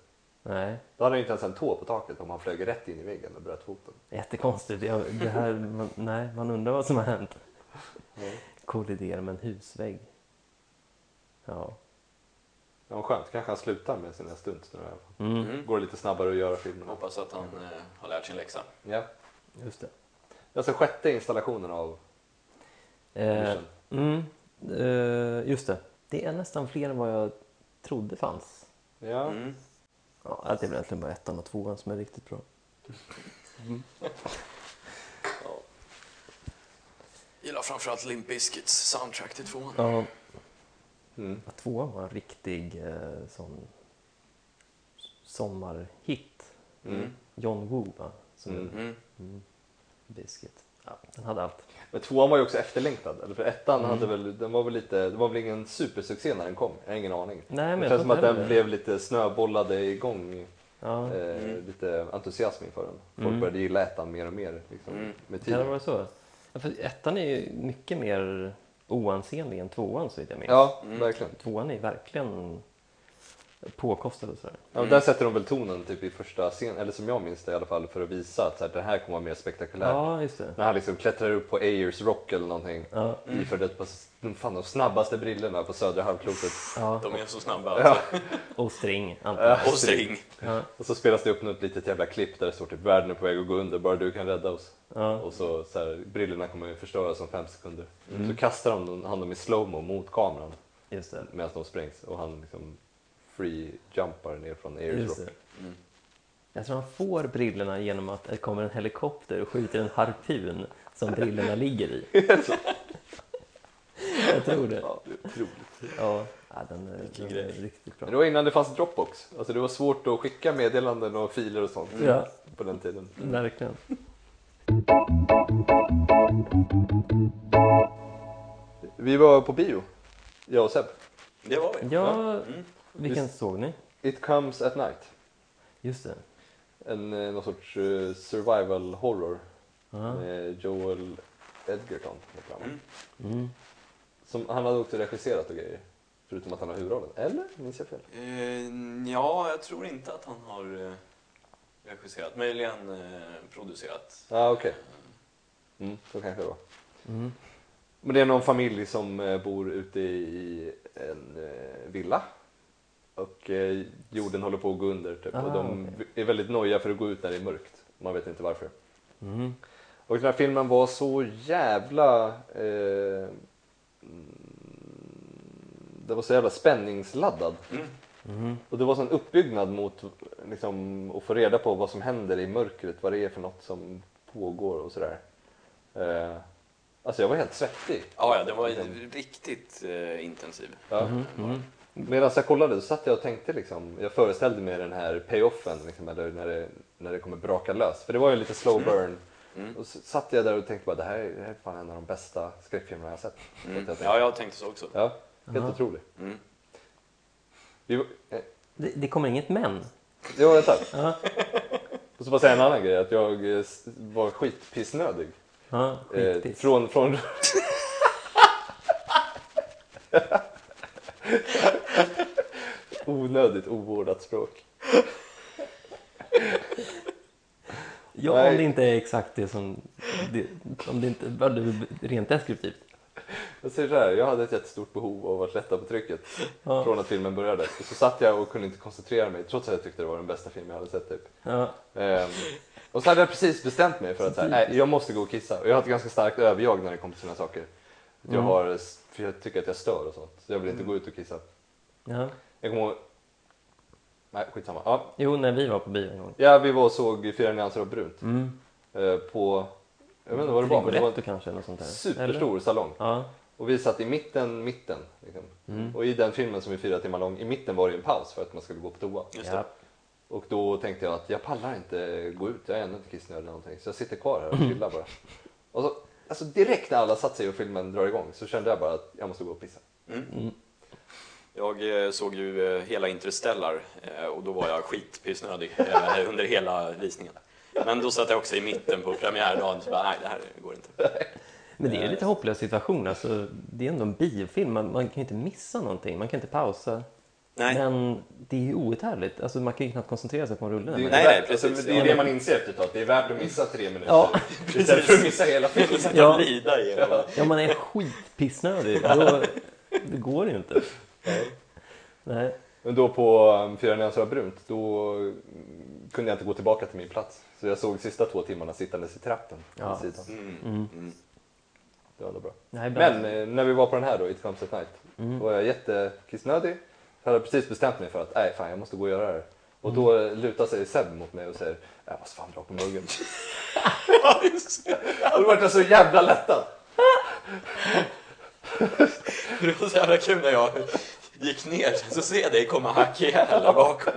[SPEAKER 2] Nej.
[SPEAKER 1] Då hade han ju inte ens en tå på taket om han flög rätt in i väggen och bröt foten.
[SPEAKER 2] Jättekonstigt. Jag, det här, man, nej, man undrar vad som har hänt. Kollidera med en husvägg. Ja.
[SPEAKER 1] Ja, vad skönt, kanske han slutar med sina stunts nu i alla fall.
[SPEAKER 2] Mm,
[SPEAKER 3] Mm.
[SPEAKER 1] Går lite snabbare att göra filmerna.
[SPEAKER 3] Hoppas att han eh, har lärt sin läxa.
[SPEAKER 1] Ja.
[SPEAKER 2] just det.
[SPEAKER 1] Alltså sjätte installationen av
[SPEAKER 2] Eh,
[SPEAKER 1] Vision.
[SPEAKER 2] mm, eh, just det. Det är nästan fler än vad jag trodde fanns.
[SPEAKER 1] Ja.
[SPEAKER 3] Mm.
[SPEAKER 2] Ja, det är väl egentligen bara ettan och tvåan som är riktigt bra.
[SPEAKER 3] Ja. Gillar framförallt Limp Bizkits soundtrack till tvåan.
[SPEAKER 2] Ja,
[SPEAKER 1] Mm.
[SPEAKER 2] ja, tvåan var en riktig eh, sån sommarhit.
[SPEAKER 1] Mm.
[SPEAKER 2] John Woo, va? Som
[SPEAKER 1] Mm.
[SPEAKER 3] Mm.
[SPEAKER 2] Biscuit. Ja, den hade allt.
[SPEAKER 1] Men tvåan var ju också efterlängtad. Eller för ettan
[SPEAKER 2] Mm.
[SPEAKER 1] hade väl, den var väl lite, det var väl ingen supersuccé när den kom. Jag har ingen aning.
[SPEAKER 2] Nej, men
[SPEAKER 1] det känns
[SPEAKER 2] jag tror
[SPEAKER 1] som att
[SPEAKER 2] inte
[SPEAKER 1] den
[SPEAKER 2] heller.
[SPEAKER 1] blev lite snöbollade igång.
[SPEAKER 2] Ja.
[SPEAKER 1] Eh, Lite entusiasm inför den. Folk
[SPEAKER 2] Mm.
[SPEAKER 1] började gilla ettan mer och mer liksom,
[SPEAKER 3] Mm.
[SPEAKER 1] med
[SPEAKER 2] Kan det
[SPEAKER 1] tiden.
[SPEAKER 2] vara så? Ja, för ettan är ju mycket mer oansenlig än tvåan så vitt jag minns.
[SPEAKER 1] Ja,
[SPEAKER 3] Mm.
[SPEAKER 1] verkligen.
[SPEAKER 2] Tvåan är ju verkligen påkostad och sådär.
[SPEAKER 1] Ja, men
[SPEAKER 3] Mm.
[SPEAKER 1] där sätter de väl tonen typ i första scenen, eller som jag minns det i alla fall, för att visa att så här, det här kommer vara mer spektakulärt.
[SPEAKER 2] Ja, just det.
[SPEAKER 1] När han liksom klättrar upp på Ayers Rock eller någonting.
[SPEAKER 2] Ja,
[SPEAKER 1] Iförd ett par s- fan, de snabbaste brillorna på södra halvklotet.
[SPEAKER 2] ja.
[SPEAKER 3] De är så snabba alltså.
[SPEAKER 2] Och string, antar jag.
[SPEAKER 3] Och string.
[SPEAKER 2] Ja,
[SPEAKER 1] Och så spelas det upp något litet jävla klipp där det står typ världen är på väg att gå under, bara du kan rädda oss.
[SPEAKER 2] ja.
[SPEAKER 1] Och så, så här, brillorna kommer ju förstöras om fem sekunder.
[SPEAKER 2] Mm.
[SPEAKER 1] Så kastar de dem- han dem i slowmo mot kameran
[SPEAKER 2] Just det.
[SPEAKER 1] medan de sprängs och han liksom free-jumpar ner från Ayers
[SPEAKER 2] Just
[SPEAKER 1] Rock.
[SPEAKER 2] det. Jag tror han får brillorna genom att det kommer en helikopter och skjuter en harpun som brillorna ligger i. jag tror det.
[SPEAKER 1] Ja, det är otroligt.
[SPEAKER 2] Ja, ja den är, den är
[SPEAKER 3] grej.
[SPEAKER 2] riktigt
[SPEAKER 1] Men
[SPEAKER 2] bra.
[SPEAKER 1] det var innan det fanns Dropbox. Alltså det var svårt att skicka meddelanden och filer och sånt
[SPEAKER 2] Ja.
[SPEAKER 1] på den tiden.
[SPEAKER 2] Verkligen.
[SPEAKER 1] Vi var på bio, jag och Seb.
[SPEAKER 3] Det var vi.
[SPEAKER 2] Ja,
[SPEAKER 3] Mm.
[SPEAKER 2] vilken såg ni?
[SPEAKER 1] It comes at night.
[SPEAKER 2] Just det.
[SPEAKER 1] En, eh, någon sorts eh, survival horror
[SPEAKER 2] Ja.
[SPEAKER 1] med Joel Edgerton. heter han.
[SPEAKER 3] Mm.
[SPEAKER 2] Mm.
[SPEAKER 1] Som, han hade också regisserat och grejer. Förutom att han har huvudrollen. Eller? Minns jag fel?
[SPEAKER 3] Eh, ja, jag tror inte att han har eh, regisserat. Möjligen eh, producerat.
[SPEAKER 1] Ja, ah, okej. Mm, så kanske det var.
[SPEAKER 2] Mm.
[SPEAKER 1] Men det är någon familj som eh, bor ute i en eh, villa. Och eh, jorden håller på att gå under typ.
[SPEAKER 2] Ah,
[SPEAKER 1] och de
[SPEAKER 2] okej.
[SPEAKER 1] är väldigt nojiga för att gå ut när det är mörkt. Man vet inte varför.
[SPEAKER 2] Mm.
[SPEAKER 1] Och den här filmen var så jävla... Eh, mm, den var så jävla spänningsladdad.
[SPEAKER 3] Mm.
[SPEAKER 2] Mm.
[SPEAKER 1] Och det var sån uppbyggnad mot liksom, att få reda på vad som händer i mörkret, vad det är för något som pågår och sådär. Eh, alltså jag var helt svettig.
[SPEAKER 3] Ja, ja, det var riktigt eh, intensiv.
[SPEAKER 1] Ja.
[SPEAKER 3] Mm-hmm.
[SPEAKER 1] Medan jag kollade så satt jag och tänkte liksom, jag föreställde mig den här payoffen, liksom, eller när det, när det kommer braka lös. För det var ju lite slow burn.
[SPEAKER 3] Mm.
[SPEAKER 1] Och så satt jag där och tänkte bara, det här, är- det här är fan en av de bästa skräckfilmerna jag har sett.
[SPEAKER 3] Mm.
[SPEAKER 1] Vet jag
[SPEAKER 3] Ja, jag tänkte så också.
[SPEAKER 1] Ja, helt
[SPEAKER 2] Aha.
[SPEAKER 1] otroligt.
[SPEAKER 3] Mm.
[SPEAKER 1] Vi, var- eh,
[SPEAKER 2] Det, det kommer inget men.
[SPEAKER 1] jo, vänta.
[SPEAKER 2] Ja.
[SPEAKER 1] Och så bara säga en annan grej, att jag eh, s- var skitpissnödig.
[SPEAKER 2] Ja,
[SPEAKER 1] Eh,
[SPEAKER 2] skitigt.
[SPEAKER 1] från, från... Onödigt ovårdat språk.
[SPEAKER 2] Ja, om
[SPEAKER 1] Nej.
[SPEAKER 2] det inte är exakt det som... Det, om det inte var det rent deskriptivt.
[SPEAKER 1] Jag säger så här, jag hade ett jättestort behov av att lätta på trycket
[SPEAKER 2] Ja.
[SPEAKER 1] från att filmen började. Och så satt jag och kunde inte koncentrera mig trots att jag tyckte det var den bästa film jag hade sett. Typ.
[SPEAKER 2] Ja.
[SPEAKER 1] Ehm, och så hade jag precis bestämt mig för att så här, nej, jag måste gå och kissa. Och jag har ett ganska starkt överjag när det kommer till sådana saker. Att Jag
[SPEAKER 2] Mm.
[SPEAKER 1] har, för jag tycker att jag stör och sånt. Så jag vill inte gå ut och kissa.
[SPEAKER 2] Ja.
[SPEAKER 1] Jag kommer ihåg... Nej, skitsamma. Ja,
[SPEAKER 2] Jo, när vi var på bio en gång.
[SPEAKER 1] Ja, vi var och såg Fyra nyanser av brunt
[SPEAKER 2] Mm.
[SPEAKER 1] eh, på, jag vet inte vad det var, men det var
[SPEAKER 2] Rigoletto kanske, eller något sånt där.
[SPEAKER 1] en
[SPEAKER 2] Eller?
[SPEAKER 1] superstor salong.
[SPEAKER 2] Ja.
[SPEAKER 1] Och vi satt i mitten, mitten. Liksom.
[SPEAKER 2] Mm.
[SPEAKER 1] Och i den filmen som är fyra timmar lång, i mitten var det ju en paus för att man skulle gå på toa.
[SPEAKER 3] Just
[SPEAKER 2] ja.
[SPEAKER 3] det.
[SPEAKER 1] Och då tänkte jag att jag pallar inte gå ut, jag är ännu inte kissnödig eller någonting. Så jag sitter kvar här och
[SPEAKER 2] Mm.
[SPEAKER 1] chillar bara. Och så, alltså direkt när alla satt sig och filmen drar igång så kände jag bara att jag måste gå och pissa.
[SPEAKER 2] Mm.
[SPEAKER 3] Jag eh, såg ju eh, hela Interstellar eh, och då var jag skitpissnödig eh, under hela visningen. Men då satt jag också i mitten på premiärdagen så bara, nej det här går inte.
[SPEAKER 2] Men det är en lite hopplös situation. Alltså, det är ändå en biofilm. Man, man kan ju inte missa någonting. Man kan inte pausa.
[SPEAKER 3] Nej.
[SPEAKER 2] Men det är ju outhärdligt. Alltså, man kan ju knappt koncentrera sig på en rulle.
[SPEAKER 1] Det
[SPEAKER 2] när
[SPEAKER 1] är ju
[SPEAKER 2] man-
[SPEAKER 3] Nej,
[SPEAKER 1] värt-
[SPEAKER 3] nej, precis.
[SPEAKER 1] alltså, det är
[SPEAKER 3] Ja,
[SPEAKER 1] det
[SPEAKER 3] men-
[SPEAKER 1] man inser efteråt, att det är värt att missa tre minuter
[SPEAKER 2] Ja,
[SPEAKER 1] istället för att missa hela filmen.
[SPEAKER 3] Sitta
[SPEAKER 2] Ja.
[SPEAKER 3] och vrida igenom.
[SPEAKER 2] Ja, man är skitpissnödig. Då, det går ju inte. Nej.
[SPEAKER 1] Men då på um, Fyra nyanser av brunt, då mm, kunde jag inte gå tillbaka till min plats. Så jag såg sista två timmarna sittandes i trappen.
[SPEAKER 2] Ja.
[SPEAKER 1] vid sidan.
[SPEAKER 3] Mm. Mm.
[SPEAKER 1] Det var ändå bra.
[SPEAKER 2] Nej, bra. Mm.
[SPEAKER 1] Men eh, när vi var på den här då, It comes at night, då var jag jättekissnödig. Jag hade precis bestämt mig för att nej, fan, jag måste gå och göra det här. Och
[SPEAKER 2] Mm.
[SPEAKER 1] då eh, lutar sig Seb mot mig och säger jag måste fan dra på muggen.
[SPEAKER 3] Ja, just det.
[SPEAKER 1] och då vart jag så jävla lättad.
[SPEAKER 3] Det var så jävla kul när jag gick ner så ser jag dig komma hack i häl där bakom.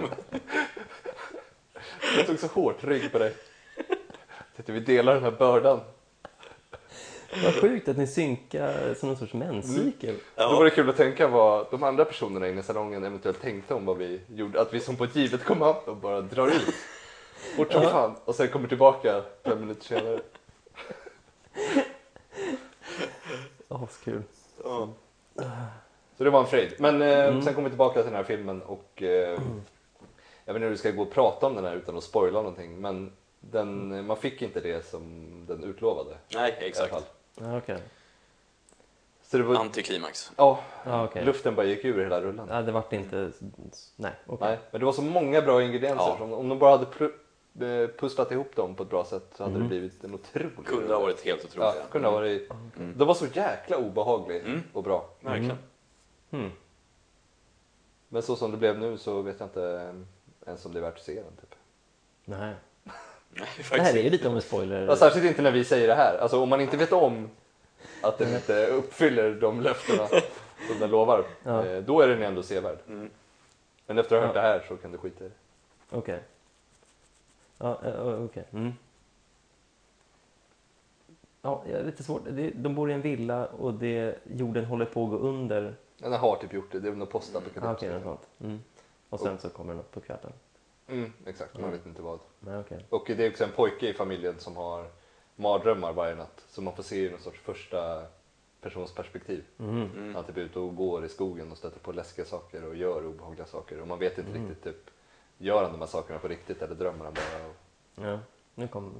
[SPEAKER 1] Jag tog så hårt rygg på dig. Jag tänkte vi delar den här bördan.
[SPEAKER 2] Vad sjukt att ni synkar som någon sorts menscykel.
[SPEAKER 1] Då var
[SPEAKER 3] Ja.
[SPEAKER 1] det kul att tänka vad de andra personerna inne i salongen eventuellt tänkte om vad vi gjorde. Att vi som på ett givet kom upp och bara drar ut. Fort som fan. Och sen kommer tillbaka fem minuter senare.
[SPEAKER 2] Askul.
[SPEAKER 3] Ja.
[SPEAKER 1] Så det var en fröjd. Men eh,
[SPEAKER 3] Mm.
[SPEAKER 1] sen kom vi tillbaka till den här filmen och eh, jag vet inte hur vi ska gå och prata om den här utan att spoila någonting. Men den, man fick inte det som den utlovade. i
[SPEAKER 3] Nej,
[SPEAKER 1] alla
[SPEAKER 3] Mm. exakt.
[SPEAKER 1] fall.
[SPEAKER 2] Ja, okej.
[SPEAKER 1] Så det var,
[SPEAKER 3] Antiklimax.
[SPEAKER 1] ja,
[SPEAKER 2] Ja, okej.
[SPEAKER 1] luften bara gick ur hela rullen.
[SPEAKER 2] Ja, det vart inte... Nej, okej.
[SPEAKER 1] Nej, men det var så många bra ingredienser.
[SPEAKER 3] Ja.
[SPEAKER 1] så Om, om de bara hade pr- eh, pusslat ihop dem på ett bra sätt så hade det blivit en otrolig...
[SPEAKER 3] Kunde ha varit helt otroligt.
[SPEAKER 1] Ja, kunde ha varit... Det var så jäkla obehaglig
[SPEAKER 3] Mm.
[SPEAKER 1] och bra.
[SPEAKER 3] Verkligen.
[SPEAKER 2] Hmm.
[SPEAKER 1] Men så som det blev nu så vet jag inte eh, ens om det är värt att se den. Typ.
[SPEAKER 2] Nej.
[SPEAKER 3] Nej,
[SPEAKER 2] Det här är
[SPEAKER 3] faktiskt.
[SPEAKER 2] ju lite av en spoiler.
[SPEAKER 1] Ja, särskilt inte när vi säger det här. Alltså om man inte vet om att den inte uppfyller de löftena som den lovar,
[SPEAKER 2] Ja.
[SPEAKER 1] eh, då är den ändå sevärd.
[SPEAKER 3] Mm.
[SPEAKER 1] Men efter att ha hört
[SPEAKER 2] Ja.
[SPEAKER 1] det här så kan du skita i det.
[SPEAKER 2] Okej. Ja, eh, eh, okej. Mm. Ja, jag är lite svårt. Det- De bor i en villa och det, jorden håller på att gå under.
[SPEAKER 1] Den har typ gjort det. Det är någon postapokalyps.
[SPEAKER 2] Ah, okej, något sånt. Mm. Och sen så kommer det något på kvällen.
[SPEAKER 1] Mm, exakt, man vet inte vad.
[SPEAKER 2] Nej, okej.
[SPEAKER 1] Och det är också en pojke i familjen som har mardrömmar varje natt. Som man får se i någon sorts första persons perspektiv.
[SPEAKER 2] Mhm.
[SPEAKER 1] Han typ är ute och går i skogen och stöter på läskiga saker och gör obehagliga saker. Och man vet inte riktigt, typ, gör han de här sakerna på riktigt eller drömmer han bara? Och...
[SPEAKER 2] Ja. Nu kom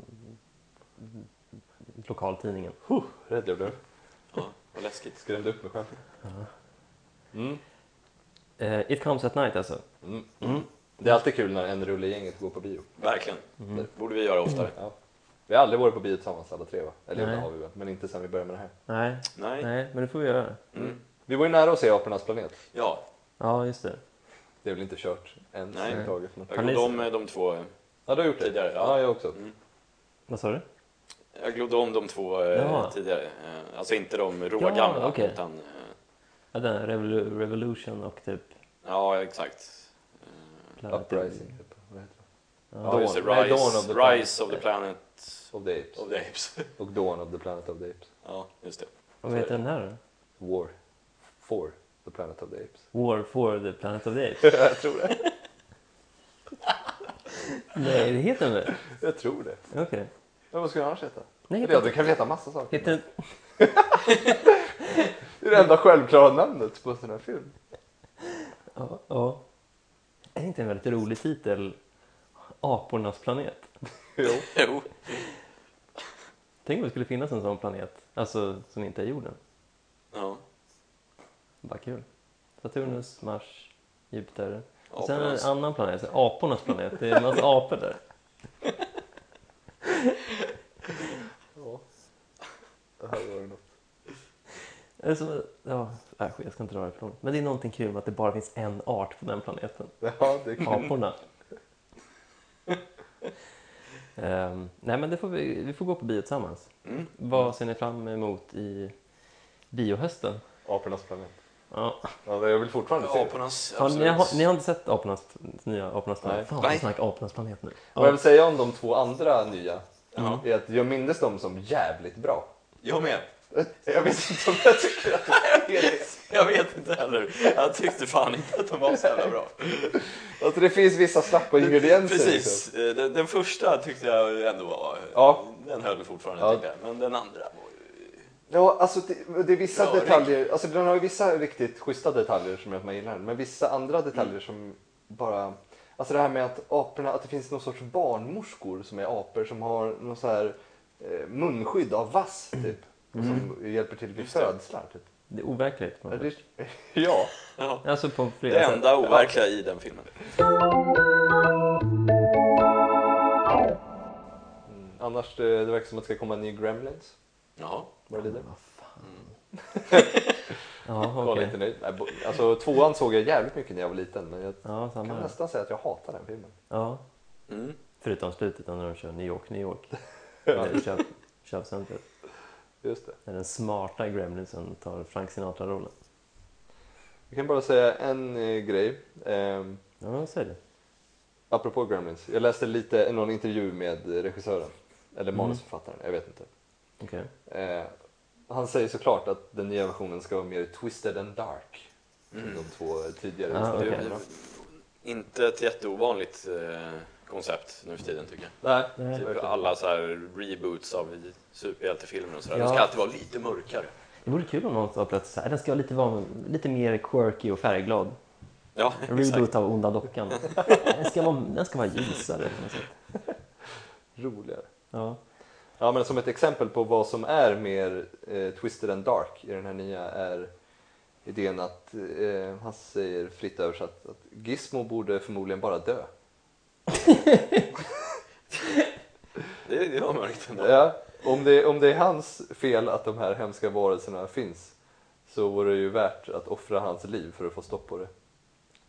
[SPEAKER 2] lokaltidningen.
[SPEAKER 1] Huh, rädd jag blev.
[SPEAKER 3] Ja, vad läskigt.
[SPEAKER 1] Skrämde upp mig själv. Mm.
[SPEAKER 2] Eh, It comes at night alltså.
[SPEAKER 1] Mm. Det är alltid kul när en rulle i gänget går på bio.
[SPEAKER 3] Verkligen. Det borde vi göra oftare.
[SPEAKER 1] Ja. Vi har aldrig varit på bio tillsammans alla tre va? Eller jo, det
[SPEAKER 2] Nej.
[SPEAKER 1] har vi väl, men inte sen vi började med det här.
[SPEAKER 2] Nej,
[SPEAKER 3] Nej.
[SPEAKER 2] nej, men det får vi göra.
[SPEAKER 3] Mm.
[SPEAKER 1] Vi var ju nära att se Apornas planet.
[SPEAKER 3] Ja,
[SPEAKER 2] Ja, just det.
[SPEAKER 1] Det är väl inte kört än.
[SPEAKER 3] Nej.
[SPEAKER 1] överhuvudtaget, men-
[SPEAKER 3] jag
[SPEAKER 2] Har ni-
[SPEAKER 3] glömde om de två.
[SPEAKER 1] Ja, du har gjort det?
[SPEAKER 3] Tidigare, ja.
[SPEAKER 1] ja. jag också.
[SPEAKER 3] Mm.
[SPEAKER 2] Vad sa du?
[SPEAKER 3] Jag glömde om de två eh,
[SPEAKER 2] Jaha.
[SPEAKER 3] tidigare. Eh, Alltså inte de
[SPEAKER 2] Ja,
[SPEAKER 3] rågamla.
[SPEAKER 2] okej.
[SPEAKER 3] utan, eh,
[SPEAKER 2] Ja, den här Revolu- Revolution och typ...
[SPEAKER 3] ja, exakt.
[SPEAKER 2] Planet of the-
[SPEAKER 1] Uprising. typ. Vad heter det?
[SPEAKER 2] Ja.
[SPEAKER 3] Ja, just det,
[SPEAKER 1] Dawn. Nej,
[SPEAKER 3] Rise,
[SPEAKER 1] Dawn of the
[SPEAKER 3] Rise of the Planet
[SPEAKER 1] Of the Apes.
[SPEAKER 3] of the Apes.
[SPEAKER 1] Och Dawn of the Planet of the Apes.
[SPEAKER 3] ja, just det.
[SPEAKER 2] Och vad heter den här då?
[SPEAKER 1] War. For the Planet of the Apes.
[SPEAKER 2] War for the Planet of the Apes? Jag tror det. Nej, det heter den väl?
[SPEAKER 1] Jag tror det.
[SPEAKER 2] Okej.
[SPEAKER 1] Men vad skulle han heta?
[SPEAKER 2] Nej,
[SPEAKER 1] Ja,
[SPEAKER 2] heter
[SPEAKER 1] du kan veta massa saker.
[SPEAKER 2] heter den...
[SPEAKER 1] Det är det enda självklara namnet på en sån här film.
[SPEAKER 2] Ja, ja. Är inte en väldigt rolig titel? Apornas planet.
[SPEAKER 1] Jo.
[SPEAKER 3] Jo,
[SPEAKER 2] Tänk om det skulle finnas en sån planet, alltså som inte är jorden.
[SPEAKER 3] ja.
[SPEAKER 2] Bara kul. Saturnus, Mars, Jupiter. Och sen en
[SPEAKER 3] Apornas.
[SPEAKER 2] annan planet, så apornas planet. Det är en massa apor där.
[SPEAKER 1] Ja. Det här var det något.
[SPEAKER 2] Eller så- Ja, äh, jag ska inte dra det för långt. Men det är någonting kul med att det bara finns en art på den planeten.
[SPEAKER 1] Ja, det är kul.
[SPEAKER 2] Aporna. Ehm, nej, men det får vi, vi får gå på bio tillsammans.
[SPEAKER 3] Mm.
[SPEAKER 2] Vad ser ni fram emot i biohösten?
[SPEAKER 1] Apornas planet.
[SPEAKER 2] Ja.
[SPEAKER 1] Ja, jag vill fortfarande se det.
[SPEAKER 3] Apornas,
[SPEAKER 2] Fan, ni,
[SPEAKER 3] absolut.
[SPEAKER 2] har, ni har inte sett apornas, nya Apornas planet?
[SPEAKER 1] Nej.
[SPEAKER 2] Fan, vad
[SPEAKER 3] Nej.
[SPEAKER 2] snack Apornas planet nu.
[SPEAKER 1] Vad jag vill säga om de två andra nya
[SPEAKER 3] Ja.
[SPEAKER 1] är att jag mindes dem som jävligt bra.
[SPEAKER 3] Jag med.
[SPEAKER 1] Jag vet inte om jag tycker att det är det.
[SPEAKER 3] Jag vet inte heller. Jag tyckte fan inte att de var så jävla bra.
[SPEAKER 1] Alltså, det finns vissa slappa ingredienser. liksom.
[SPEAKER 3] Precis. Eh, Den, den första tyckte jag ändå var... eh,
[SPEAKER 1] Ja.
[SPEAKER 3] Den höll fortfarande,
[SPEAKER 1] Ja.
[SPEAKER 3] tyckte jag. Men den andra var ju...
[SPEAKER 1] Ja, alltså det, det är vissa
[SPEAKER 3] Rörig.
[SPEAKER 1] detaljer. Alltså den har ju vissa riktigt schyssta detaljer som gör att man gillar den. Men vissa andra detaljer som bara... Alltså det här med att aporna, att det finns någon sorts barnmorskor som är apor som har någon så här eh, munskydd av vass typ. Och som hjälper till vid födslar typ.
[SPEAKER 2] Det är overkligt.
[SPEAKER 1] Ja,
[SPEAKER 2] Man.
[SPEAKER 1] det, ja.
[SPEAKER 3] Ja.
[SPEAKER 2] Alltså på flera
[SPEAKER 3] Det
[SPEAKER 2] sätt.
[SPEAKER 3] enda overkliga i den filmen.
[SPEAKER 1] Annars eh, det verkar som att det ska komma en ny Gremlins.
[SPEAKER 3] Jaha.
[SPEAKER 1] Vad det lider.
[SPEAKER 2] Vad fan. ja,
[SPEAKER 1] Karl är
[SPEAKER 2] okej.
[SPEAKER 1] inte nöjd. Nej, bo- alltså tvåan såg jag jävligt mycket när jag var liten. Men jag
[SPEAKER 2] Ja, samma
[SPEAKER 1] kan
[SPEAKER 2] här.
[SPEAKER 1] nästan säga att jag hatar den filmen.
[SPEAKER 2] Ja,
[SPEAKER 3] Mm.
[SPEAKER 2] förutom slutet när de kör New York, New York. Eller köp, köpcentret.
[SPEAKER 1] Just det.
[SPEAKER 2] När den smarta Gremlinsen tar Frank Sinatra-rollen.
[SPEAKER 1] Jag kan bara säga en eh, grej. Ehm,
[SPEAKER 2] Ja, men säg det.
[SPEAKER 1] Apropå Gremlins, jag läste lite, någon intervju med regissören,
[SPEAKER 2] Mm.
[SPEAKER 1] eller manusförfattaren, jag vet inte.
[SPEAKER 2] Okej.
[SPEAKER 1] Eh, han säger såklart att den nya versionen ska vara mer twisted and dark.
[SPEAKER 3] Mm.
[SPEAKER 1] Än de två tidigare
[SPEAKER 2] Ah,
[SPEAKER 1] ah,
[SPEAKER 2] okej.
[SPEAKER 3] Inte ett jätteovanligt eh, koncept nu för tiden tycker jag.
[SPEAKER 1] Nej,
[SPEAKER 2] Nej.
[SPEAKER 3] Typ
[SPEAKER 1] verkligen.
[SPEAKER 3] alla så här reboots av superhjältefilmer och sådär.
[SPEAKER 2] Ja.
[SPEAKER 3] De ska alltid vara lite mörkare.
[SPEAKER 2] Det vore kul om någon sa plötsligt så här, den ska vara lite, van, lite mer quirky och färgglad.
[SPEAKER 3] Ja,
[SPEAKER 2] En Reboot av Onda Dockan. Den ska vara, den ska vara ljusare på något sätt.
[SPEAKER 1] roligare.
[SPEAKER 2] Ja.
[SPEAKER 1] Ja, men som ett exempel på vad som är mer eh, twisted and dark i den här nya är idén att, eh, han säger fritt översatt, att Gizmo borde förmodligen bara dö.
[SPEAKER 3] Det, det var mörkt ändå.
[SPEAKER 1] Ja, om, det, om det är hans fel att de här hemska varelserna finns så vore det ju värt att offra hans liv för att få stopp på det.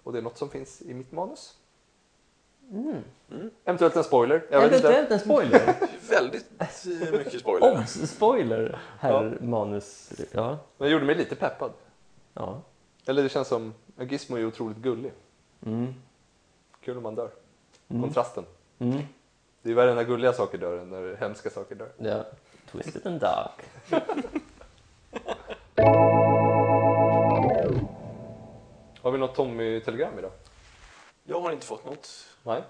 [SPEAKER 1] Och det är något som finns i mitt manus. Mm. Eventuellt en spoiler. Jag vet inte.
[SPEAKER 2] Mm. Eventuellt en spoiler.
[SPEAKER 3] Väldigt eh, mycket spoiler.
[SPEAKER 2] Om spoiler, herr manus. Ja.
[SPEAKER 1] Men det gjorde mig lite peppad.
[SPEAKER 2] ja.
[SPEAKER 1] Eller det känns som, Gizmo är ju otroligt gullig.
[SPEAKER 2] Mm.
[SPEAKER 1] Kul om man dör.
[SPEAKER 2] Mm.
[SPEAKER 1] Kontrasten.
[SPEAKER 2] Mm.
[SPEAKER 1] Det är värre när gulliga saker dör än när hemska saker dör.
[SPEAKER 2] ja. Twisted and dark.
[SPEAKER 1] Har vi något Tommy-telegram idag?
[SPEAKER 3] Jag har inte fått något.
[SPEAKER 1] Nej,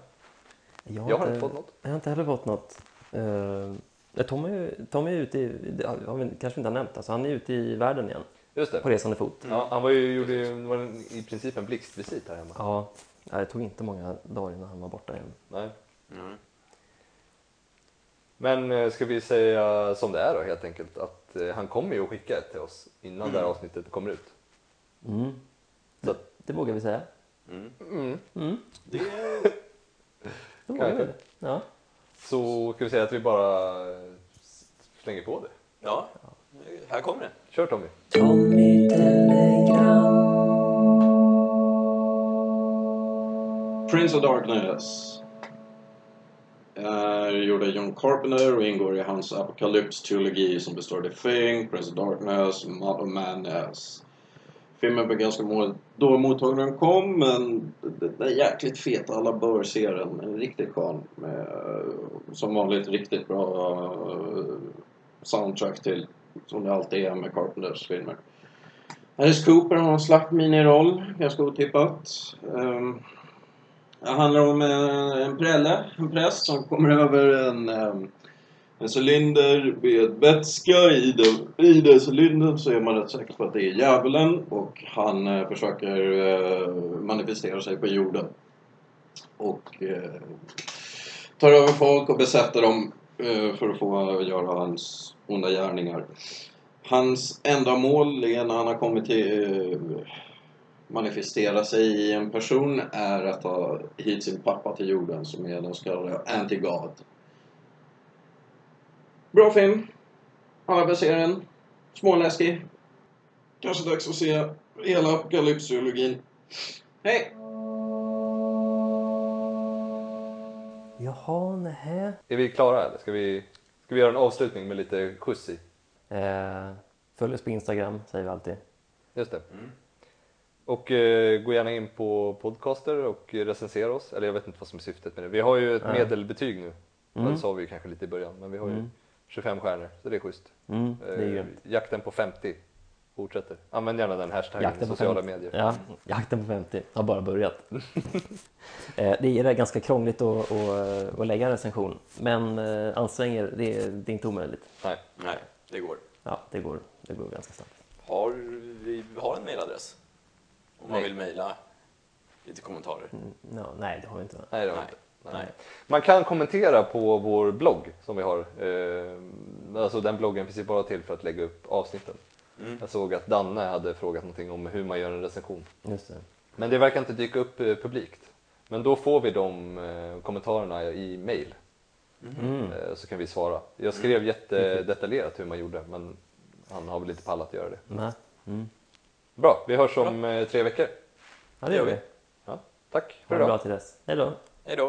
[SPEAKER 2] Jag
[SPEAKER 1] jag har inte fått något.
[SPEAKER 2] Jag har inte heller fått något. Uh, Tommy, Tommy är ute i, det har har vi kanske inte har nämnt, alltså, han är ute i världen igen
[SPEAKER 1] Just
[SPEAKER 2] på
[SPEAKER 1] det.
[SPEAKER 2] resande fot.
[SPEAKER 1] Ja, han var ju, gjorde ju var en, i princip en blixtvisit här hemma.
[SPEAKER 2] Ja, nej, det tog inte många dagar innan han var borta igen.
[SPEAKER 1] Nej.
[SPEAKER 3] Nej.
[SPEAKER 1] Men eh, ska vi säga som det är då helt enkelt att eh, han kommer ju att skicka ett till oss innan det här avsnittet kommer ut.
[SPEAKER 2] Mm.
[SPEAKER 1] Så
[SPEAKER 2] Det,
[SPEAKER 1] att-
[SPEAKER 2] det vågar vi säga.
[SPEAKER 3] Mm.
[SPEAKER 2] Mm.
[SPEAKER 3] Det
[SPEAKER 2] Det vågar vi.
[SPEAKER 1] Kanske.
[SPEAKER 2] Ja.
[SPEAKER 1] Så ska vi säga att vi bara eh, slänger på det.
[SPEAKER 3] Ja, här kommer det.
[SPEAKER 1] Kör Tommy!
[SPEAKER 4] Tommy Telegram.
[SPEAKER 5] Prince of Darkness. Är gjord av John Carpenter och ingår i hans apokalyps-trilogi som består av The Thing, Prince of Darkness, Mouth of Madness. Filmen blev ganska må- dålig mottagen när den kom men den är jäkligt fet. Alla bör se den. En riktigt skön. Med, eh, som vanligt riktigt bra eh, soundtrack till, som det alltid är med Carpenters filmer. Alice Cooper har en slapp miniroll, ganska otippat. Ehm, det handlar om eh, en prälle, en präst, som kommer över en, eh, en cylinder med vätska. I den, I den cylindern så är man rätt säker på att det är djävulen och han eh, försöker eh, manifestera sig på jorden. Och eh, tar över folk och besätter dem eh, för att få göra hans onda gärningar. Hans enda mål är när han har kommit till eh, manifestera sig i en person är att ta hit sin pappa till jorden som är den så kallade Antigod. Bra film. Alla bör se den. Småläskig. Kanske dags att se hela apokalypsologin. Hej!
[SPEAKER 2] Jaha, nähä.
[SPEAKER 1] Är vi klara eller ska vi, ska vi göra en avslutning med lite skjuts i?
[SPEAKER 2] Eh, följ oss på Instagram, säger vi alltid.
[SPEAKER 1] Just det. Och eh, gå gärna in på podcaster och recensera oss. Eller jag vet inte vad som är syftet med det. Vi har ju ett medelbetyg nu.
[SPEAKER 2] Mm.
[SPEAKER 1] Det sa vi ju kanske lite i början. Men vi har ju 25 stjärnor så det är schysst.
[SPEAKER 2] Mm, det är
[SPEAKER 1] Eh,
[SPEAKER 2] grymt.
[SPEAKER 1] jakten på 50 fortsätter. Använd gärna den hashtaggen i
[SPEAKER 2] Jakten på
[SPEAKER 1] sociala
[SPEAKER 2] 50.
[SPEAKER 1] medier.
[SPEAKER 2] Ja, jakten på 50 har bara börjat. Eh, det är ganska krångligt att, eh, att, att lägga en recension, men eh, ansträng er, det är, det är inte omöjligt.
[SPEAKER 1] Nej.
[SPEAKER 3] Nej, det går.
[SPEAKER 2] Ja, det går, det går ganska snabbt.
[SPEAKER 3] Har vi har en mejladress? Om man
[SPEAKER 1] Nej.
[SPEAKER 3] vill mejla lite kommentarer.
[SPEAKER 2] No, nej, det har vi inte.
[SPEAKER 1] Nej, det var
[SPEAKER 3] Nej.
[SPEAKER 1] inte.
[SPEAKER 3] Nej.
[SPEAKER 1] Man kan kommentera på vår blogg som vi har. Eh, alltså den bloggen finns ju bara till för att lägga upp avsnitten. Jag såg att Danne hade frågat någonting om hur man gör en recension.
[SPEAKER 2] Just det.
[SPEAKER 1] Men det verkar inte dyka upp eh, publikt. Men då får vi de eh, kommentarerna i mail.
[SPEAKER 2] Mm.
[SPEAKER 1] Eh, så kan vi svara. Jag skrev jättedetaljerat hur man gjorde men han har väl inte pallat att göra det.
[SPEAKER 2] Nej. Mm.
[SPEAKER 1] Bra, vi hörs om eh, tre veckor.
[SPEAKER 2] Ja, det gör vi.
[SPEAKER 1] Ja, tack för
[SPEAKER 2] Ha det
[SPEAKER 1] idag.
[SPEAKER 2] bra till dess. Hej då.